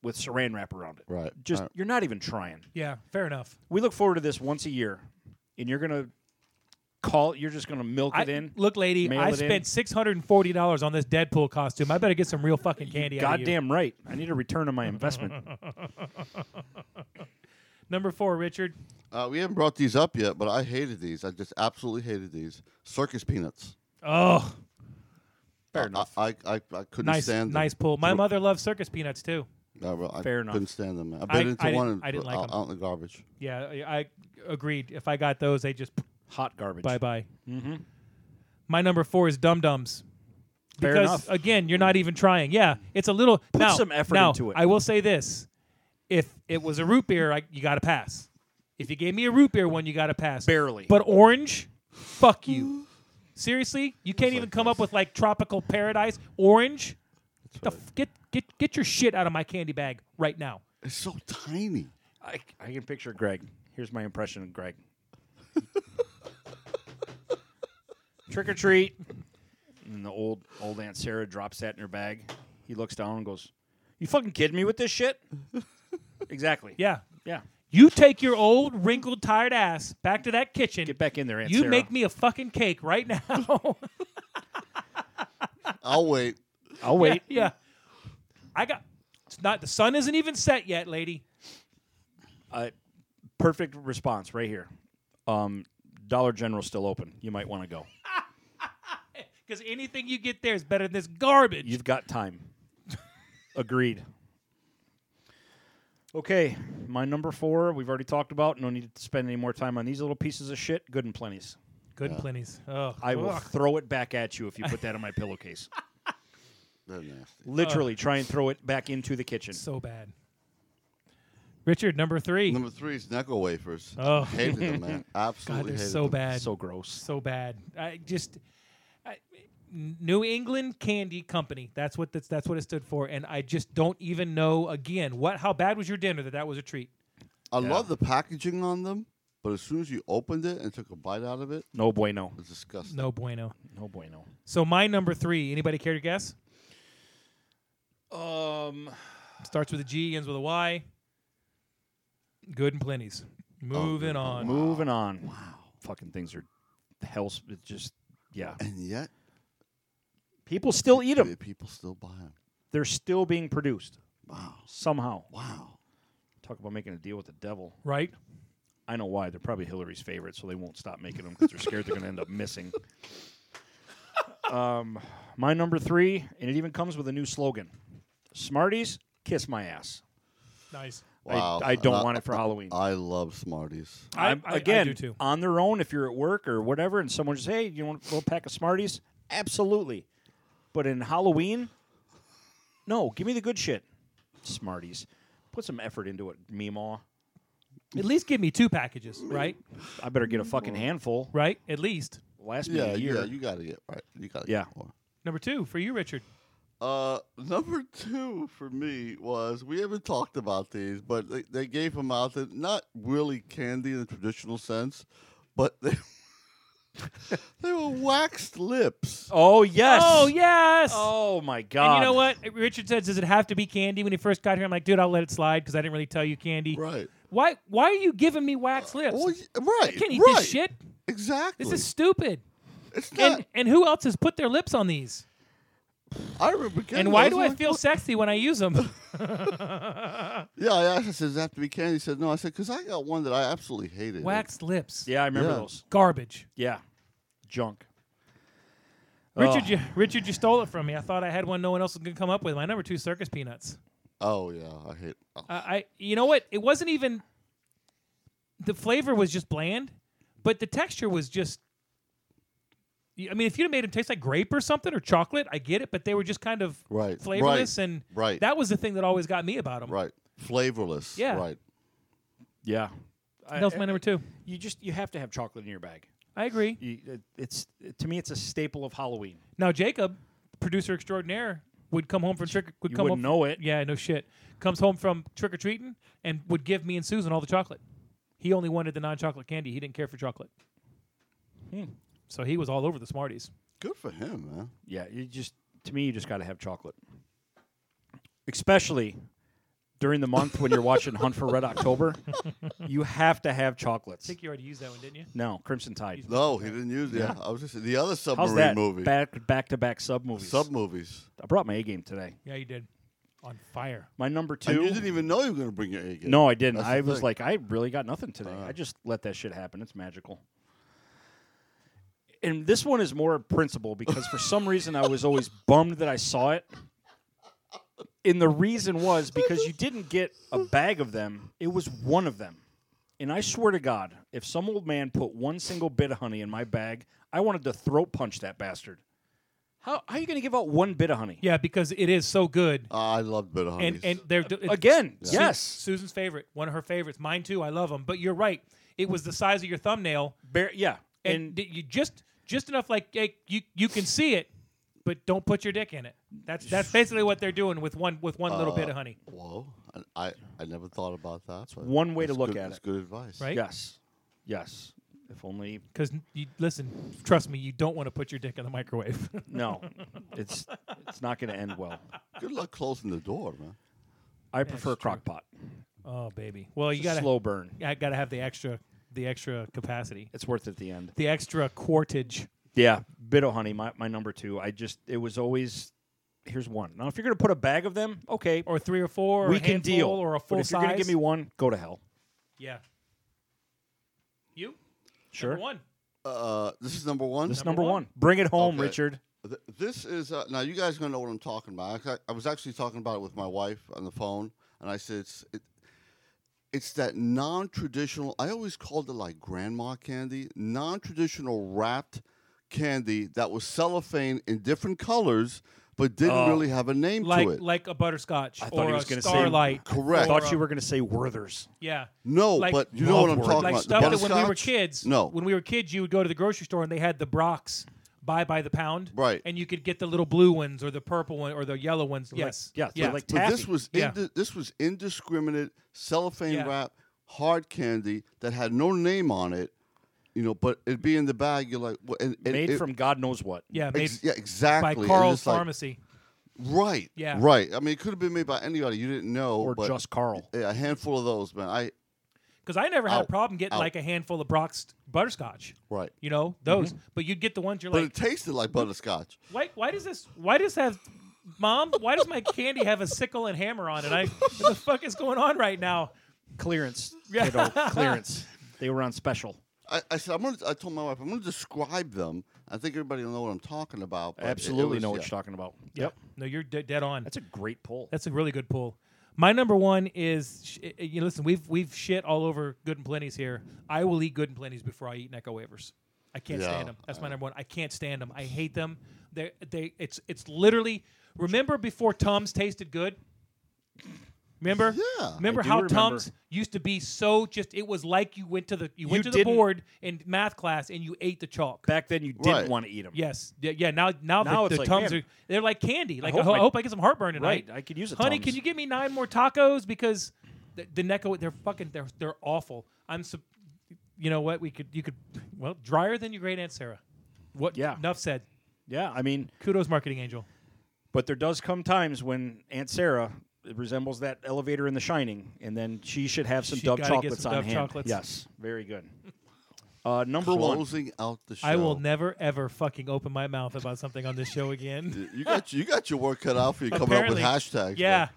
[SPEAKER 1] with saran wrap around it.
[SPEAKER 6] Right.
[SPEAKER 1] Just
[SPEAKER 6] All right.
[SPEAKER 1] you're not even trying.
[SPEAKER 2] Yeah, fair enough.
[SPEAKER 1] We look forward to this once a year, and you're gonna call. You're just gonna milk
[SPEAKER 2] I,
[SPEAKER 1] it in.
[SPEAKER 2] look, lady,
[SPEAKER 1] mail
[SPEAKER 2] I
[SPEAKER 1] it in.
[SPEAKER 2] spent six hundred and forty dollars on this Deadpool costume. I better get some real fucking candy. out of you.
[SPEAKER 1] Goddamn right. I need a return on my investment.
[SPEAKER 2] Number four, Richard.
[SPEAKER 6] Uh, we haven't brought these up yet, but I hated these. I just absolutely hated these circus peanuts.
[SPEAKER 2] Oh,
[SPEAKER 6] Fair enough. I, I, I, I couldn't
[SPEAKER 2] nice,
[SPEAKER 6] stand them.
[SPEAKER 2] nice pull. My mother loves circus peanuts too.
[SPEAKER 6] I, I
[SPEAKER 1] Fair
[SPEAKER 6] couldn't
[SPEAKER 1] enough.
[SPEAKER 6] stand them. I
[SPEAKER 2] I-
[SPEAKER 6] bit into
[SPEAKER 2] I didn't-
[SPEAKER 6] one and
[SPEAKER 2] I didn't
[SPEAKER 6] put
[SPEAKER 2] like
[SPEAKER 6] out,
[SPEAKER 2] them.
[SPEAKER 6] out in the garbage.
[SPEAKER 2] Yeah, I, I agreed. If I got those, they just
[SPEAKER 1] Hot garbage.
[SPEAKER 2] bye bye. Mm-hmm. My number four is Dum Dums.
[SPEAKER 1] Fair
[SPEAKER 2] because
[SPEAKER 1] enough.
[SPEAKER 2] again, you're not even trying. Yeah, it's a little. Put now,
[SPEAKER 1] some effort
[SPEAKER 2] now,
[SPEAKER 1] into it.
[SPEAKER 2] I will say this: if it was a root beer, I, you got to pass. If you gave me a root beer one, you got to pass.
[SPEAKER 1] Barely.
[SPEAKER 2] But orange, fuck you. Seriously, you can't even come up with like tropical paradise orange. The f- get get get your shit out of my candy bag right now.
[SPEAKER 6] It's so tiny.
[SPEAKER 1] I, I can picture Greg. Here's my impression of Greg. Trick or treat. And the old old Aunt Sarah drops that in her bag. He looks down and goes, "You fucking kidding me with this shit?" exactly.
[SPEAKER 2] Yeah,
[SPEAKER 1] Yeah.
[SPEAKER 2] you take your old wrinkled, tired ass back to that kitchen.
[SPEAKER 1] Get back in there, Aunt
[SPEAKER 2] you
[SPEAKER 1] Sarah.
[SPEAKER 2] make me a fucking cake right now.
[SPEAKER 6] I'll wait.
[SPEAKER 1] I'll wait.
[SPEAKER 2] yeah. I got it's not the sun isn't even set yet, lady.
[SPEAKER 1] Uh, perfect response right here. Um, Dollar General's still open. You might want to go.
[SPEAKER 2] Because anything you get there is better than this garbage.
[SPEAKER 1] You've got time. Agreed. Okay, my number four, we've already talked about. No need to spend any more time on these little pieces of shit. Good and plenty's.
[SPEAKER 2] Good plenties. Oh,
[SPEAKER 1] I will throw it back at you if you put that on my pillowcase.
[SPEAKER 6] They're nasty.
[SPEAKER 1] Literally, try and throw it back into the kitchen.
[SPEAKER 2] so bad. Richard, number three.
[SPEAKER 6] Number three is Necco wafers.
[SPEAKER 2] Oh.
[SPEAKER 6] Hated them, man.
[SPEAKER 2] God,
[SPEAKER 6] Absolutely
[SPEAKER 2] they're
[SPEAKER 6] hated
[SPEAKER 2] so
[SPEAKER 6] them.
[SPEAKER 2] bad.
[SPEAKER 1] So gross.
[SPEAKER 2] so bad. I just I, New England Candy Company. That's what that's that's what it stood for. And I just don't even know again what how bad was your dinner that that was a treat.
[SPEAKER 6] I love the packaging on them, but as soon as you opened it and took a bite out of it,
[SPEAKER 1] No bueno.
[SPEAKER 6] it's disgusting.
[SPEAKER 2] No bueno.
[SPEAKER 1] No bueno.
[SPEAKER 2] So my number three. Anybody care to guess?
[SPEAKER 1] Um,
[SPEAKER 2] Starts with a G, ends with a Y. Good and plenty's.
[SPEAKER 6] Oh.
[SPEAKER 2] Moving on.
[SPEAKER 1] moving on. Wow. Fucking things are hell. It's just yeah.
[SPEAKER 6] And yet,
[SPEAKER 1] People still eat them.
[SPEAKER 6] people still buy them.
[SPEAKER 1] They're still being produced
[SPEAKER 6] Wow.
[SPEAKER 1] somehow.
[SPEAKER 6] Wow.
[SPEAKER 1] Talk about making a deal with the devil.
[SPEAKER 2] Right?
[SPEAKER 1] I know why. They're probably Hillary's favorite, so they won't stop making them because they're scared they're going to end up missing. Um, my number three, and it even comes with a new slogan: "Smarties, kiss my ass."
[SPEAKER 2] Nice.
[SPEAKER 6] Wow. Uh,
[SPEAKER 1] I, I don't
[SPEAKER 6] And
[SPEAKER 1] want it for Halloween.
[SPEAKER 6] I love Smarties.
[SPEAKER 2] I-
[SPEAKER 1] I'm-
[SPEAKER 2] I- I
[SPEAKER 1] again
[SPEAKER 2] do too.
[SPEAKER 1] on their own. If you're at work or whatever, and someone says, "Hey, you want a little pack of Smarties?" Absolutely, but in Halloween, no. Give me the good shit, Smarties. Put some effort into it, Meemaw.
[SPEAKER 2] At least give me two packages, right?
[SPEAKER 1] I better get a fucking handful.
[SPEAKER 2] Right? At least.
[SPEAKER 1] Last me
[SPEAKER 6] Yeah,
[SPEAKER 1] a year.
[SPEAKER 6] yeah, you got to get right. You got to
[SPEAKER 1] Yeah.
[SPEAKER 6] get more.
[SPEAKER 2] Number two for you, Richard.
[SPEAKER 6] Uh, number two for me was we haven't talked about these, but they, they gave them out that not really candy in the traditional sense, but they they were waxed lips.
[SPEAKER 1] oh yes.
[SPEAKER 2] Oh yes.
[SPEAKER 1] Oh my god.
[SPEAKER 2] And you know what? Richard says, "Does it have to be candy?" When he first got here, I'm like, "Dude, I'll let it slide because I didn't really tell you candy.
[SPEAKER 6] Right. Uh,
[SPEAKER 2] Why? Why are you giving me wax lips?
[SPEAKER 6] Well, y- right.
[SPEAKER 2] I can't eat
[SPEAKER 6] right.
[SPEAKER 2] this shit.
[SPEAKER 6] Exactly.
[SPEAKER 2] This is stupid."
[SPEAKER 6] it's not.
[SPEAKER 2] And and who else has put their lips on these?
[SPEAKER 6] I remember. getting
[SPEAKER 2] And why
[SPEAKER 6] those,
[SPEAKER 2] do
[SPEAKER 6] I'm
[SPEAKER 2] I
[SPEAKER 6] like,
[SPEAKER 2] feel sexy when I use them?
[SPEAKER 6] Yeah, I asked. I said, "Does it have to be candy?" He said, "No." I said, "Because I got one that I absolutely hated."
[SPEAKER 2] Waxed lips.
[SPEAKER 1] Yeah, I remember
[SPEAKER 6] Yeah.
[SPEAKER 1] those.
[SPEAKER 2] Garbage.
[SPEAKER 1] Yeah. Junk.
[SPEAKER 2] Richard,
[SPEAKER 1] Ugh.
[SPEAKER 2] you, Richard, you stole it from me. I thought I had one. No one else was gonna come up with. My number two, circus peanuts.
[SPEAKER 6] Oh yeah, I hate. oh,
[SPEAKER 2] Uh, I, you know what? It wasn't even. The flavor was just bland, but the texture was just. I mean, if you'd have made them taste like grape or something or chocolate, I get it. But they were just kind of
[SPEAKER 6] Right,
[SPEAKER 2] flavorless,
[SPEAKER 6] right,
[SPEAKER 2] and
[SPEAKER 6] right.
[SPEAKER 2] that was the thing that always got me about them.
[SPEAKER 6] right. Flavorless.
[SPEAKER 2] Yeah.
[SPEAKER 6] Right.
[SPEAKER 1] Yeah. I-
[SPEAKER 2] That was my number two.
[SPEAKER 1] You just you have to have chocolate in your bag.
[SPEAKER 2] I agree.
[SPEAKER 1] You, it, it's to me, it's a staple of Halloween.
[SPEAKER 2] Now Jacob, producer extraordinaire, would come home from trick. Would
[SPEAKER 1] You
[SPEAKER 2] come
[SPEAKER 1] wouldn't
[SPEAKER 2] home,
[SPEAKER 1] know it.
[SPEAKER 2] Yeah, no shit. Comes home from trick or treating and would give me and Susan all the chocolate. He only wanted the non-chocolate candy. He didn't care for chocolate.
[SPEAKER 1] Hmm.
[SPEAKER 2] So he was all over the Smarties.
[SPEAKER 6] Good for him, man.
[SPEAKER 1] Yeah, you just to me, you just got to have chocolate, especially during the month when you're watching Hunt for Red October. You have to have
[SPEAKER 2] I
[SPEAKER 1] chocolates.
[SPEAKER 2] think you already used that one, didn't you?
[SPEAKER 1] No, Crimson Tide.
[SPEAKER 6] No, he didn't use. Yeah, I was just the other submarine
[SPEAKER 1] How's that?
[SPEAKER 6] movie.
[SPEAKER 1] Back back to back sub movies.
[SPEAKER 6] Sub movies.
[SPEAKER 1] I brought my A game today.
[SPEAKER 2] Yeah, you did. On fire.
[SPEAKER 1] My number
[SPEAKER 6] And you
[SPEAKER 1] two.
[SPEAKER 6] didn't even know you were going to bring your A game.
[SPEAKER 1] No, I didn't.
[SPEAKER 6] That's the
[SPEAKER 1] I was
[SPEAKER 6] thing.
[SPEAKER 1] like, I really got nothing today. I just let that shit happen. It's magical. And this one is more principle because for some reason I was always bummed that I saw it. And the reason was because you didn't get a bag of them, it was one of them. And I swear to God, if some old man put one single bit of honey in my bag, I wanted to throat punch that bastard. How, how are you going to give out one bit of honey?
[SPEAKER 2] Yeah, because it is so good.
[SPEAKER 6] I loved Bit of
[SPEAKER 2] and
[SPEAKER 6] Honeys.
[SPEAKER 2] and they're it's
[SPEAKER 1] Oh, Uh, Again,
[SPEAKER 2] Su-
[SPEAKER 1] yes.
[SPEAKER 2] Susan's favorite, one of her favorites. Mine too. I love them. But you're right. It was the size of your thumbnail,
[SPEAKER 1] Bar- yeah.
[SPEAKER 2] and, d- you just just enough like hey, you you can see it, but don't put your dick in it. That's that's basically what they're doing with one with one little
[SPEAKER 1] Uh.
[SPEAKER 2] bit of honey,
[SPEAKER 6] Whoa, I, I I never thought about that. but
[SPEAKER 1] one way to
[SPEAKER 6] that's
[SPEAKER 1] look
[SPEAKER 6] good-
[SPEAKER 1] at
[SPEAKER 6] that's
[SPEAKER 1] it.
[SPEAKER 6] good advice.
[SPEAKER 2] right?
[SPEAKER 1] Yes. Yes. If only
[SPEAKER 2] Because you listen, trust me, you don't want to put your dick in the microwave.
[SPEAKER 1] no. it's it's not going to end well.
[SPEAKER 6] Good luck closing the door, man.
[SPEAKER 1] I prefer crock pot.
[SPEAKER 2] oh baby. Well, you
[SPEAKER 1] It's a
[SPEAKER 2] gotta
[SPEAKER 1] slow burn.
[SPEAKER 2] I gotta have the extra the extra capacity,
[SPEAKER 1] It's worth it at the end.
[SPEAKER 2] the extra quartage.
[SPEAKER 1] Yeah, bit of honey my my number 2. I just it was always here's one. Now if you're going to put a bag of them, okay.
[SPEAKER 2] or three or four. or
[SPEAKER 1] we
[SPEAKER 2] a
[SPEAKER 1] can
[SPEAKER 2] handful,
[SPEAKER 1] deal.
[SPEAKER 2] or a full
[SPEAKER 1] but if
[SPEAKER 2] size.
[SPEAKER 1] you're going to give me one, go to hell.
[SPEAKER 2] yeah. You
[SPEAKER 1] Sure.
[SPEAKER 2] Number one.
[SPEAKER 6] Uh, this is number one.
[SPEAKER 1] This is
[SPEAKER 2] Number
[SPEAKER 1] number
[SPEAKER 2] one.
[SPEAKER 1] 1. Bring it home,
[SPEAKER 6] Okay.
[SPEAKER 1] Richard.
[SPEAKER 6] Th- This is uh, now. You guys gonna know what I'm talking about. I, I was actually talking about it with my wife on the phone, and I said it's it, it's that non-traditional. I always called it like grandma candy, non-traditional wrapped candy that was cellophane in different colors, but didn't really have a name
[SPEAKER 2] Oh. like
[SPEAKER 6] to it.
[SPEAKER 2] like a butterscotch
[SPEAKER 1] I thought
[SPEAKER 2] or
[SPEAKER 1] he was
[SPEAKER 2] a
[SPEAKER 1] gonna say-
[SPEAKER 2] starlight.
[SPEAKER 1] I
[SPEAKER 6] Correct.
[SPEAKER 1] thought you were going to say Werther's.
[SPEAKER 2] Yeah.
[SPEAKER 6] no,
[SPEAKER 2] like-
[SPEAKER 6] Oh, but you know what
[SPEAKER 1] Love
[SPEAKER 6] I'm talking
[SPEAKER 1] word.
[SPEAKER 2] Like
[SPEAKER 6] about.
[SPEAKER 2] stuff
[SPEAKER 6] the
[SPEAKER 2] that when we were
[SPEAKER 6] butterscotch?
[SPEAKER 2] kids,
[SPEAKER 6] No,
[SPEAKER 2] when we were kids, you would go to the grocery store and they had the Brock's buy by the pound,
[SPEAKER 6] Right.
[SPEAKER 2] And you could get the little blue ones or the purple one or the yellow ones. Yes,
[SPEAKER 1] yeah,
[SPEAKER 2] yeah.
[SPEAKER 1] like
[SPEAKER 6] But this
[SPEAKER 1] taffy.
[SPEAKER 6] was
[SPEAKER 2] Yeah.
[SPEAKER 6] indi- this was indiscriminate cellophane
[SPEAKER 2] Yeah.
[SPEAKER 6] wrap hard candy that had no name on it, you know. But it'd be in the bag. You're like, wha- and, and
[SPEAKER 1] Made
[SPEAKER 6] it-
[SPEAKER 1] from God knows what.
[SPEAKER 2] yeah, made
[SPEAKER 6] ex- yeah,
[SPEAKER 2] by
[SPEAKER 6] exactly. And
[SPEAKER 2] Carl's
[SPEAKER 6] it's like-
[SPEAKER 2] Pharmacy.
[SPEAKER 6] Right.
[SPEAKER 2] Yeah.
[SPEAKER 6] Right. I mean, it could have been made by anybody. You didn't know.
[SPEAKER 1] Or
[SPEAKER 6] but
[SPEAKER 1] just Carl.
[SPEAKER 6] yeah, a handful of those, man. I
[SPEAKER 2] Because I never had a
[SPEAKER 6] Out,
[SPEAKER 2] problem getting
[SPEAKER 6] out.
[SPEAKER 2] like a handful of Brock's butterscotch.
[SPEAKER 6] right.
[SPEAKER 2] You know those, but you'd get the ones you're
[SPEAKER 6] But
[SPEAKER 2] like,
[SPEAKER 6] it tasted like butterscotch.
[SPEAKER 2] why, why does this? Why does have, mom? Why does my candy have a sickle and hammer on it? I, what the fuck is going on right now?
[SPEAKER 1] Clearance. Kiddo, clearance. They were on special.
[SPEAKER 6] I, I said, I'm gonna. I told my wife, I'm gonna describe them. I think everybody will know what I'm talking about. but it- it
[SPEAKER 1] Absolutely
[SPEAKER 6] was-
[SPEAKER 1] know
[SPEAKER 6] yeah.
[SPEAKER 1] what you're talking about.
[SPEAKER 2] No, you're de- dead on.
[SPEAKER 1] That's a great pull.
[SPEAKER 2] That's a really good pull. My number one is sh- uh, you know, listen. We've we've shit all over Good and Plenty's here. I will eat Good and Plenty's before I eat Necco Wavers. I can't
[SPEAKER 6] Yeah,
[SPEAKER 2] stand them. That's my number one. I can't stand them. I hate them. They they it's it's literally. Remember before Tums tasted good. Remember?
[SPEAKER 6] Yeah, I
[SPEAKER 2] Remember
[SPEAKER 1] do
[SPEAKER 2] how
[SPEAKER 1] remember.
[SPEAKER 2] Tums used to be so just it was like you went to the you, went
[SPEAKER 7] You
[SPEAKER 2] to the
[SPEAKER 7] didn't-
[SPEAKER 2] board in math class and you ate the chalk.
[SPEAKER 7] Back then, you didn't
[SPEAKER 6] Right.
[SPEAKER 7] want to eat them.
[SPEAKER 2] Yes. Yeah. yeah. Now, now,
[SPEAKER 1] Now
[SPEAKER 2] the,
[SPEAKER 1] it's
[SPEAKER 2] the
[SPEAKER 1] like,
[SPEAKER 2] tums
[SPEAKER 1] man,
[SPEAKER 2] are they're like candy. Like I,
[SPEAKER 1] hope
[SPEAKER 2] ho-
[SPEAKER 1] my-
[SPEAKER 2] I hope I get some heartburn tonight.
[SPEAKER 1] Right, I could use a
[SPEAKER 2] Honey, can
[SPEAKER 1] Tums.
[SPEAKER 2] you give me nine more tacos because the, the Necco they're fucking they're they're awful. I'm sup- you know what we could you could well drier than your great aunt Sarah. What?
[SPEAKER 1] Yeah.
[SPEAKER 2] Enough said.
[SPEAKER 1] Yeah, I mean,
[SPEAKER 2] Kudos, marketing angel.
[SPEAKER 1] but there does come times when Aunt Sarah resembles that elevator in The Shining, and then she should have some
[SPEAKER 2] She's
[SPEAKER 1] Dove
[SPEAKER 2] gotta get
[SPEAKER 1] chocolates
[SPEAKER 2] some
[SPEAKER 1] on
[SPEAKER 2] Dove
[SPEAKER 1] hand.
[SPEAKER 2] chocolates.
[SPEAKER 1] Yes, very good. Uh, number one,
[SPEAKER 6] Closing out the show.
[SPEAKER 2] I will never ever fucking open my mouth about something on this show again.
[SPEAKER 6] You got you got your work cut out for you coming up with
[SPEAKER 2] Apparently.
[SPEAKER 6] hashtags.
[SPEAKER 2] yeah.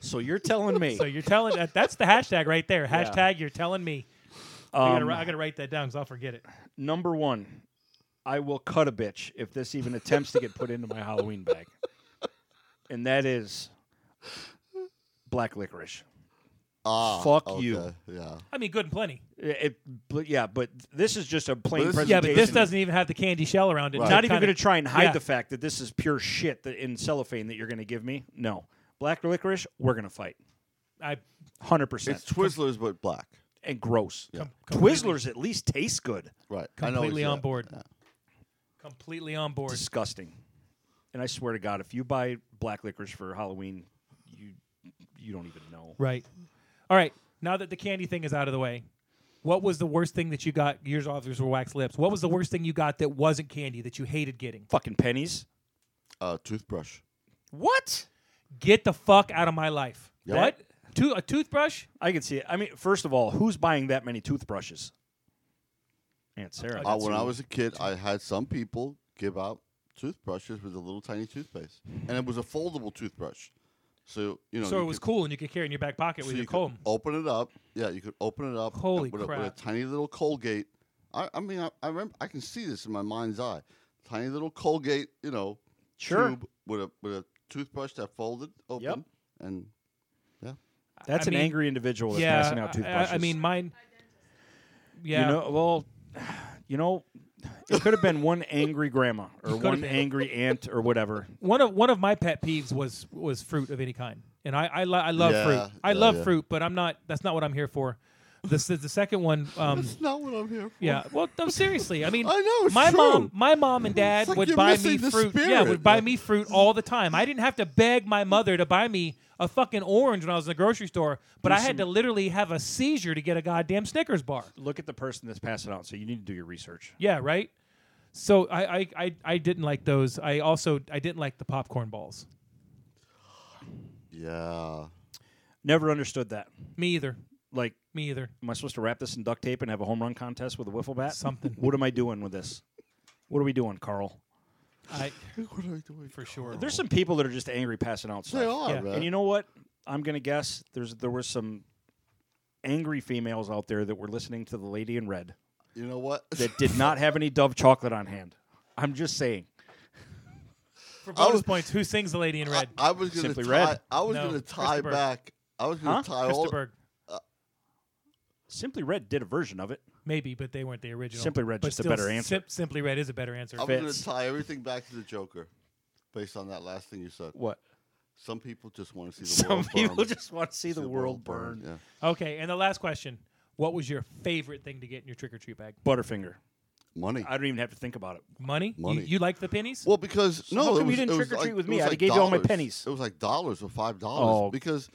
[SPEAKER 1] so you're telling me
[SPEAKER 2] So you're telling that that's the hashtag right there. Hashtag you're telling me. I,
[SPEAKER 1] Um,
[SPEAKER 2] gotta, wri- I gotta write that down because I'll forget it.
[SPEAKER 1] number one, I will cut a bitch if this even attempts to get put into my Halloween bag, and that is black licorice.
[SPEAKER 6] but- ah,
[SPEAKER 1] Fuck
[SPEAKER 6] okay,
[SPEAKER 1] you.
[SPEAKER 6] Yeah.
[SPEAKER 2] I mean, good and plenty.
[SPEAKER 1] It, but yeah, but this is just a plain
[SPEAKER 6] this is-
[SPEAKER 1] presentation.
[SPEAKER 2] Yeah, but this doesn't even have the candy shell around it.
[SPEAKER 6] Right.
[SPEAKER 2] It's
[SPEAKER 1] Not even
[SPEAKER 2] Uh, kinda-
[SPEAKER 1] going to try and hide
[SPEAKER 2] yeah.
[SPEAKER 1] the fact that this is pure shit that in cellophane that you're going to give me. No, black licorice, we're going to fight,
[SPEAKER 2] I
[SPEAKER 1] hundred percent.
[SPEAKER 6] It's Twizzlers but black.
[SPEAKER 1] And gross.
[SPEAKER 2] com- completely,
[SPEAKER 1] Twizzlers at least taste good.
[SPEAKER 6] Right. I know what
[SPEAKER 2] completely
[SPEAKER 6] you
[SPEAKER 2] on
[SPEAKER 6] meant.
[SPEAKER 2] board. Completely on board.
[SPEAKER 1] Disgusting. And I swear to God, if you buy black licorice for Halloween, you you don't even know.
[SPEAKER 2] Right. All right. Now that the candy thing is out of the way, what was the worst thing that you got? Yours officers were wax lips. What was the worst thing you got that wasn't candy that you hated getting?
[SPEAKER 1] Fucking pennies.
[SPEAKER 6] Uh, toothbrush.
[SPEAKER 1] What?
[SPEAKER 2] Get the fuck out of my life.
[SPEAKER 6] Yep.
[SPEAKER 2] What? To- a toothbrush?
[SPEAKER 1] I can see it. I mean, first of all, who's buying that many toothbrushes? Aunt Sarah.
[SPEAKER 6] Uh, when I was a kid, I had some people give out toothbrushes with a little tiny toothpaste, and it was a foldable toothbrush. So you know,
[SPEAKER 2] so
[SPEAKER 6] you
[SPEAKER 2] it was
[SPEAKER 6] could-
[SPEAKER 2] cool, and you could carry it in your back pocket
[SPEAKER 6] so
[SPEAKER 2] with
[SPEAKER 6] you
[SPEAKER 2] your
[SPEAKER 6] could
[SPEAKER 2] comb.
[SPEAKER 6] Open it up. Yeah, you could open it up. and
[SPEAKER 2] Holy
[SPEAKER 6] with A, with
[SPEAKER 2] crap.
[SPEAKER 6] a tiny little Colgate. I, I mean, I, I remember. I can see this in my mind's eye. Tiny little Colgate. You know,
[SPEAKER 1] Sure.
[SPEAKER 6] tube with a with a toothbrush that folded open. And
[SPEAKER 1] That's
[SPEAKER 2] I
[SPEAKER 1] an
[SPEAKER 2] mean-
[SPEAKER 1] angry individual that's
[SPEAKER 2] yeah.
[SPEAKER 1] passing out
[SPEAKER 2] I- I,
[SPEAKER 1] toothbrushes.
[SPEAKER 2] I mean, mine. Yeah.
[SPEAKER 1] You know, well, you know, it could have been one angry grandma or one
[SPEAKER 2] been.
[SPEAKER 1] angry aunt or whatever.
[SPEAKER 2] one of one of my pet peeves was was fruit of any kind, and I I, lo- I love
[SPEAKER 6] Yeah,
[SPEAKER 2] fruit. I
[SPEAKER 6] yeah,
[SPEAKER 2] love
[SPEAKER 6] yeah.
[SPEAKER 2] fruit, but I'm not. That's not what I'm here for. This is the second one. Um,
[SPEAKER 6] that's not what I'm here for.
[SPEAKER 2] yeah. Well, no, seriously. I mean,
[SPEAKER 6] I know, it's
[SPEAKER 2] my
[SPEAKER 6] true.
[SPEAKER 2] mom, my mom and dad
[SPEAKER 6] It's like
[SPEAKER 2] would
[SPEAKER 6] you're
[SPEAKER 2] buy me
[SPEAKER 6] missing the
[SPEAKER 2] fruit. Yeah, would
[SPEAKER 6] spirit.
[SPEAKER 2] buy me fruit all the time. I didn't have to beg my mother to buy me a fucking orange when I was in the grocery store, but I had to literally have a seizure to get a goddamn Snickers bar.
[SPEAKER 1] Look at the person that's passing out. So you need to do your research.
[SPEAKER 2] Yeah, right. So I I, I, I didn't like those. I also I didn't like the popcorn balls.
[SPEAKER 6] Yeah.
[SPEAKER 1] Never understood that.
[SPEAKER 2] Me either.
[SPEAKER 1] Like,
[SPEAKER 2] Me either.
[SPEAKER 1] am I supposed to wrap this in duct tape and have a home run contest with a wiffle bat?
[SPEAKER 2] Something.
[SPEAKER 1] What am I doing with this? What are we doing, Carl?
[SPEAKER 2] I
[SPEAKER 6] What are I Oh doing?
[SPEAKER 2] for sure.
[SPEAKER 1] There's some people that are just angry passing out stuff.
[SPEAKER 6] They are,
[SPEAKER 2] Yeah,
[SPEAKER 6] man.
[SPEAKER 1] And you know what? I'm gonna guess there's there were some angry females out there that were listening to the lady in red
[SPEAKER 6] you know what?
[SPEAKER 1] that did not have any Dove chocolate on hand. I'm just saying.
[SPEAKER 2] For
[SPEAKER 6] I
[SPEAKER 2] bonus
[SPEAKER 6] was-
[SPEAKER 2] points, who sings the Lady in Red?
[SPEAKER 6] I, I was gonna
[SPEAKER 1] Simply
[SPEAKER 6] tie,
[SPEAKER 1] red.
[SPEAKER 6] I was
[SPEAKER 2] No,
[SPEAKER 6] gonna tie
[SPEAKER 2] Christopher.
[SPEAKER 6] back. I was gonna
[SPEAKER 1] Huh?
[SPEAKER 6] tie all.
[SPEAKER 2] Christopher,
[SPEAKER 1] Simply Red did a version of it.
[SPEAKER 2] maybe, but they weren't the original.
[SPEAKER 1] Simply Red's
[SPEAKER 2] But
[SPEAKER 1] just a
[SPEAKER 2] still,
[SPEAKER 1] better answer.
[SPEAKER 2] Sim- Simply Red is a better answer.
[SPEAKER 6] I was gonna
[SPEAKER 1] fits.
[SPEAKER 6] tie everything back to the Joker, based on that last thing you said.
[SPEAKER 1] What?
[SPEAKER 6] Some people just want to see the
[SPEAKER 1] Some
[SPEAKER 6] world
[SPEAKER 1] people
[SPEAKER 6] burn.
[SPEAKER 1] just want to see, the, world burn.
[SPEAKER 2] Okay, and the last question: What was your favorite thing to get in your trick or treat bag?
[SPEAKER 1] Butterfinger.
[SPEAKER 6] Yeah. Money.
[SPEAKER 1] I don't even have to think about it.
[SPEAKER 2] Money? You-
[SPEAKER 6] Money.
[SPEAKER 2] You, like the pennies?
[SPEAKER 6] well, because no,
[SPEAKER 1] how come
[SPEAKER 6] it
[SPEAKER 1] you
[SPEAKER 6] was,
[SPEAKER 1] didn't
[SPEAKER 6] it was
[SPEAKER 1] trick or treat
[SPEAKER 6] like-
[SPEAKER 1] with
[SPEAKER 6] it
[SPEAKER 1] me?
[SPEAKER 6] was
[SPEAKER 1] I
[SPEAKER 6] like
[SPEAKER 1] gave you all my
[SPEAKER 6] dollars.
[SPEAKER 1] pennies.
[SPEAKER 6] It was like dollars or five dollars
[SPEAKER 1] Oh.
[SPEAKER 6] because,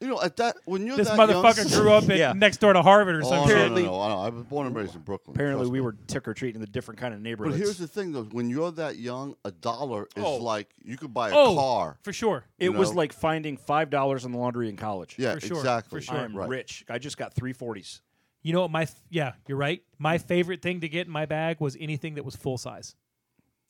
[SPEAKER 6] you know, at that when you're
[SPEAKER 2] this
[SPEAKER 6] that
[SPEAKER 2] motherfucker
[SPEAKER 6] young,
[SPEAKER 2] grew up in,
[SPEAKER 1] Yeah.
[SPEAKER 2] next door to Harvard or
[SPEAKER 6] Oh,
[SPEAKER 2] some
[SPEAKER 6] no,
[SPEAKER 2] shit.
[SPEAKER 6] no, no, no, I know. I was born and raised in Brooklyn.
[SPEAKER 1] Apparently,
[SPEAKER 6] trust
[SPEAKER 1] we
[SPEAKER 6] me.
[SPEAKER 1] were trick or treating in a different kind of
[SPEAKER 6] But
[SPEAKER 1] neighborhood.
[SPEAKER 6] here's the thing, though: when you're that young, a dollar is
[SPEAKER 1] Oh.
[SPEAKER 6] like you could buy a
[SPEAKER 2] Oh,
[SPEAKER 6] car.
[SPEAKER 2] for sure.
[SPEAKER 1] it
[SPEAKER 6] you
[SPEAKER 1] was
[SPEAKER 6] know?
[SPEAKER 1] like finding five dollars in the laundry in college.
[SPEAKER 6] Yeah,
[SPEAKER 2] for sure, for
[SPEAKER 6] exactly.
[SPEAKER 2] sure.
[SPEAKER 1] I'm
[SPEAKER 6] Right.
[SPEAKER 1] rich. I just got three forties.
[SPEAKER 2] You know what? My f- yeah, you're right. My favorite thing to get in my bag was anything that was full size.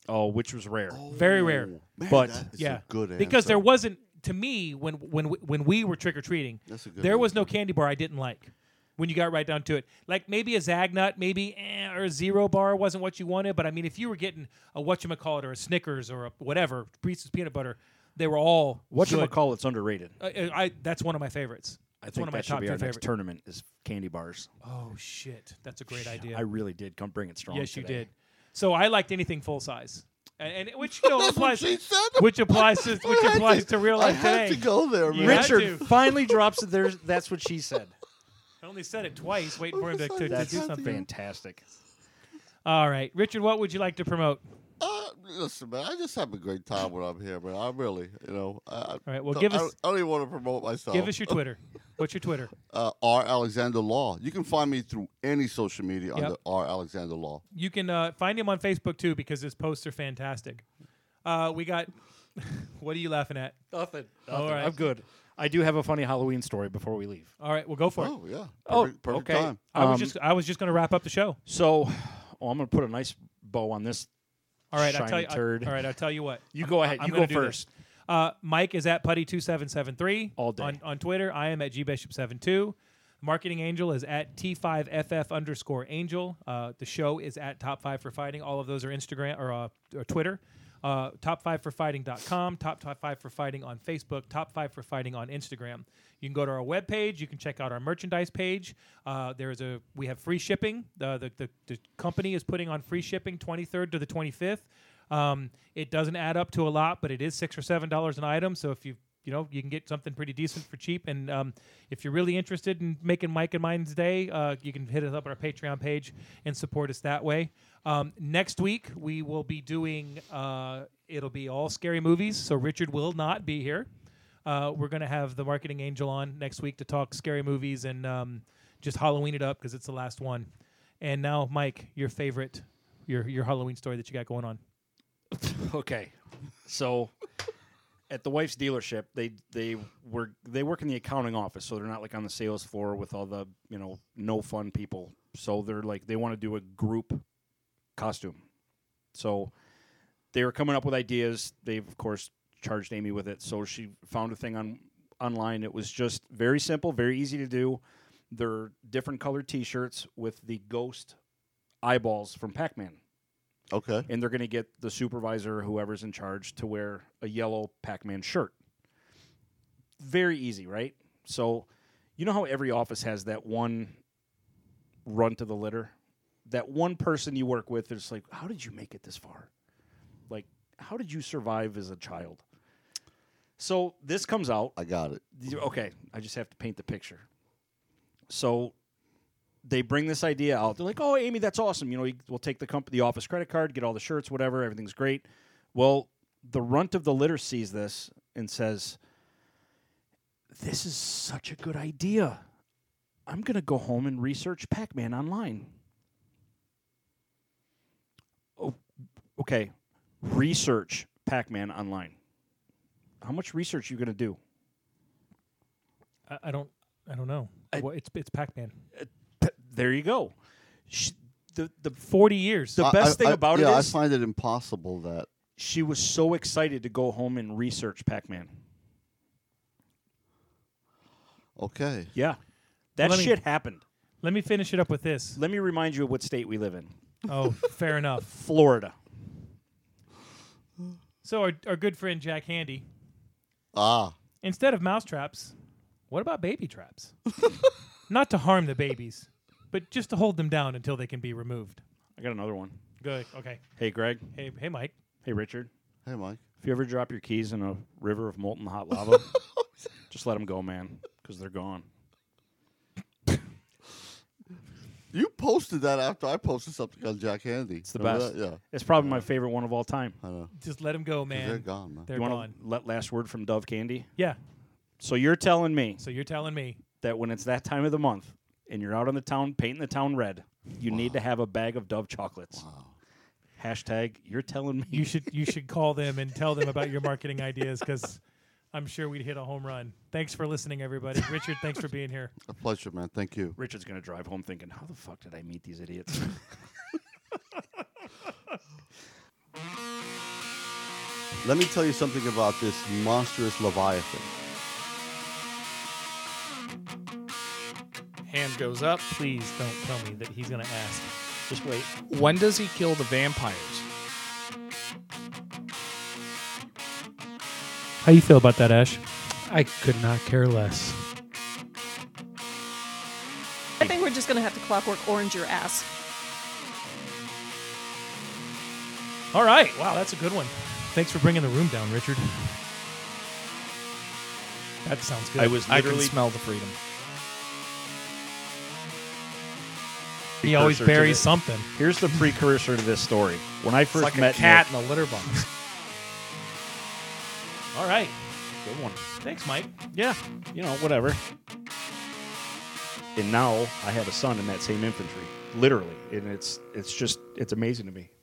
[SPEAKER 1] Oh, which was rare.
[SPEAKER 2] Very rare.
[SPEAKER 6] Man,
[SPEAKER 1] But-
[SPEAKER 6] that is a
[SPEAKER 2] yeah,
[SPEAKER 6] good
[SPEAKER 2] because
[SPEAKER 6] answer.
[SPEAKER 2] there wasn't to me when when we- when we were trick or treating.
[SPEAKER 6] That's a good
[SPEAKER 2] There was
[SPEAKER 6] answer.
[SPEAKER 2] no candy bar I didn't like. When you got right down to it, like maybe a Zagnut, maybe eh, or a Zero Bar wasn't what you wanted, but I mean, if you were getting a whatchamacallit or a Snickers or a whatever Reese's peanut butter, they were all
[SPEAKER 1] What you
[SPEAKER 2] good.
[SPEAKER 1] call it's underrated.
[SPEAKER 2] I, I, I- that's one of my favorites.
[SPEAKER 1] I
[SPEAKER 2] That's
[SPEAKER 1] think
[SPEAKER 2] one of my
[SPEAKER 1] that should
[SPEAKER 2] top
[SPEAKER 1] be
[SPEAKER 2] ten
[SPEAKER 1] our next
[SPEAKER 2] favorites.
[SPEAKER 1] tournament is candy bars.
[SPEAKER 2] Oh shit, that's a great idea.
[SPEAKER 1] I really did come bring it strong.
[SPEAKER 2] yes, you
[SPEAKER 1] today.
[SPEAKER 2] did. So I liked anything full size. and, and which you know
[SPEAKER 6] That's what
[SPEAKER 2] applies,
[SPEAKER 6] she said.
[SPEAKER 2] which applies to
[SPEAKER 6] I
[SPEAKER 2] which
[SPEAKER 6] had
[SPEAKER 2] applies to,
[SPEAKER 6] to-
[SPEAKER 2] real
[SPEAKER 6] I
[SPEAKER 2] life
[SPEAKER 6] had
[SPEAKER 2] today.
[SPEAKER 6] to go there,
[SPEAKER 2] You
[SPEAKER 6] man.
[SPEAKER 2] had
[SPEAKER 1] Richard
[SPEAKER 2] to.
[SPEAKER 1] finally drops that there's that's what she said.
[SPEAKER 2] I only said it twice, waiting for him to,
[SPEAKER 6] That's
[SPEAKER 2] to, to
[SPEAKER 1] That's
[SPEAKER 2] do something.
[SPEAKER 1] fantastic.
[SPEAKER 2] All right, Richard, what would you like to promote?
[SPEAKER 6] Uh, listen, man, I just have a great time when I'm here, man. I really, you know. I, All
[SPEAKER 2] right, well, give
[SPEAKER 6] I,
[SPEAKER 2] us-
[SPEAKER 6] don't- I don't even want to promote myself.
[SPEAKER 1] Oh.
[SPEAKER 2] Give us your Twitter. What's your Twitter?
[SPEAKER 6] uh, R Alexander Law. You can find me through any social media
[SPEAKER 2] Yep.
[SPEAKER 6] under R Alexander Law.
[SPEAKER 2] You can uh, find him on Facebook too because his posts are fantastic. Uh, we got. what are you laughing at?
[SPEAKER 1] Nothing.
[SPEAKER 2] All right.
[SPEAKER 1] I'm good. I do have a funny Halloween story before we leave.
[SPEAKER 2] All right, well, go for it.
[SPEAKER 6] Oh yeah,
[SPEAKER 1] Oh,
[SPEAKER 6] perfect, perfect
[SPEAKER 1] okay.
[SPEAKER 6] time.
[SPEAKER 2] I was
[SPEAKER 1] Um,
[SPEAKER 2] just I was just going to wrap up the show.
[SPEAKER 1] So, oh, I'm gonna put a nice bow on this.
[SPEAKER 2] All right, I
[SPEAKER 1] shiny
[SPEAKER 2] tell you. I-
[SPEAKER 1] turd.
[SPEAKER 2] all right, I'll tell you what.
[SPEAKER 1] You go ahead.
[SPEAKER 2] I'm
[SPEAKER 1] you
[SPEAKER 2] gonna
[SPEAKER 1] go
[SPEAKER 2] do this.
[SPEAKER 1] first.
[SPEAKER 2] Uh, Mike is at putty two seven seven three
[SPEAKER 1] All day.
[SPEAKER 2] on, on Twitter. I am at gbishop72. Marketing Angel is at t5ff underscore angel. Uh, the show is at top five for fighting. All of those are Instagram or, uh, or Twitter. Uh, top five for fighting.com, top, top five for fighting on Facebook, top five for fighting on Instagram. You can go to our webpage. You can check out our merchandise page. Uh, there is a we have free shipping. The, the, the, the company is putting on free shipping 23rd to the 25th. Um, it doesn't add up to a lot, but it is six or seven dollars an item. So if you you know you can get something pretty decent for cheap, and um, if you're really interested in making Mike and mine's day, uh, you can hit us up on our Patreon page and support us that way. Um, next week we will be doing uh, it'll be all scary movies. So Richard will not be here. Uh, we're gonna have the marketing angel on next week to talk scary movies and um, just Halloween it up because it's the last one. And now, Mike, your favorite, your your Halloween story that you got going on.
[SPEAKER 1] Okay. So at the wife's dealership, they they were they work in the accounting office, so they're not like on the sales floor with all the, you know, no fun people. So they're like they want to do a group costume. So they were coming up with ideas. They've of course charged Amy with it. So she found a thing on online. It was just very simple, very easy to do. They're different colored t-shirts with the ghost eyeballs from Pac-Man
[SPEAKER 6] Okay,
[SPEAKER 1] and they're going to get the supervisor, or whoever's in charge, to wear a yellow Pac-Man shirt. Very easy, right? So, you know how every office has that one run to the litter, that one person you work with that's like, "How did you make it this far? Like, how did you survive as a child?" So this comes out
[SPEAKER 6] I got it.
[SPEAKER 1] you- okay, I just have to paint the picture. So they bring this idea out. They're like, "Oh, Amy, that's awesome. You know, you- we'll take the comp- the office credit card, get all the shirts, whatever. Everything's great." Well, the runt of the litter sees this and says, "This is such a good idea. I'm going to go home and research Pac-Man online." Oh, okay. Research Pac-Man online. How much research you going to do?
[SPEAKER 2] I, I don't. I don't know. Wha- it's it's Pac Man.
[SPEAKER 1] Th- there you go. She, the the
[SPEAKER 2] Forty years.
[SPEAKER 1] The
[SPEAKER 6] I-
[SPEAKER 1] best
[SPEAKER 6] I-
[SPEAKER 1] thing
[SPEAKER 6] I-
[SPEAKER 1] about it
[SPEAKER 6] yeah,
[SPEAKER 1] is-
[SPEAKER 6] I find it impossible that
[SPEAKER 1] she was so excited to go home and research Pac-Man.
[SPEAKER 6] okay.
[SPEAKER 1] Yeah, that
[SPEAKER 2] Let me-
[SPEAKER 1] shit happened.
[SPEAKER 2] Let me finish it up with this.
[SPEAKER 1] Let me remind you of what state we live in:
[SPEAKER 2] Oh, fair enough.
[SPEAKER 1] Florida.
[SPEAKER 2] So our our good friend Jack Handy,
[SPEAKER 6] Ah,
[SPEAKER 2] instead of mouse traps, what about baby traps? Not to harm the babies, but just to hold them down until they can be removed.
[SPEAKER 1] I got another one.
[SPEAKER 2] Good. Okay.
[SPEAKER 1] Hey, Greg.
[SPEAKER 2] Hey, hey, Mike.
[SPEAKER 1] Hey, Richard.
[SPEAKER 6] hey Mike.
[SPEAKER 1] If you ever drop your keys in a river of molten hot lava, just let them go, man, because they're gone.
[SPEAKER 6] You posted that after I posted something on Jack Handy.
[SPEAKER 1] It's the
[SPEAKER 6] Remember
[SPEAKER 1] best.
[SPEAKER 6] that? Yeah,
[SPEAKER 1] It's probably my favorite one of all time.
[SPEAKER 6] I know.
[SPEAKER 2] Just let them go, man.
[SPEAKER 6] They're gone, man.
[SPEAKER 2] They're
[SPEAKER 1] you
[SPEAKER 2] gone.
[SPEAKER 1] want to let last word from Dove Candy?
[SPEAKER 2] Yeah.
[SPEAKER 1] So you're telling me
[SPEAKER 2] So you're telling me
[SPEAKER 1] that when it's that time of the month and you're out on the town painting the town red, you need to have a bag of Dove chocolates. Hashtag, you're telling me.
[SPEAKER 2] you should you should call them and tell them about your marketing ideas because I'm sure we'd hit a home run. Thanks for listening, everybody. Richard, thanks for being here.
[SPEAKER 6] A pleasure, man. Thank you.
[SPEAKER 1] Richard's going to drive home thinking, how the fuck did I meet these idiots?
[SPEAKER 6] Let me tell you something about this monstrous leviathan.
[SPEAKER 8] Hand goes up.
[SPEAKER 2] Please don't tell me that he's gonna ask.
[SPEAKER 1] Just wait.
[SPEAKER 8] When does he kill the vampires?
[SPEAKER 2] How you feel about that, Ash?
[SPEAKER 9] I could not care less.
[SPEAKER 10] I think we're just gonna have to clockwork orange your ass.
[SPEAKER 2] All right. Wow, that's a good one. Thanks for bringing the room down, Richard. That sounds good.
[SPEAKER 11] I was
[SPEAKER 12] I can
[SPEAKER 11] literally
[SPEAKER 12] smell the freedom.
[SPEAKER 2] he always
[SPEAKER 11] precursor to
[SPEAKER 2] buries
[SPEAKER 11] the-
[SPEAKER 2] something.
[SPEAKER 1] Here's the precursor to this story. When I
[SPEAKER 12] It's
[SPEAKER 1] first
[SPEAKER 12] like a
[SPEAKER 1] met
[SPEAKER 12] cat
[SPEAKER 1] Nick-
[SPEAKER 12] in a litter box.
[SPEAKER 2] All right.
[SPEAKER 1] good one.
[SPEAKER 2] Thanks, Mike.
[SPEAKER 1] Yeah, you know, whatever. And now I have a son in that same infantry, literally, and it's it's just it's amazing to me.